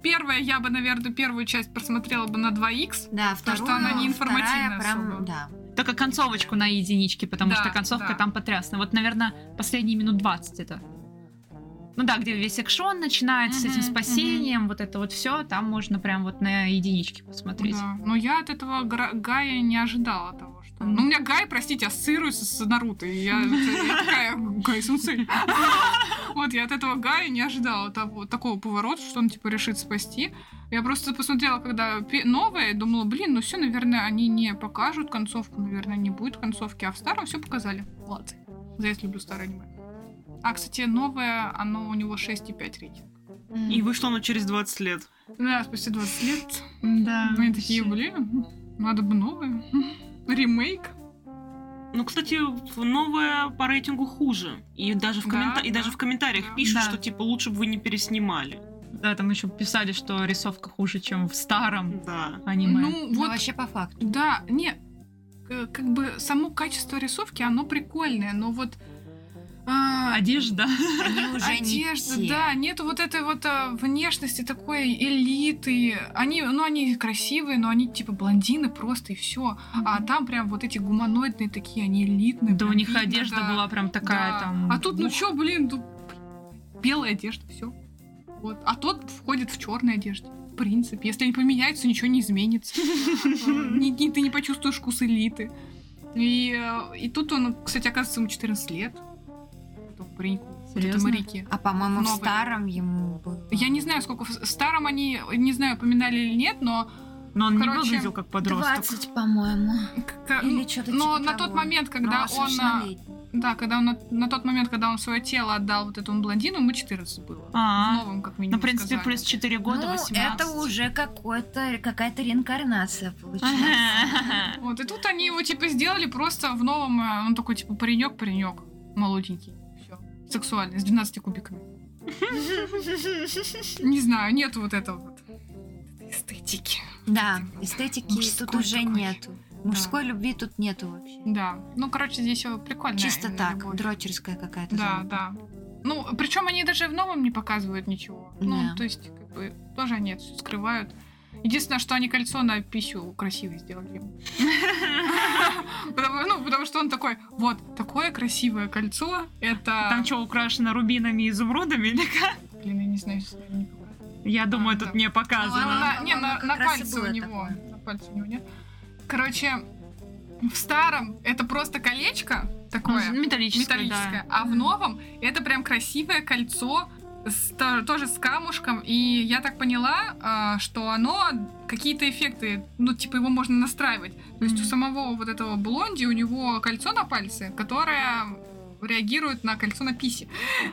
Speaker 4: первая, я бы, наверное, первую часть просмотрела бы на 2х.
Speaker 2: Да,
Speaker 4: Потому
Speaker 2: вторую,
Speaker 4: что она не
Speaker 2: вторая
Speaker 4: информативная особо.
Speaker 2: прям, да.
Speaker 7: Только концовочку на единичке, потому
Speaker 4: Да,
Speaker 7: что концовка
Speaker 4: да.
Speaker 7: там потрясная. Вот, наверное, последние минут 20 это. Ну да, где весь экшон начинается с этим
Speaker 4: Мгм,
Speaker 7: спасением, вот это вот все, там можно прям вот на единичке посмотреть.
Speaker 4: Да. Но я от этого Гра- Гая не ожидала того, что... Ну, у меня Гай, простите, ассоциируется с Наруто. И я, э, я такая, Гай сенсей. Вот, я от этого Гая не ожидала того, такого поворота, что он, типа, решит спасти. Я просто посмотрела, когда пе- новое, и думала, блин, ну все, наверное, они не покажут концовку, наверное, не будет концовки, а в старом все показали. Молодцы. За это люблю старое аниме. А, кстати, новое, оно у него 6,5 рейтинг.
Speaker 1: И вышло оно через 20 лет.
Speaker 4: Да, спустя 20 лет
Speaker 7: Да.
Speaker 4: мы такие, блин, надо бы новое. Ремейк.
Speaker 1: Ну, кстати, в- новое по рейтингу хуже. И даже в,
Speaker 4: Да,
Speaker 1: коммента- и
Speaker 4: да.
Speaker 1: даже в комментариях
Speaker 4: Да.
Speaker 1: пишут,
Speaker 7: Да.
Speaker 1: что типа лучше бы вы не переснимали.
Speaker 7: Да, там еще писали, что рисовка хуже, чем в старом
Speaker 1: Да.
Speaker 7: аниме.
Speaker 4: Ну,
Speaker 2: Ну,
Speaker 4: вот,
Speaker 2: вообще по факту.
Speaker 4: да, не, э, как бы само качество рисовки, оно прикольное, но вот... а,
Speaker 7: Одежда.
Speaker 2: Они уже
Speaker 4: Одежда,
Speaker 2: не те.
Speaker 4: да, нету вот этой вот а, внешности такой элиты. Они, ну, они красивые, но они типа блондины просто и все. А там прям вот эти гуманоидные такие, они элитные.
Speaker 7: Да у
Speaker 4: прям
Speaker 7: них
Speaker 4: видно,
Speaker 7: одежда
Speaker 4: да,
Speaker 7: была прям такая
Speaker 4: да.
Speaker 7: там.
Speaker 4: А тут, ну
Speaker 7: ух,
Speaker 4: чё, блин, ну, белая одежда, все. Вот. А тот входит в черной одежде. В принципе, если они поменяются, ничего не изменится. Ни- ни- Ты не почувствуешь вкус элиты. И, э, и тут он, кстати, оказывается, ему 14 лет. Этому пареньку. Вот это
Speaker 7: Серьёзно?
Speaker 4: моряки.
Speaker 2: А по-моему, в
Speaker 4: Новый.
Speaker 2: старом ему было.
Speaker 4: Я не знаю, сколько в старом они, не знаю, упоминали или нет, но...
Speaker 1: Но он
Speaker 4: Короче,
Speaker 1: не выглядел как подросток.
Speaker 2: 20, по-моему.
Speaker 4: к- к-
Speaker 2: Или что-то
Speaker 4: Э, ну, но
Speaker 2: типа
Speaker 4: на
Speaker 2: того.
Speaker 4: тот момент, когда
Speaker 2: Но
Speaker 4: он... а,
Speaker 2: совершеннолетний.
Speaker 4: Да, когда он... На, на тот момент, когда он свое тело отдал вот этому блондину, ему 14 было. В
Speaker 7: А,
Speaker 4: новом, как минимум,
Speaker 7: ну, в принципе,
Speaker 4: сказали.
Speaker 7: плюс 4 года,
Speaker 2: ну,
Speaker 7: 18.
Speaker 2: это уже какой-то, какая-то реинкарнация получается.
Speaker 7: Ага.
Speaker 4: Вот, и тут они его, типа, сделали просто в новом... э, Он такой, типа, паренек-паренек. Молоденький. Все. Сексуальный, с 12 кубиками. Не знаю, нет вот этого вот эстетики.
Speaker 2: Да, эстетики
Speaker 4: Мужской
Speaker 2: тут уже
Speaker 4: такой.
Speaker 2: нету. Мужской любви тут нету вообще.
Speaker 4: Да. Ну, короче, здесь э, прикольно.
Speaker 2: Чисто так,
Speaker 4: любовь.
Speaker 2: дрочерская какая-то.
Speaker 4: Да,
Speaker 2: залупа.
Speaker 4: да. Ну, причем они даже в новом не показывают ничего.
Speaker 2: Да.
Speaker 4: Ну, то есть, как бы, тоже они это всё скрывают. Единственное, что они кольцо на пищу красивое сделали. ему. Потому- Ну, потому что он такой, вот, такое красивое кольцо, это...
Speaker 2: А
Speaker 1: Там что, украшено рубинами и изумрудами или как?
Speaker 4: Блин, я не знаю, что это не показано.
Speaker 1: Я думаю,
Speaker 4: А, да.
Speaker 1: тут не
Speaker 2: Ну,
Speaker 1: показано.
Speaker 2: она-
Speaker 4: На- Не, на
Speaker 2: как
Speaker 4: на
Speaker 2: раз и
Speaker 4: пальце у
Speaker 2: было
Speaker 4: него.
Speaker 2: такое.
Speaker 4: На пальце у него нет. Короче, в старом это просто колечко Ну, такое.
Speaker 7: Металлическое,
Speaker 4: металлическое.
Speaker 7: да.
Speaker 4: А в новом это прям красивое кольцо, с то- тоже с камушком. И я так поняла, а, что оно какие-то эффекты, ну, типа, его можно настраивать. То есть у самого вот этого блонди у него кольцо на пальце, которое реагирует на кольцо на писе.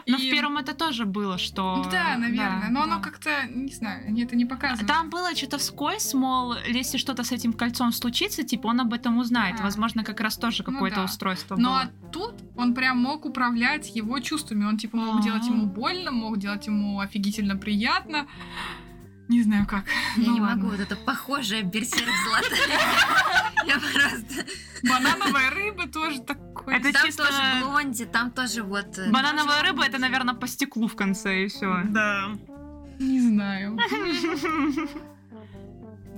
Speaker 7: Но в
Speaker 4: И-
Speaker 7: первом это тоже было, что...
Speaker 4: Да, наверное.
Speaker 7: да,
Speaker 4: но
Speaker 7: да.
Speaker 4: оно как-то, не знаю, они это не показывают.
Speaker 7: Там было что-то вскользь, мол, если что-то с этим кольцом случится, типа он об этом узнает.
Speaker 4: А.
Speaker 7: Возможно, как раз тоже
Speaker 4: Ну
Speaker 7: какое-то
Speaker 4: да.
Speaker 7: устройство
Speaker 4: Но
Speaker 7: было.
Speaker 4: а тут он прям мог управлять его чувствами. Он типа мог
Speaker 7: А.
Speaker 4: делать ему больно, мог делать ему офигительно приятно. Не знаю как.
Speaker 2: Я
Speaker 4: Ну
Speaker 2: не
Speaker 4: ладно.
Speaker 2: могу, вот это похожее берсерк золотая. Я просто...
Speaker 4: Банановая рыба тоже такой.
Speaker 7: Это
Speaker 2: Там
Speaker 7: чисто-
Speaker 2: тоже блонди, там тоже вот... э,
Speaker 7: Банановая рыба это, наверное, по стеклу в конце и все.
Speaker 1: Да.
Speaker 4: Не знаю.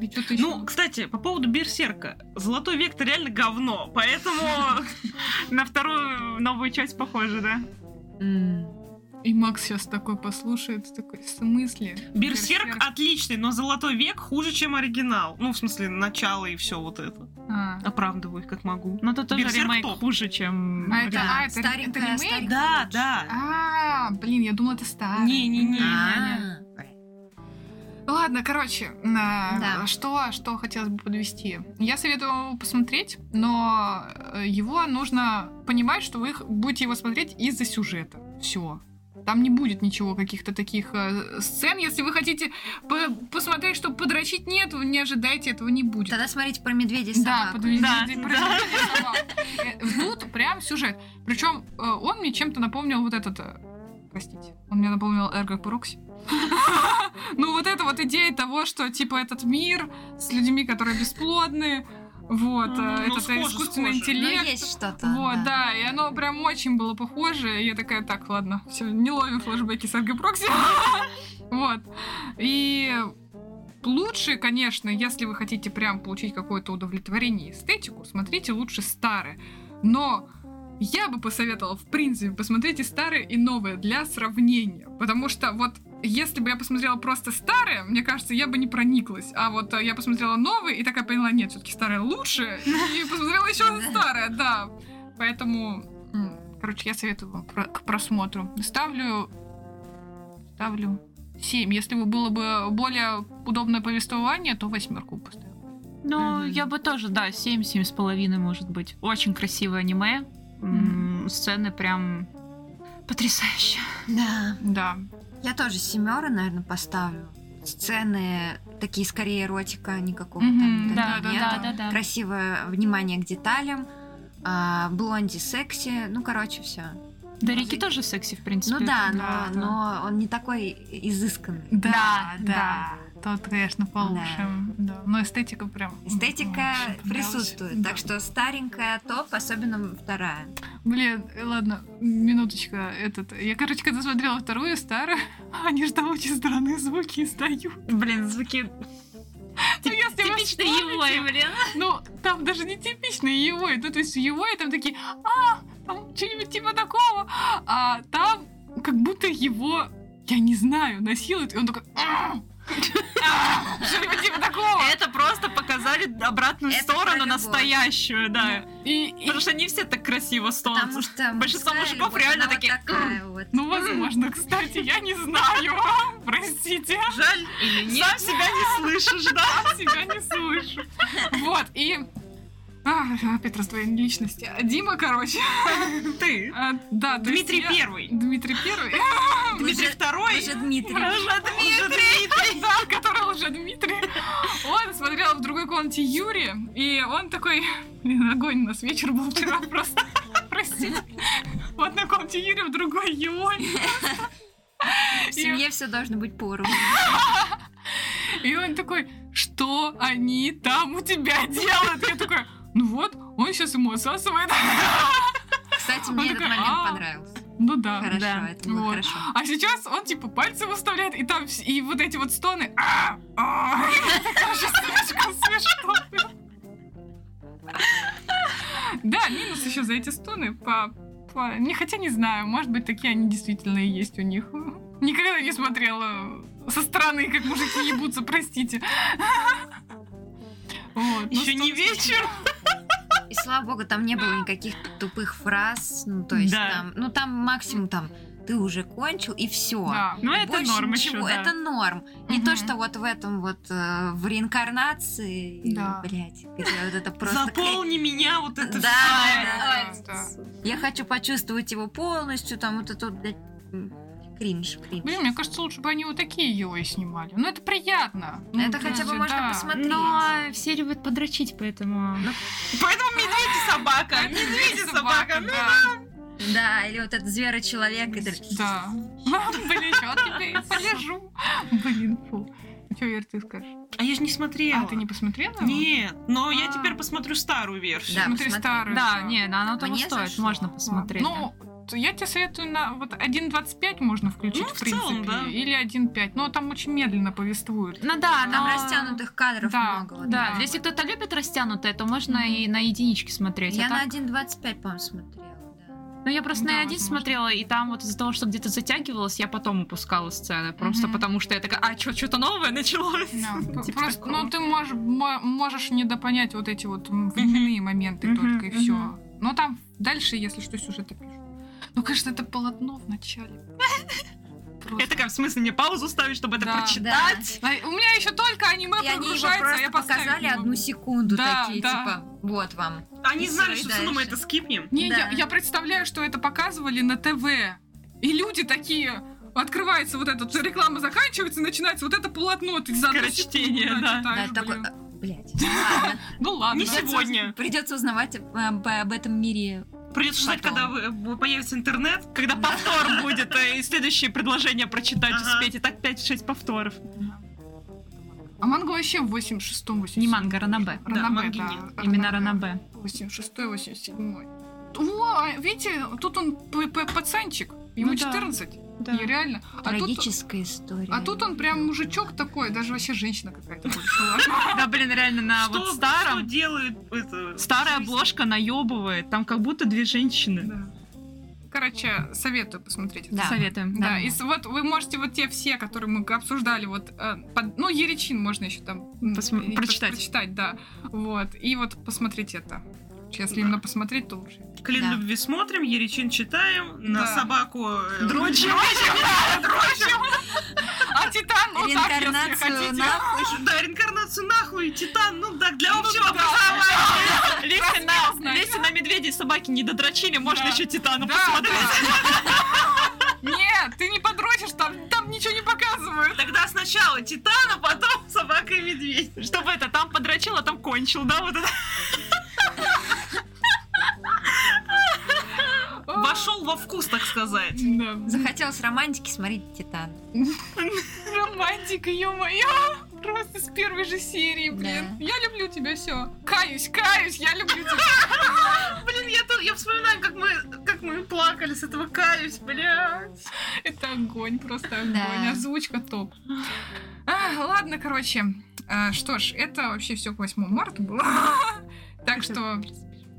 Speaker 4: И что-то еще.
Speaker 1: Ну, кстати, по поводу Берсерка. Золотой век-то реально говно, поэтому на вторую новую часть похоже, да?
Speaker 2: м.
Speaker 4: И Макс сейчас такой послушает, такой, в смысле?
Speaker 1: Берсерк отличный, но Золотой век хуже, чем оригинал. Ну, в смысле, начало и все вот это.
Speaker 4: А.
Speaker 1: Оправдываю их как могу.
Speaker 7: Но тут тоже
Speaker 1: Берсерк
Speaker 7: ремейк
Speaker 1: топ.
Speaker 7: хуже, чем...
Speaker 4: А это,
Speaker 2: Да,
Speaker 4: а, это, это
Speaker 2: старенькая,
Speaker 4: ремейк?
Speaker 1: Да,
Speaker 2: старенькая.
Speaker 1: да.
Speaker 4: А, блин, я думала, это старый.
Speaker 1: Не-не-не.
Speaker 2: А,
Speaker 4: Ладно, Ладно, короче, э,
Speaker 2: Да.
Speaker 4: что, что хотелось бы подвести? Я советую вам его посмотреть, но э, его нужно понимать, что вы их- будете его смотреть из-за сюжета. Все. Там не будет ничего, каких-то таких э, сцен. Если вы хотите по- посмотреть, чтобы подрочить, нет, вы не ожидайте, этого не будет.
Speaker 2: Тогда смотрите про медведя и
Speaker 4: Да,
Speaker 2: собаку.
Speaker 4: подвезли
Speaker 7: Да,
Speaker 4: день
Speaker 7: да.
Speaker 4: рождения собак. Э, Тут прям сюжет. Причем он мне чем-то напомнил вот этот... э, Простите. Он мне напомнил Эрго Прокси. Ну, вот эта вот идея того, что, типа, этот мир с людьми, которые бесплодны, вот,
Speaker 7: Ну,
Speaker 4: э, этот
Speaker 7: схоже,
Speaker 4: искусственный
Speaker 7: схоже.
Speaker 2: Но
Speaker 4: интеллект.
Speaker 2: Ну, есть что-то.
Speaker 4: Вот, да, и оно прям очень было похоже. и я такая, так, ладно, все, не ловим флешбеки с Эрго Прокси. Вот. И лучше, конечно, если вы хотите прям получить какое-то удовлетворение и эстетику, смотрите лучше старые. Но я бы посоветовала, в принципе, посмотрите старые и новые для сравнения. Потому что вот если бы я посмотрела просто старые, мне кажется, я бы не прониклась. А вот э, я посмотрела новые и такая поняла, нет, все-таки старые лучше. И посмотрела еще раз
Speaker 2: Да.
Speaker 4: старые, да. Поэтому, м, короче, я советую вам про- к просмотру. Ставлю... Ставлю 7. Если бы было бы более удобное повествование, то восьмерку бы поставила.
Speaker 7: Ну,
Speaker 2: Мгм.
Speaker 7: я бы тоже, да, 7, семь с половиной, может быть. Очень красивое аниме. М, Сцены прям потрясающие.
Speaker 2: Да.
Speaker 4: Да.
Speaker 2: Я тоже семеры, наверное, поставлю. Сцены такие скорее эротика, никакого
Speaker 4: Мгм,
Speaker 2: там вот
Speaker 4: да,
Speaker 2: этого
Speaker 4: да,
Speaker 2: нету.
Speaker 4: да,
Speaker 2: Красивое внимание к деталям. а, блонди секси, ну короче, все.
Speaker 7: Да, реки тоже секси, в принципе.
Speaker 2: Ну да, но,
Speaker 4: да, да.
Speaker 2: но он не такой изысканный.
Speaker 4: Да,
Speaker 2: да.
Speaker 4: да. Тот, конечно, получше. Да. Но эстетика прям... м,
Speaker 2: Эстетика
Speaker 4: очень понравилась.
Speaker 2: присутствует,
Speaker 4: Да.
Speaker 2: так что старенькая топ, особенно вторая.
Speaker 4: Блин, э, ладно, минуточка, этот... Я, короче, когда смотрела вторую, старую, они же там очень странные звуки издают.
Speaker 7: Блин, звуки
Speaker 4: Ну, если вы
Speaker 7: типично
Speaker 4: вспомните,
Speaker 7: его, блин.
Speaker 4: Ну, там даже не типичные его, и тут есть его, и там такие, а, там что-нибудь типа такого, а там как будто его, я не знаю, насилуют, и он такой, «А, а, что-нибудь типа такого.
Speaker 2: Э,
Speaker 7: Это просто показали
Speaker 4: Ну,
Speaker 7: обратную
Speaker 2: Это про
Speaker 7: сторону
Speaker 2: любовь.
Speaker 7: настоящую, да.
Speaker 4: И, и-
Speaker 7: Потому что не все так красиво
Speaker 2: Потому
Speaker 7: стонут.
Speaker 2: что
Speaker 7: Большинство
Speaker 2: мужская
Speaker 7: мужиков
Speaker 2: любовь,
Speaker 7: реально
Speaker 2: она вот
Speaker 7: такие,
Speaker 2: такая вот.
Speaker 4: ну, возможно, кстати, я не знаю, а? простите.
Speaker 7: Жаль или нет?
Speaker 4: Сам себя не слышишь, да? Сам себя не слышу. Вот, и... а, опять раздвоение личности. Дима, короче.
Speaker 7: Ты.
Speaker 4: а, да, то есть
Speaker 7: Дмитрий
Speaker 4: я-
Speaker 7: Первый.
Speaker 4: Дмитрий Первый.
Speaker 2: Вы
Speaker 7: Дмитрий
Speaker 2: же-
Speaker 7: Второй.
Speaker 2: вы же Дмитрий.
Speaker 4: Дмитрий! Да, который уже Дмитрий. Он смотрел в другой комнате Юрия, и он такой... Блин, огонь у нас вечер был вчера просто. Простите. В одной комнате Юрия, в другой его.
Speaker 2: В семье все должно быть по уровню.
Speaker 4: И он такой, что они там у тебя делают? Я такой, ну вот, он сейчас ему отсасывает.
Speaker 2: Кстати,
Speaker 4: Он
Speaker 2: мне этот
Speaker 4: такой,
Speaker 2: момент
Speaker 4: «А,
Speaker 2: понравился.
Speaker 4: Ну да.
Speaker 2: Хорошо,
Speaker 4: да.
Speaker 2: это было
Speaker 4: Вот.
Speaker 2: хорошо.
Speaker 4: А сейчас он типа пальцем выставляет, и там вс- и вот эти вот стоны. «А, а». Это же слишком смешно. Да, минус еще за эти стоны. По, по- Не, хотя не знаю, может быть, такие они действительно и есть у них. Никогда не смотрела со стороны, как мужики ебутся, простите. Вот, ну,
Speaker 7: Еще не
Speaker 4: стоны
Speaker 7: вечер.
Speaker 2: И слава богу, там не было никаких тупых фраз. Ну, то есть
Speaker 7: Да.
Speaker 2: там, ну там максимум там ты уже кончил и все.
Speaker 4: Да.
Speaker 7: Ну, это норм еще, да.
Speaker 2: Это норм. Не то,
Speaker 4: Мгм.
Speaker 2: что вот в этом вот э, в реинкарнации,
Speaker 4: Да.
Speaker 2: блять, где вот это просто.
Speaker 7: Заполни меня вот это
Speaker 2: Да,
Speaker 7: всё.
Speaker 2: да,
Speaker 4: Да, да.
Speaker 2: Я хочу почувствовать его полностью, там вот это вот, блядь, м, кринж, кринж.
Speaker 4: Блин, мне кажется, лучше бы они вот такие его и снимали. Ну, это приятно. Ну,
Speaker 2: это
Speaker 4: то
Speaker 2: хотя бы
Speaker 4: есть,
Speaker 2: можно
Speaker 4: да.
Speaker 2: посмотреть.
Speaker 7: Ну, Но все любят подрочить, поэтому... Поэтому медведь и собака.
Speaker 4: Да,
Speaker 7: Медведь и собака. ну.
Speaker 4: да.
Speaker 2: Да, или вот этот зверочеловек. и так-
Speaker 4: Да. Блин, я тебе и полежу. Блин, фу. Что, Вер, ты скажешь?
Speaker 7: А я же не смотрела.
Speaker 4: А, ты не посмотрела? его?
Speaker 7: Нет, но я
Speaker 4: А.
Speaker 7: теперь посмотрю старую версию.
Speaker 2: Да,
Speaker 4: Смотри
Speaker 2: посмотри.
Speaker 4: старую.
Speaker 7: Да,
Speaker 4: всё.
Speaker 7: не, ну оно того
Speaker 2: Мне
Speaker 7: стоит,
Speaker 2: зашло.
Speaker 7: можно посмотреть.
Speaker 4: Ну, то я тебе советую на вот 1.25 можно включить,
Speaker 7: Ну,
Speaker 4: в
Speaker 7: в
Speaker 4: принципе.
Speaker 7: целом, да.
Speaker 4: Или 1.5. Но там очень медленно повествуют.
Speaker 7: Ну да,
Speaker 2: Там
Speaker 7: но-
Speaker 2: растянутых кадров
Speaker 4: Да,
Speaker 2: много. вот
Speaker 7: Да,
Speaker 4: Да.
Speaker 7: если кто-то любит растянутое, то можно
Speaker 4: Мгм.
Speaker 7: и на единичке смотреть. а
Speaker 2: Я
Speaker 7: так-
Speaker 2: на 1.25, по-моему, смотрела, да.
Speaker 7: Ну, я просто
Speaker 4: Да,
Speaker 7: на один
Speaker 4: возможно.
Speaker 7: смотрела, и там вот из-за того, что где-то затягивалось, я потом упускала сцены. Просто
Speaker 4: Мгм.
Speaker 7: потому что я такая, а, что, что-то новое началось?
Speaker 4: Да, п-
Speaker 7: Типа
Speaker 4: Просто,
Speaker 7: такого.
Speaker 4: ну, ты можешь, мо- можешь недопонять вот эти вот м, временные моменты только, и все. Но там дальше, если что, сюжеты пишут. Ну, конечно, это полотно в начале. просто.
Speaker 1: Я такая, в смысле, мне паузу ставить, чтобы это
Speaker 4: Да.
Speaker 1: прочитать?
Speaker 4: А У меня еще только аниме
Speaker 2: И они его
Speaker 4: прогружается, а
Speaker 2: просто
Speaker 4: я поставить
Speaker 2: показали
Speaker 4: не могу.
Speaker 2: одну секунду
Speaker 4: Да,
Speaker 2: такие,
Speaker 4: да.
Speaker 2: типа, вот вам.
Speaker 1: Они
Speaker 2: И
Speaker 1: знали,
Speaker 2: всё,
Speaker 1: что
Speaker 2: и
Speaker 1: все равно мы
Speaker 2: дальше.
Speaker 1: это скипнем.
Speaker 4: Не,
Speaker 2: Да.
Speaker 4: я, я представляю, что это показывали на ТВ. И люди такие... Открывается вот этот, реклама заканчивается, и начинается вот это полотно. Ты за одну
Speaker 1: Скорочтение,
Speaker 4: секунду
Speaker 1: да.
Speaker 4: читаешь,
Speaker 2: да, такой, э, а,
Speaker 4: блин.
Speaker 2: блядь, ладно.
Speaker 4: Ну ладно.
Speaker 1: Не сегодня.
Speaker 2: Придется узнавать э, об, об этом мире.
Speaker 1: Придется ждать,
Speaker 2: Потом.
Speaker 1: когда вы- вы- появится интернет.
Speaker 7: Когда повтор будет, э, и следующее предложение прочитать
Speaker 1: Ага.
Speaker 7: успеть, и так 5-6 повторов.
Speaker 4: А манго вообще в 86-м, 87
Speaker 7: Не манга, ранабе.
Speaker 1: Да,
Speaker 4: Ранабе,
Speaker 1: манги
Speaker 4: да.
Speaker 1: нет.
Speaker 7: Именно ранабе.
Speaker 4: 86 87 О, Ну, а, видите, тут он п- п- пацанчик. Ему
Speaker 7: Ну да.
Speaker 4: 14.
Speaker 7: Да.
Speaker 4: И реально. А тут,
Speaker 2: Трагическая история.
Speaker 4: а тут он прям мужичок такой, даже вообще женщина какая-то больше.
Speaker 7: Да, блин, реально на
Speaker 1: Что
Speaker 7: А вот
Speaker 1: что
Speaker 7: старом.
Speaker 1: делает это?
Speaker 7: Старая обложка наебывает. Там как будто две женщины.
Speaker 4: Да. Короче, советую посмотреть.
Speaker 2: Да.
Speaker 7: Советуем.
Speaker 4: Да,
Speaker 2: Да.
Speaker 4: и с- вот вы можете вот те все, которые мы обсуждали, вот, э, под- ну, Еречин можно еще там м,
Speaker 7: Посм-
Speaker 4: и пос-
Speaker 7: прочитать.
Speaker 4: прочитать, да. Вот, и вот посмотреть это. Если именно посмотреть, то лучше.
Speaker 1: Клин
Speaker 2: Да.
Speaker 1: любви смотрим, Еречин читаем, на
Speaker 4: Да.
Speaker 1: собаку... э,
Speaker 7: Дрочим.
Speaker 4: А Титан, ну так, если
Speaker 2: Реинкарнацию
Speaker 4: хотите.
Speaker 2: нахуй.
Speaker 1: Да, реинкарнацию нахуй, Титан, ну так, для
Speaker 4: Ну
Speaker 1: общего
Speaker 4: да.
Speaker 1: образования.
Speaker 7: Леся на,
Speaker 4: Прекрасно.
Speaker 7: Леся на медведей и собаки не додрочили, можно
Speaker 4: Да.
Speaker 7: еще Титана
Speaker 4: Да,
Speaker 7: посмотреть.
Speaker 4: да. Ну, Нет, ты не подрочишь, там, там ничего не показывают.
Speaker 1: Тогда сначала Титан, а потом собака и медведь.
Speaker 7: Чтобы это там подрочил, а там кончил, да? Вот это.
Speaker 1: Вошел во вкус, так сказать.
Speaker 4: Да.
Speaker 2: Захотелось романтики смотреть Титан.
Speaker 4: Романтика, ё-моё! Просто с первой же серии, блин.
Speaker 2: Да.
Speaker 4: Я люблю тебя, все. Каюсь, каюсь, я люблю тебя.
Speaker 1: Блин, я, тут- я вспоминаю, как мы, как мы плакали с этого каюсь, блядь.
Speaker 4: Это огонь, просто
Speaker 2: Да.
Speaker 4: огонь. Озвучка топ. А, ладно, короче. А, что ж, это вообще все к 8 марта было. Так что,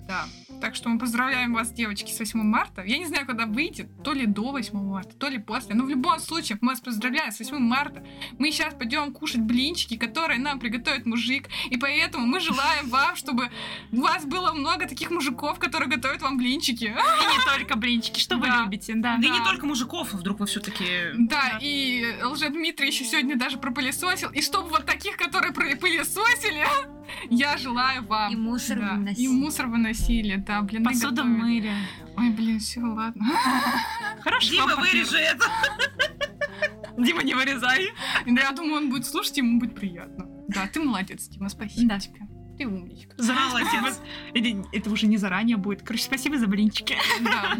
Speaker 4: да. Так что мы поздравляем вас, девочки, с 8 марта. Я не знаю, когда выйдет, то ли до 8 марта, то ли после. Но в любом случае, мы вас поздравляем с 8 марта. Мы сейчас пойдем кушать блинчики, которые нам приготовит мужик. И поэтому мы желаем вам, чтобы у вас было много таких мужиков, которые готовят вам блинчики.
Speaker 7: И не только блинчики, что вы
Speaker 4: Да.
Speaker 7: любите, да.
Speaker 1: Да и
Speaker 4: Да.
Speaker 1: не только мужиков, вдруг вы все-таки...
Speaker 4: Да, и Лжедмитрий еще сегодня даже пропылесосил. И чтобы вот таких, которые пропылесосили, я желаю вам.
Speaker 2: И мусор
Speaker 4: Да,
Speaker 2: выносить.
Speaker 4: И мусор выносили, да, блин.
Speaker 7: Посуду мыли.
Speaker 4: Ой, блин, все, ладно.
Speaker 7: Хорошо.
Speaker 1: Дима,
Speaker 7: партнер.
Speaker 1: вырежи это.
Speaker 7: Дима, не вырезай.
Speaker 4: Да, я думаю, он будет слушать, ему будет приятно. Да, ты молодец, Дима, спасибо
Speaker 7: Да.
Speaker 4: тебе. Ты умничка.
Speaker 7: Заранее спасибо. Или Это уже не заранее будет. Короче, спасибо за блинчики.
Speaker 4: Да.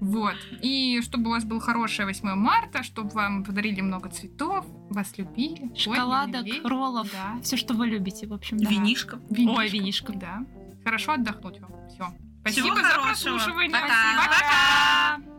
Speaker 4: Вот. И чтобы у вас был хорошее 8 марта, чтобы вам подарили много цветов, вас любили. поняли,
Speaker 7: Шоколадок,
Speaker 4: лелеяли.
Speaker 7: роллов.
Speaker 4: Да.
Speaker 7: Все, что вы любите, в общем. да.
Speaker 1: Винишка.
Speaker 7: Ой, винишко.
Speaker 4: Да. Хорошо отдохнуть вам. Все.
Speaker 1: Всего
Speaker 4: Спасибо за
Speaker 1: хорошего.
Speaker 4: прослушивание.
Speaker 2: Пока.
Speaker 4: Пока.